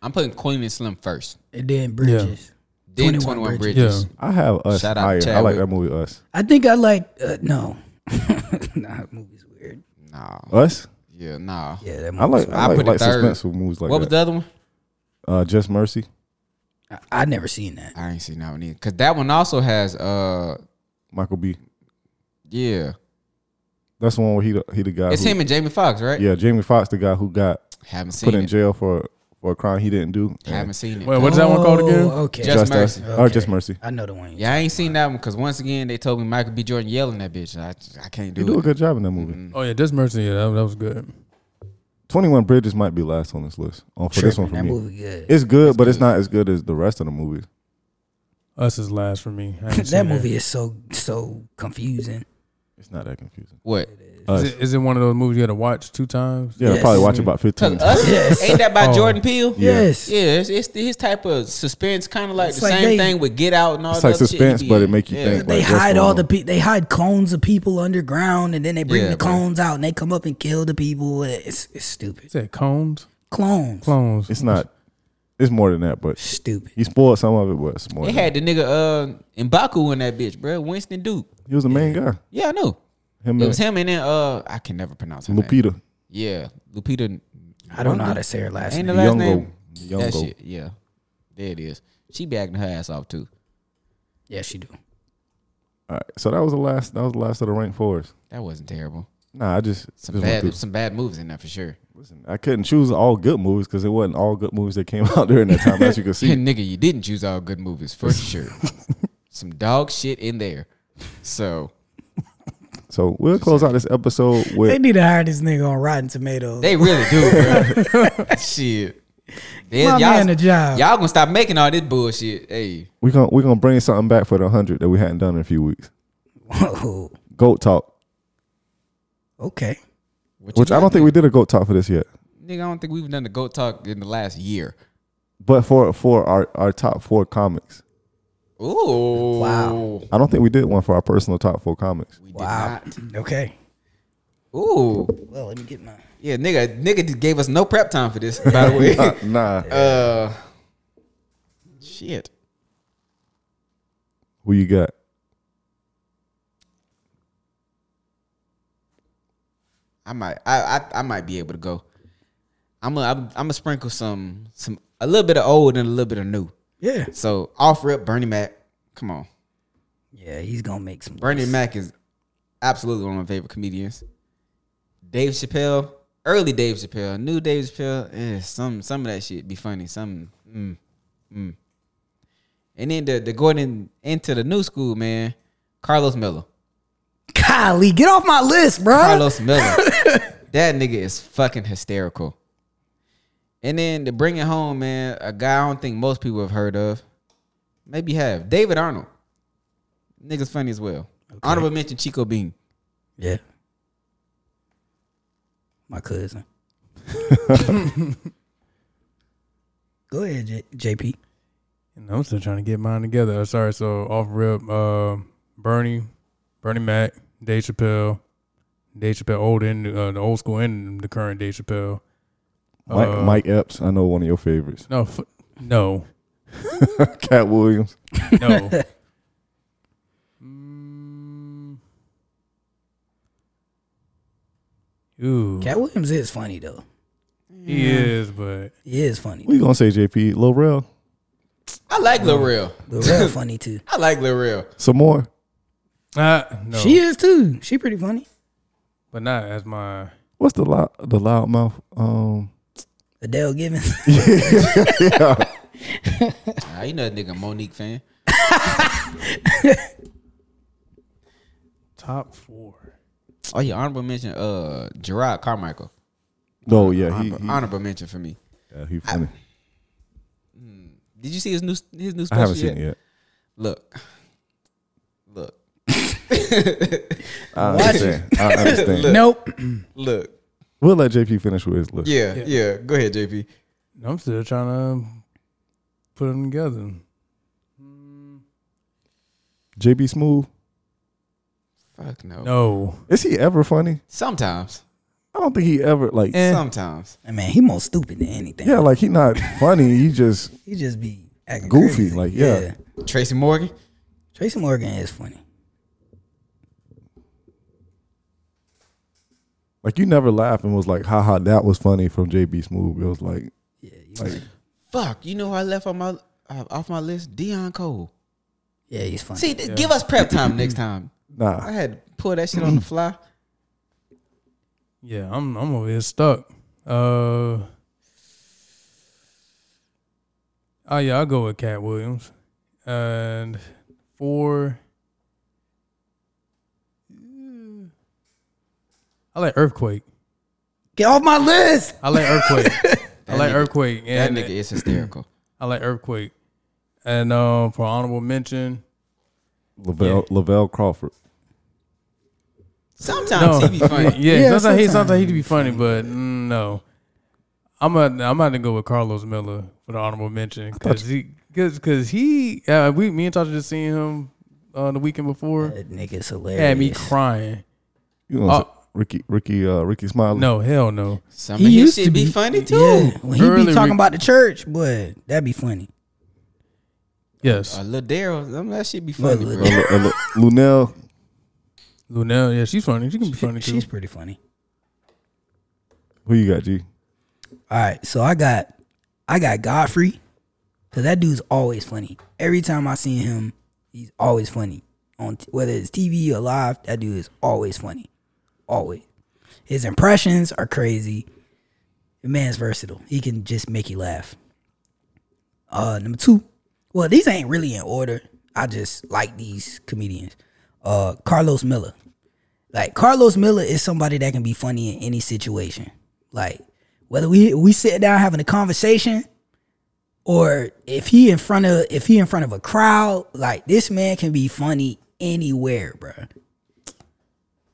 S1: I'm putting Queen and Slim first.
S2: And then Bridges.
S1: Then
S2: 21
S1: Twenty One
S2: Bridges.
S1: Bridges.
S3: I have Us
S1: Shout out
S3: higher. I like
S1: Chadwick.
S3: that movie Us.
S2: I think I like, uh, no. (laughs) nah, that movie's weird.
S1: Nah.
S3: Us.
S1: Yeah, nah.
S2: Yeah, that
S3: I
S2: movie's
S3: like
S1: I
S3: I like,
S1: put it
S3: like
S1: third.
S3: suspenseful movies like
S1: what was
S3: that.
S1: the other one?
S3: Uh, Just Mercy.
S2: I, I never seen that.
S1: I ain't seen that one either. Cause that one also has uh
S3: Michael B.
S1: yeah.
S3: That's the one where he the, he the guy.
S1: It's
S3: who,
S1: him and Jamie Foxx, right?
S3: Yeah, Jamie Foxx, the guy who got
S1: Haven't
S3: put
S1: seen
S3: in
S1: it.
S3: jail for for a crime he didn't do.
S1: Haven't seen it.
S4: Wait, what is that one called again?
S2: Oh, Okay.
S1: Just-
S3: Us.
S1: Mercy.
S3: Oh, just mercy.
S2: I know the one.
S1: Yeah, I ain't seen that one because once again they told me Michael B. Jordan yelling that bitch. I I can't
S3: You do
S1: do
S3: a
S1: it. Mm-hmm.
S3: good job in that movie.
S4: Oh, yeah, Just Mercy. Yeah, that, that was good.
S3: Twenty One Bridges might be last on this list. On for this one for
S2: that
S3: me,
S2: movie good.
S3: it's good, but it's not as good as the rest of the movies. (laughs)
S2: (laughs)
S4: Us is last for me. I haven't seen
S2: that movie is so, so confusing.
S3: It's not that confusing.
S1: What?
S3: Us.
S4: Is it, is it one of those movies you got to watch two times?
S3: Yeah,
S2: Yes.
S3: probably watch about
S1: (laughs)
S3: fifteen.
S1: Cause us, ain't that by
S4: Oh.
S1: Jordan Peele?
S2: Yes.
S1: Yeah, it's, it's the- his type of suspense, kind of like
S2: It's
S1: the
S2: like
S1: same
S2: they-
S1: thing with Get Out and all
S3: It's
S1: that.
S3: like
S1: other shit he
S3: suspense,
S1: be
S3: but it
S1: in.
S3: make you
S1: Yeah.
S3: think.
S2: They
S3: like, what's
S2: hide
S3: going
S2: all
S3: on?
S2: the pe- they hide clones of people underground, and then they bring
S1: Yeah,
S2: the
S1: bro.
S2: clones out and they come up and kill the people. It's it's stupid.
S4: Is that Cones?
S2: Clones,
S4: Clones.
S3: It's not. It's more than that, but
S2: stupid.
S3: he spoiled some of it. But it's more.
S1: It
S3: than
S1: had the nigga uh Mbaku in that bitch, bro. Winston Duke.
S3: that. He was the main guy.
S1: Yeah, I know.
S3: Him
S1: It was
S3: and
S1: him and then uh I can never pronounce her name.
S3: Lupita.
S1: Yeah, Lupita.
S2: I don't know how to say her last
S1: Ain't
S2: name.
S1: the last
S3: Nyong'o.
S1: name? That
S3: Nyong'o.
S1: shit. Yeah, there it is. She be acting her ass off too.
S2: Yeah, she do.
S3: All right, so that was the last. That was the last of the rank fours.
S1: That wasn't terrible.
S3: Nah, I just,
S1: Some
S3: just went through-
S1: bad, some bad movies in there for sure.
S3: listen, I couldn't choose all good movies because it wasn't all good movies that came (laughs) out during that time, as you can see.
S1: (laughs) nigga, you didn't choose all good movies for
S3: (laughs)
S1: sure. some dog shit in there. So
S3: So we'll close out this episode
S2: They
S3: with
S2: need to hire this nigga on Rotten Tomatoes.
S1: they really do,
S3: (laughs)
S1: bro. shit. They-
S2: My
S1: y'all-
S2: man a job.
S1: Y'all gonna stop making all this bullshit. Hey,
S3: we're gonna we're gonna bring something back for the hundred that we hadn't done in a few weeks.
S2: (laughs) Whoa.
S3: Goat talk,
S2: Okay.
S1: what you
S3: which I
S1: got,
S3: don't think we did a goat talk for this yet,
S1: Nigga, I don't think we've done the goat talk in the last year.
S3: but for for our our top four comics,
S1: Ooh.
S2: Wow.
S3: I don't think we did one for our personal top four comics.
S1: We
S2: Wow.
S1: did
S2: Okay.
S1: not. Ooh.
S2: Well, let me get my.
S1: Yeah, nigga, nigga just gave us no prep time for this, by the way.
S3: (laughs) nah,
S1: (laughs) uh shit.
S3: who you got?
S1: I might I, I I might be able to go. I'm a, I'm I'm gonna sprinkle some some a little bit of old and a little bit of new.
S2: Yeah.
S1: So off rip Bernie Mac. Come on.
S2: Yeah, he's gonna make some.
S1: Bernie
S2: lists.
S1: Mac is absolutely one of my favorite comedians. Dave Chappelle, early Dave Chappelle, new Dave Chappelle, eh, some some of that shit be funny. Some mm, mm. And then the the going in, into the new school, man, Carlos Miller.
S2: Kylie, get off my list, bro.
S1: Carlos Miller. that nigga is fucking hysterical. And then to bring it home, man, a guy I don't think most people have heard of. Maybe have. David Arnold. Nigga's funny as well. Honorable mention Chico Bean.
S2: Yeah. My cousin. (laughs) Go ahead, J- JP.
S4: And I'm still trying to get mine together. Uh, Sorry, so off rip, uh, Bernie, Bernie Mac, Dave Chappelle, Dave Chappelle, old and uh, the old school and the current Dave Chappelle.
S3: Mike,
S4: Uh,
S3: Mike Epps, I know one of your favorites.
S4: No, f- no,
S3: Cat Williams.
S4: no. Mm. Ooh,
S2: Cat Williams is funny though.
S4: he is, but
S2: He is funny.
S3: We gonna say JP Lil Rel.
S1: I like Lil Rel.
S2: But
S3: (laughs)
S2: real funny too.
S1: I
S3: Oh.
S1: like Lil Rel.
S3: Some more.
S4: uh, no,
S2: She is too. She pretty funny.
S4: but not as my.
S3: What's the loud the loud mouth? Um,
S2: Adele
S3: (laughs)
S2: Givens.
S1: Ah, you know that nigga Monique fan.
S4: Top four.
S1: Oh yeah, honorable mention uh Gerard Carmichael.
S3: oh yeah, he,
S1: Honorable,
S3: he-
S1: honorable mention for me. Hmm.
S3: yeah, he funny.
S1: Did you see his new his new
S3: I,
S1: special?
S3: haven't seen it yet.
S1: Look. Look.
S3: I understand. (laughs) I understand.
S2: nope.
S1: Look.
S3: We'll let JP finish with his list.
S1: Yeah, yeah. Go ahead, JP.
S4: I'm still trying to put them together.
S3: JB Smooth.
S1: Fuck no.
S4: No.
S3: Is he ever funny?
S1: Sometimes.
S3: I don't think he ever like.
S1: Sometimes.
S2: I mean, he more stupid than anything.
S3: Yeah, like he not funny. He just
S2: He just be acting
S3: Goofy,
S2: crazy.
S3: like, yeah.
S1: Tracy Morgan.
S2: Tracy Morgan is funny.
S3: like you never laugh and was like, haha, that was funny from JB Smooth. It was like,
S2: Yeah, you
S3: like
S2: like-
S1: Fuck. You know who I left on my uh, off my list? Dion Cole.
S2: yeah, he's funny.
S1: See, th- give us prep time next time. I
S3: nah.
S1: had to pull that shit on the fly.
S4: Yeah, I'm I'm over here stuck. Uh Oh yeah, I'll go with Cat Williams. And four I like Earthquake.
S2: Get off my list.
S4: I
S1: (laughs)
S4: like Earthquake. I like Earthquake.
S1: That
S4: And
S1: nigga is hysterical.
S4: I like Earthquake. And um for honorable mention,
S3: Lavelle, Lavelle Crawford.
S1: Sometimes he be funny.
S4: (laughs) Yeah,
S2: Yeah,
S4: sometimes, he
S2: sometimes
S4: sometimes he be funny, but mm, no. I'm a, I'm about to go with Carlos Miller for the honorable mention because he because because he uh, we me and Tasha just seen him uh, the weekend before
S2: That nigga's hilarious.
S4: had me crying.
S3: You gonna say
S4: Uh,
S3: Ricky, Ricky, uh, Ricky Smiley.
S4: No hell no.
S1: Some of his shit be, funny too.
S2: Yeah, when he
S4: Early
S2: be talking
S4: re-
S2: about the church, boy, that'd be funny.
S4: Yes,
S1: A little Daryl, some of that shit be funny,
S2: Lil
S1: bro.
S3: Uh, Lu- uh, Lu- Lunel.
S4: Lunel. Yeah, she's funny. She can be funny too.
S2: She's pretty funny.
S3: Who you got, G?
S2: All right, so I got, I got Godfrey, cause that dude's always funny. Every time I see him, he's always funny. On t- whether it's TV or live, that dude is always funny. Always, his impressions are crazy. The man's versatile. He can just make you laugh. Uh, number two. Well, these ain't really in order. I just like these comedians. Uh, Carlos Miller. Like Carlos Miller is somebody that can be funny in any situation. Like whether we we sit down having a conversation, or if he in front of if he in front of a crowd, like this man can be funny anywhere, bro.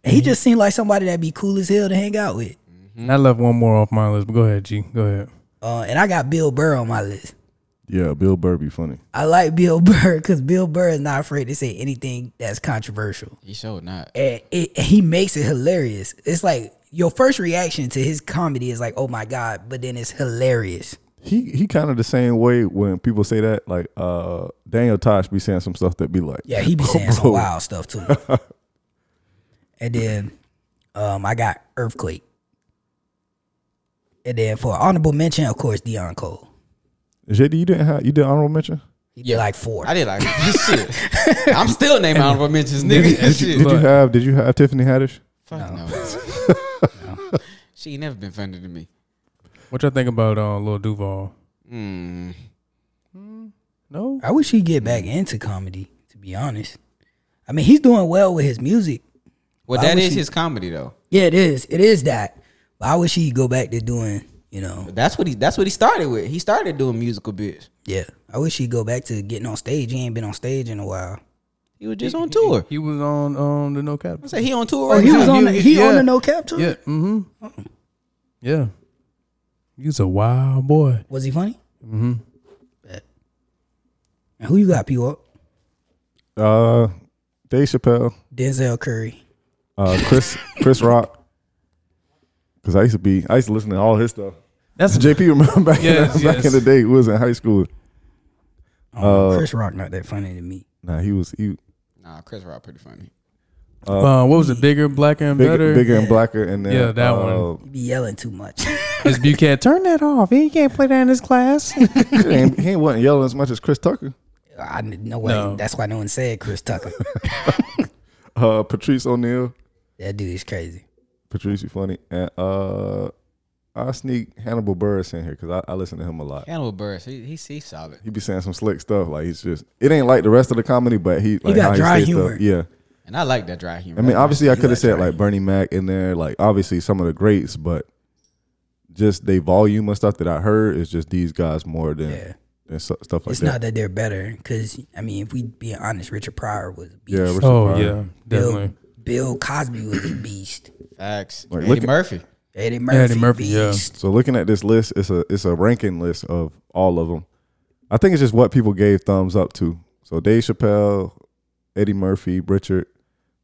S2: He just seemed like somebody that'd be cool as hell to hang out with.
S4: And I left one more off my list, but go ahead, G. Go ahead.
S2: Uh, and I got Bill Burr on my list.
S3: Yeah, Bill Burr be funny.
S2: I like Bill (laughs) Burr because Bill Burr is not afraid to say anything that's controversial.
S1: He sure not.
S2: and it, he makes it hilarious. It's like your first reaction to his comedy is like, "Oh my god!" But then it's hilarious.
S3: He he kind of the same way when people say that. Like uh, Daniel Tosh be saying some stuff that be like,
S2: Yeah,
S1: (laughs)
S2: he
S1: Oh,
S2: be saying some
S3: Bro.
S2: wild stuff too. and then um, I got earthquake. And then for honorable mention, of course, Dion Cole.
S3: JD, you didn't have you did honorable mention.
S2: He
S1: Yeah.
S2: did like four.
S1: I did like this shit.
S3: (laughs)
S1: I'm still naming honorable mentions, nigga. That shit.
S3: Did you
S4: But-
S3: have Did you have Tiffany Haddish?
S1: Fuck no.
S3: (laughs)
S1: She ain't never been funny to me.
S4: What y'all think about uh, Lil Duval?
S1: Mm.
S4: No,
S2: I wish he'd get back into comedy. To be honest, I mean, he's doing well with his music.
S1: Well,
S2: Why
S1: that
S2: would
S1: is
S2: she-
S1: his comedy though.
S2: Yeah, it is. It is that. But I wish he'd go back to doing, you know,
S1: That's what he. That's what he started with. He started doing musical bits.
S2: Yeah, I wish he'd go back to getting on stage. He ain't been on stage in a while.
S1: He was just on tour.
S4: he was on um the No Cap.
S1: I said he on
S3: Oh,
S1: tour right
S2: Oh, he
S1: now.
S2: was on.
S4: he-
S2: The,
S4: he-
S2: he on
S4: yeah.
S2: the no cap tour.
S4: Yeah. Mm-hmm. Yeah. He's a wild boy.
S2: Was he funny? Mm-hmm. And who you got? P. Walk?
S3: Uh, Dave Chappelle,
S2: Denzel Curry.
S3: uh, Chris Chris Rock. Because I used to be I used to listen to all his stuff.
S4: That's
S3: JP, remember back,
S4: Yes,
S3: in, back
S4: yes.
S3: in the day, we was in high school.
S2: Oh, Chris Rock not that funny to me.
S3: Nah, he was he
S1: Nah, Chris Rock pretty funny.
S4: Uh, what was it? Bigger, blacker, and
S3: bigger,
S4: better.
S3: bigger and blacker, and then
S4: Yeah, that
S2: He be yelling too much. (laughs)
S4: It's Buchanan. Turn that off. He can't play that in his class.
S3: one. uh, he, ain't, he ain't wasn't yelling as much as Chris Tucker.
S2: I didn't- no way.
S4: No.
S2: That's why no one said Chris Tucker.
S3: Uh, Patrice O'Neal,
S2: that dude is crazy.
S3: Patrice, you funny, and uh, I sneak Hannibal Burris in here because I, I listen to him a lot.
S1: Hannibal Burris, he he he's solid.
S3: He be saying some slick stuff like he's just it ain't like the rest of the comedy, but he like
S2: got
S3: how
S2: dry
S3: say stuff.
S2: humor.
S3: Yeah,
S1: And I like that dry humor.
S3: I mean, obviously, I could
S2: got
S3: have said
S2: dry
S3: like Bernie Mac in there, like obviously some of the greats, but just they volume and stuff that I heard is just these guys more than
S2: Yeah.
S3: than su- stuff like
S2: It's
S3: that.
S2: not that they're better, because I mean, if we being honest, Richard Pryor was a beast.
S3: yeah,
S4: (laughs)
S3: Richard
S4: oh
S3: Pryor.
S4: yeah,
S2: Bill,
S4: definitely.
S2: Bill Cosby was a beast.
S1: facts.
S3: Like,
S1: Eddie
S3: look at-
S1: Murphy.
S2: Eddie Murphy,
S4: Murphy, yeah.
S2: beast.
S3: So looking at this list, it's a it's a ranking list of all of them. I think it's just what people gave thumbs up to. So Dave Chappelle, Eddie Murphy, Richard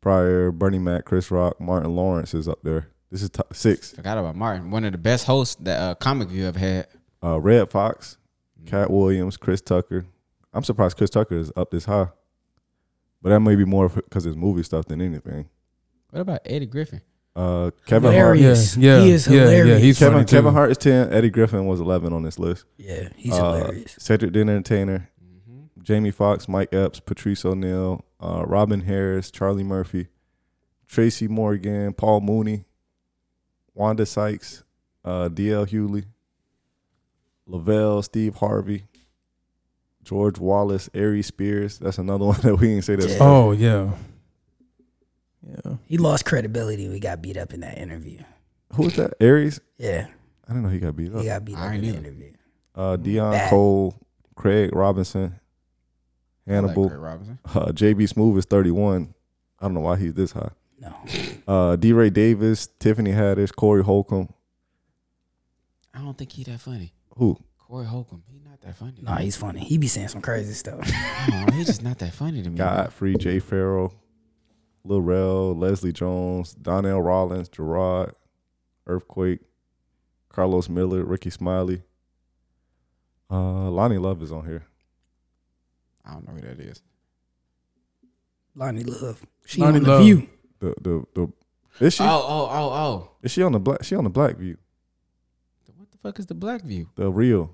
S3: Pryor, Bernie Mac, Chris Rock, Martin Lawrence is up there. This is top six.
S1: Forgot about Martin. One of the best hosts that uh, comic view ever had.
S3: Uh, Red Fox, Cat Williams, Chris Tucker. I'm surprised Chris Tucker is up this high, but that may be more because it's movie stuff than anything.
S1: What about Eddie Griffin?
S3: Uh, Kevin Hart.
S4: Yeah,
S2: Hilarious.
S4: yeah,
S2: He is
S4: yeah, Yeah,
S2: hilarious.
S4: he's
S3: Kevin,
S4: funny
S3: Kevin
S4: too.
S3: Hart is ten. Eddie Griffin was eleven on this list.
S2: Yeah, he's
S3: Uh,
S2: hilarious.
S3: Cedric the Entertainer,
S1: Mm-hmm.
S3: Jamie Foxx, Mike Epps, Patrice O'Neill, uh, Robin Harris, Charlie Murphy, Tracy Morgan, Paul Mooney, Wanda Sykes, uh, D.L. Hewley, Lavelle, Steve Harvey, George Wallace, Ari Spears. That's another (laughs) one that we didn't say that.
S4: Oh yeah. Yeah.
S2: He lost credibility. We got beat up in that interview.
S1: Oh.
S3: Who is that? Aries?
S2: Yeah,
S3: I didn't know he got beat
S2: he
S3: up.
S2: got beat
S1: I
S2: up in
S1: ain't
S2: the
S1: either.
S2: interview.
S3: Uh, Deion
S2: Bad.
S3: Cole, Craig Robinson,
S1: I like
S3: Hannibal,
S1: Craig Robinson.
S3: uh, J.B. Smoove is 31. I don't know why he's this high.
S2: No.
S3: Uh, D. Ray Davis, Tiffany Haddish, Corey Holcomb.
S1: I don't think he that funny.
S3: Who?
S1: Corey Holcomb, he not that funny.
S2: Nah, he's funny. He be saying some crazy stuff. (laughs)
S1: No, he's just not that funny to me.
S3: Godfrey, Jay Farrell, Lil Rel, Leslie Jones, Donnell Rollins, Gerard, Earthquake, Carlos Miller, Ricky Smiley. Uh, Lonnie Love is on here.
S1: I don't know who that is.
S2: Lonnie Love. She
S4: Lonnie
S2: on the
S4: Love.
S2: view.
S3: The the the is she
S1: Oh, oh, oh, oh.
S3: is she on the black she on the Black View
S1: What the fuck is the black view?
S3: the real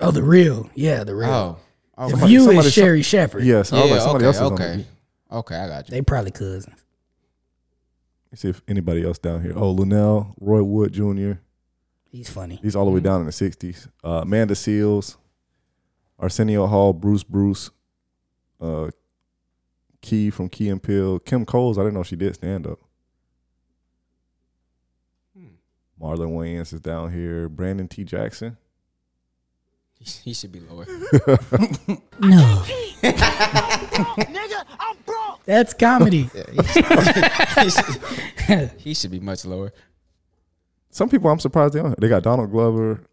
S2: Oh, the real. Yeah, the real.
S1: Oh.
S2: the
S1: Okay.
S2: view
S3: somebody-
S2: is Sherry Shepherd.
S3: yes I was
S1: Yeah,
S3: like somebody
S1: okay,
S3: else is on
S1: okay.
S3: the view.
S1: Okay, I got you.
S3: (laughs)
S2: They probably cousins.
S3: Let's see if anybody else down here oh Lunell Roy Wood Jr.
S2: He's funny.
S3: He's all the way down in the sixties. Uh, Amanda Seals, Arsenio Hall, Bruce Bruce, uh, Key from Key and Pill, Kim Coles. I didn't know she did stand up. Marlon Wayans is down here. Brandon T. Jackson.
S1: He should be
S3: (laughs)
S1: lower.
S2: (laughs) No.
S6: Nigga, I'm broke.
S2: That's comedy.
S1: he, should, (laughs) he should be much
S3: (laughs)
S1: lower.
S3: Some people I'm surprised they don't. They got Donald Glover,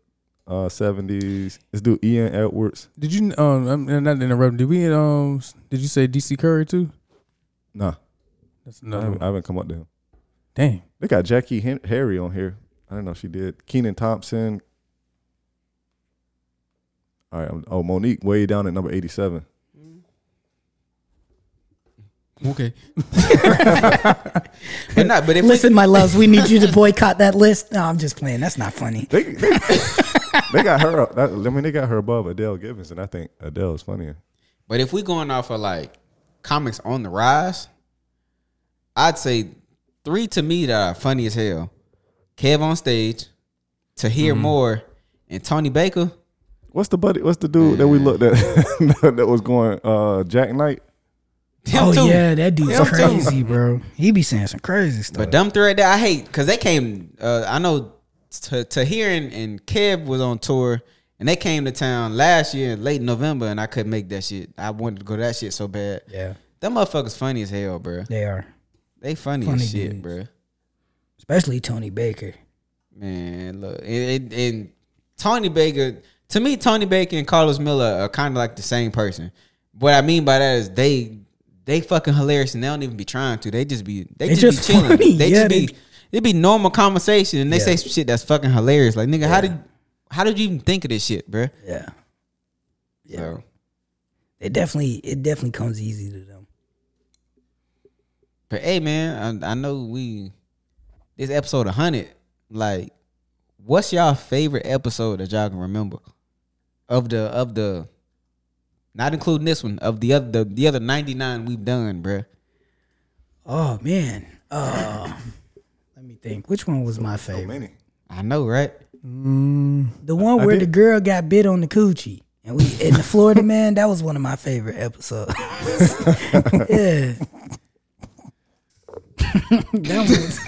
S3: uh, seventies. Let's do Ian Edwards.
S4: Did you um I'm not interrupting? Did we um s- did you say DC Curry too?
S3: Nah,
S4: That's
S3: I
S4: another
S3: haven't, I
S4: one.
S3: haven't come up to him.
S4: Damn.
S3: They got Jackie Hen- Harry on here. I don't know if she did. Keenan Thompson. All right. I'm- oh, Monique way down at number 87.
S1: Okay. but not. But if we-
S2: Listen, my loves, we need you to boycott that list. No, I'm just playing. That's not funny.
S3: They they, (laughs) they got her. up- that- I mean, they got her above Adele Gibbons, and I think Adele is funnier.
S1: But if we going off of like comics on the rise, I'd say three to me that are funny as hell. Kev on stage, to hear
S2: Mm-hmm.
S1: more, and Tony Baker.
S3: What's the buddy? What's the dude that we looked at (laughs) that was going uh, Jack Knight?
S1: Them
S2: Oh
S1: two.
S2: yeah, that dude's
S1: Him too.
S2: crazy, bro. He be saying some crazy stuff.
S1: But them three right there, I hate because they came. Uh, I know to to and, and Kev was on tour, and they came to town last year, late November, and I couldn't make that shit. I wanted to go to that shit so bad.
S2: yeah,
S1: Them motherfuckers funny as hell, bruh.
S2: they are.
S1: They funny,
S2: Funny
S1: as shit,
S2: dudes.
S1: bruh.
S2: Especially Tony Baker.
S1: Man, look, and, and, and Tony Baker. To me, Tony Baker and Carlos Miller are kind of like the same person. What I mean by that is they they fucking hilarious and they don't even be trying to. They just be they,
S2: They
S1: just,
S2: just
S1: be chilling.
S2: funny.
S1: They
S2: Yeah,
S1: just be
S2: they-
S1: it be normal conversation and they
S2: Yeah.
S1: say some shit that's fucking hilarious. Like nigga, how did how did you even think of this shit, bruh?
S2: Yeah,
S1: Yeah.
S2: it definitely it definitely comes easy to them.
S1: But hey, man, I, I know we this episode 100. Like, what's y'all favorite episode that y'all can remember of the of the not including this one of the other the, the other 99 we've done, bruh.
S2: Oh man. Uh, let me think. Which one was my favorite?
S3: Many.
S1: I know, right?
S2: The one
S3: Oh, I
S2: where the
S3: did-
S2: girl got bit on the coochie. And we in the Florida man, that was one of my favorite episodes. (laughs) yeah. (laughs) that was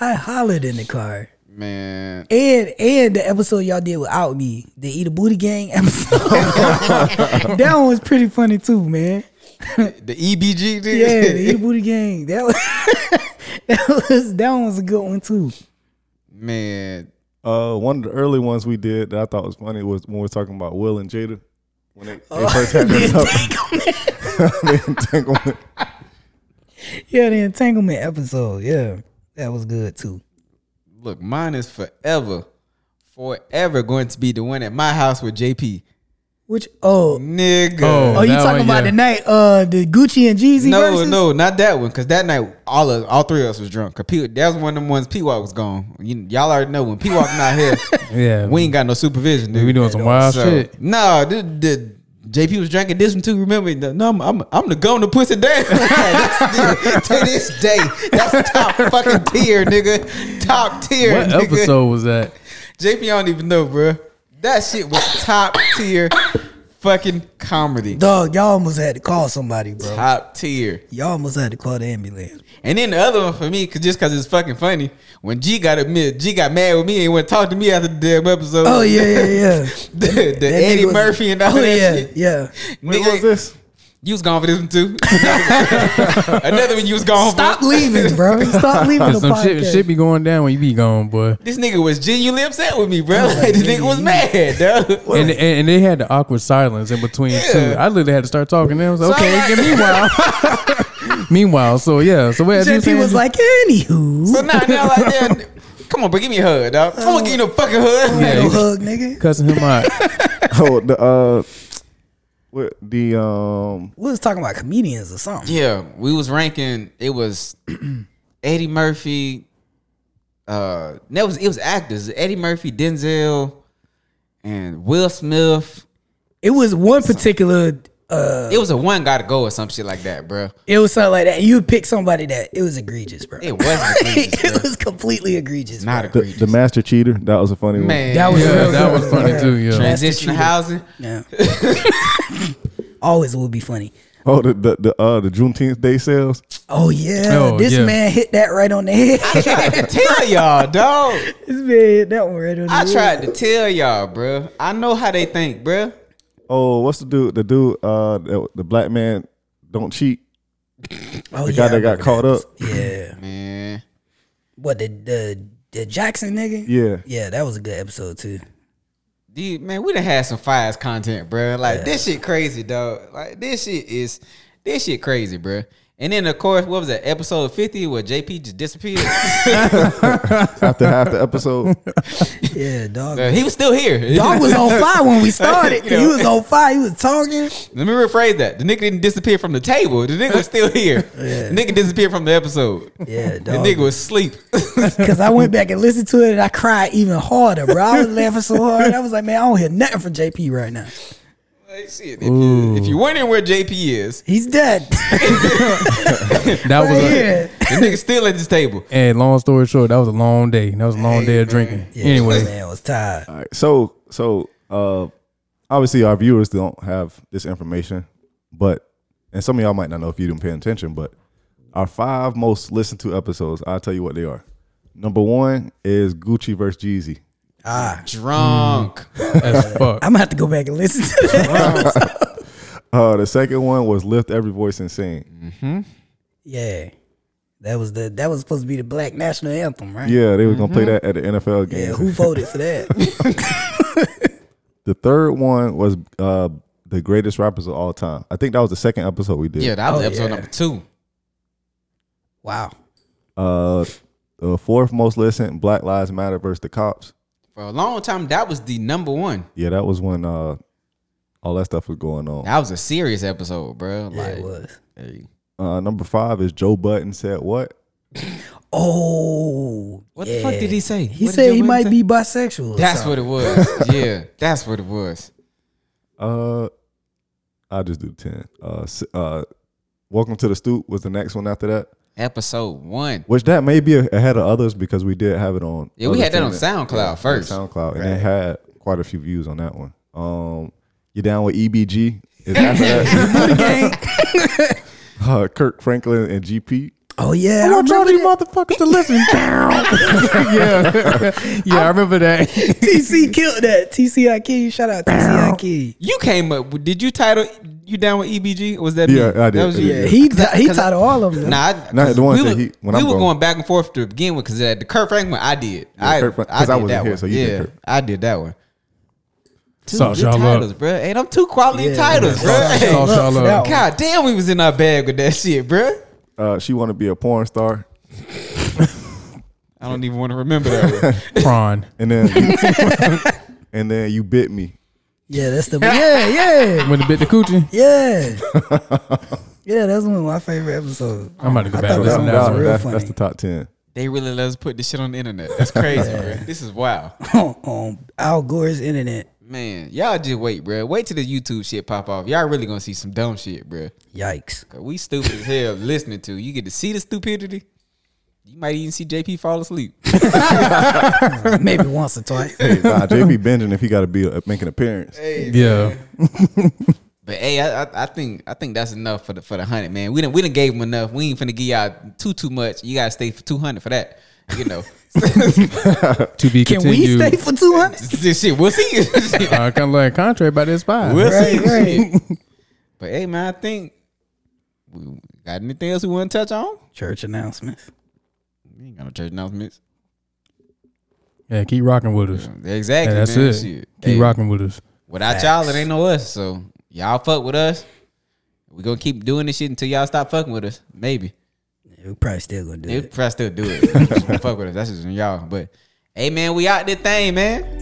S2: I hollered in the car.
S1: Man,
S2: And and the episode y'all did without me, the Eat a Booty Gang episode. (laughs) that one was pretty funny too, man.
S1: (laughs) the E EBG dude.
S2: Yeah, the
S4: (laughs)
S2: E Eat a Booty Gang. That was (laughs) that was that one was a good one too.
S1: (laughs) Man,
S3: Uh, one of the early ones we did that I thought was funny was when we were talking about Will and Jada when they, they first had (laughs) their (laughs) they entanglement.
S2: Yeah, the entanglement episode. Yeah. That was good too.
S1: look, mine is forever forever going to be the one at my house with JP.
S2: Which oh
S1: Nigga.
S4: Oh,
S2: Oh, you
S4: that
S2: talking
S4: one,
S2: about
S4: yeah.
S2: the night uh the Gucci and Jeezy
S1: No,
S2: versus?
S1: no, not that one. Cause that night, all of all three of us was drunk. 'Cause P, that was one of them ones. P Walk was gone. You, y'all already know when P Walk not here,
S4: (laughs) Yeah.
S1: we ain't got no supervision. Dude.
S4: We doing some wild
S1: So,
S4: shit.
S1: No, dude, the, JP was drinking this one too. Remember, the- no, I'm I'm, I'm the going to pussy (laughs) down That's- to this day. That's top fucking tier, nigga. Top tier.
S4: What
S1: nigga.
S4: episode was that?
S1: JP, I don't even know, bro. That shit was top tier, fucking comedy.
S2: Dog, y'all almost had to call somebody, bro.
S1: Top tier.
S2: Y'all almost had to call the ambulance.
S1: And then the other one for me, cause just cause it's fucking funny. When G got admit, G got mad with me and went to talk to me after the damn episode.
S2: Oh yeah, yeah, yeah.
S1: (laughs) the, the
S2: That
S1: Eddie
S2: nigga was-
S1: Murphy and all
S2: oh,
S1: that
S2: yeah,
S1: shit.
S2: yeah.
S3: When
S1: Nigga,
S3: was this?
S1: You was gone for this one
S2: (laughs)
S1: too. Another one you was gone
S2: Stop
S1: for. (laughs)
S2: leaving, bro. Stop leaving the
S4: Some
S2: podcast.
S4: shit, shit be going down when you be gone, boy.
S1: This nigga was genuinely upset with me, bro. Like, (laughs) this nigga was mad,
S2: (laughs)
S1: though.
S4: And, and and they had the awkward silence in between too.
S1: Yeah.
S4: I literally had to start talking. And I was like,
S1: So
S4: okay.
S1: I-
S4: and meanwhile, meanwhile, (laughs) so yeah. So what
S2: JP was like, anywho.
S1: So now, now like that. Come on, bro, give me a hug, dog. I'm gonna give you a fucking hug. (laughs)
S4: Yeah.
S2: no hug, nigga.
S4: cussing him out.
S3: Oh, the uh, what the um,
S2: We was talking about comedians or something.
S1: Yeah, we was ranking. It was (clears throat) Eddie Murphy. Uh, that was it was actors. Eddie Murphy, Denzel, and Will Smith.
S2: It was one particular. Uh,
S1: It was a one got to go or some shit like that, bro.
S2: it was something like that. You would pick somebody that it was egregious, bro. (laughs)
S1: It was egregious,
S2: it
S1: bro.
S2: was completely egregious.
S1: Not
S3: the,
S1: egregious.
S3: the master cheater. That was a funny
S1: man.
S2: That was
S4: Yeah,
S2: real
S4: that
S2: good.
S4: was funny too. Yeah,
S2: Trans-
S1: transition housing.
S2: Yeah.
S1: (laughs)
S2: Always will be funny.
S3: one. Oh, the the, the uh the Juneteenth day sales.
S2: Oh yeah,
S4: Oh,
S2: this
S4: yeah.
S2: man hit that right on the head.
S1: I tried to tell y'all, dog.
S2: (laughs) this man hit that one right on the (laughs)
S1: I
S2: head.
S1: tried to tell y'all, bro. I know how they think, bro.
S3: Oh, what's the dude? The dude, uh, the, the black man don't cheat.
S2: Oh
S3: The
S2: yeah,
S3: guy that got caught up.
S2: yeah.
S1: Man,
S2: What the the the Jackson nigga?
S3: (laughs) Yeah.
S2: yeah, that was a good episode too.
S1: dude, man, we done had some fires content, bro. Like this shit crazy, dog. Like this shit is this shit crazy, bro. And then of course, what was that episode fifty where JP just
S2: (laughs)
S1: disappeared?
S3: After half the episode,
S2: Yeah, dog.
S1: Uh, he was still here.
S2: Dog was on fire when we
S1: (laughs)
S2: started.
S1: You know.
S2: He was on fire. He was talking.
S1: (laughs) Let me rephrase that. The nigga didn't disappear from the table. The nigga was still
S2: (laughs)
S1: here. The nigga disappeared from the episode. (laughs)
S2: Yeah,
S1: The
S2: dog.
S1: nigga was asleep.
S2: Because I went back and listened to it and I cried even harder, bro. I was laughing so hard. I was like, man, I don't hear nothing from JP right now.
S1: Like, shit, if, you, if you wondering where JP is,
S2: He's dead.
S4: that was. A,
S2: yeah.
S1: the nigga's still at this
S2: (laughs)
S1: table.
S4: And long story short, that was a long day. That was a long day of drinking.
S2: Yeah,
S4: anyway,
S2: this man was tired.
S3: (laughs) All right. So so uh obviously our viewers don't have this information, but and some of y'all might not know if you didn't pay attention, but our five most listened to episodes, I'll tell you what they are. Number one is Gucci versus Jeezy.
S1: Drunk.
S4: as fuck.
S2: I'm gonna have to go back and listen to that.
S3: Uh the second one was Lift Every Voice and
S1: Mm-hmm.
S3: Sing.
S2: yeah. That was the that was supposed to be the black national anthem, right?
S3: Yeah, they were gonna play that at the NFL game.
S2: Yeah, who voted for that?
S3: The third one was uh the greatest rappers of all time. I think that was the second episode we did.
S1: Yeah, that was
S2: Oh,
S1: episode
S2: yeah.
S1: number two.
S2: wow.
S3: Uh the fourth most listened, Black Lives Matter versus the cops.
S1: For a long time, that was the number one.
S3: Yeah, that was when uh all that stuff was going on.
S1: That was a serious episode, bro.
S2: Yeah,
S1: Like,
S2: it was.
S1: hey,
S3: Uh, number five is Joe Button said what?
S2: Oh
S1: what the fuck
S2: yeah.
S1: did he say?
S2: He
S1: What did
S2: said
S1: your
S2: he
S1: man
S2: might
S1: say?
S2: be bisexual. or
S1: That's
S2: something.
S3: (laughs)
S1: what it was. yeah, that's what it was.
S3: Uh, I just do ten. Uh, s- uh, Welcome to the Stoop was the next one after that,
S1: Episode one.
S3: which that may be a- ahead of others because we did have it on.
S1: Yeah, we
S3: other
S1: had that on
S3: channels.
S1: SoundCloud
S3: Yeah,
S1: first.
S3: SoundCloud, and it had quite a few views on that one. Um, you down with EBG?
S2: (laughs)
S3: Is after that (laughs) uh, Kirk Franklin and GP?
S2: Oh yeah. I remember
S4: you motherfuckers
S2: (laughs)
S4: to listen. (laughs) yeah, yeah, I remember that.
S2: TC killed that. TCIK, shout out TCIK.
S1: You came up. with- Did you title you down with EBG? Or was that
S3: Yeah,
S1: me?
S3: I did.
S1: That was
S3: I
S1: you?
S3: did.
S2: Yeah, he he
S1: Cause I-
S2: titled all of them.
S1: Nah, I,
S3: Not the ones
S1: we
S3: that
S1: were,
S3: he- when
S1: we
S3: I'm
S1: were
S3: going-
S1: going. back and forth to begin with because the Kurt Franklin one I did. I,
S3: Kurt Frank-
S1: I
S3: 'cause
S1: did
S3: I wasn't
S1: that
S3: here,
S1: one.
S3: so you did
S1: yeah,
S3: Kurt.
S1: I did that one. Dude,
S4: Sauce
S1: good
S4: y'all up.
S1: titles, bro. Hey, them two quality
S2: Yeah,
S1: titles,
S2: yeah,
S1: bro.
S2: sauce
S1: Hey,
S2: y'all
S4: Sauce
S2: up
S4: y'all
S2: for
S4: up.
S2: that
S1: God damn, we was in our bag with that shit, bro.
S3: Uh, she want to be a porn star,
S1: I don't even want to remember that. one.
S4: Prawn.
S3: and then (laughs) and then you bit me.
S2: Yeah, that's the yeah yeah
S4: With a bit the coochie.
S2: yeah. Yeah, that's one of my favorite episodes. (laughs)
S4: I'm about to go
S2: I
S4: back
S2: thought
S4: and
S2: that one
S4: listen to that.
S2: was
S4: one.
S2: real
S3: that's, that's
S2: funny.
S3: the top ten.
S1: They really let us put this shit on the internet. That's crazy, bro. This is wild,
S2: on Al Gore's internet.
S1: man. Y'all just wait, bro. Wait till the YouTube shit pop off. Y'all really gonna see some dumb shit, bro.
S2: Yikes!
S1: Cause we stupid as hell listening to. You get to see the stupidity. You might even see JP fall asleep.
S2: Maybe once or twice.
S3: nah, JP Benjamin, if he got to be a, make an appearance,
S4: Yeah,
S1: But hey, I, I I think I think that's enough for the for the hundred man. We didn't we didn't gave him enough. We ain't finna give y'all too too much. You gotta stay for two hundred for that. You know, (laughs)
S4: to be
S2: Can (laughs) we
S4: continued.
S2: stay
S4: (laughs)
S2: for two
S1: (laughs)
S2: hundred?
S1: Shit, shit, we'll see.
S4: I kind of like contrary by this spot.
S1: we'll
S2: Right,
S1: see.
S2: right.
S1: But hey, man, I think we got anything else we want to touch on?
S2: Church announcements.
S1: We ain't got no church announcements.
S4: Yeah, keep rocking with us.
S1: Exactly.
S4: Yeah, that's
S1: man.
S4: it.
S1: Shit.
S4: Keep
S1: Hey,
S4: rocking with us.
S1: Without y'all, it ain't no us. So y'all fuck with us. We gonna keep doing this shit until y'all stop fucking with us. Maybe
S2: Yeah, we probably still gonna do
S1: they
S2: it.
S1: probably still do it. Just wanna fuck with us. That's just on y'all. But hey, man, we out this thing, man.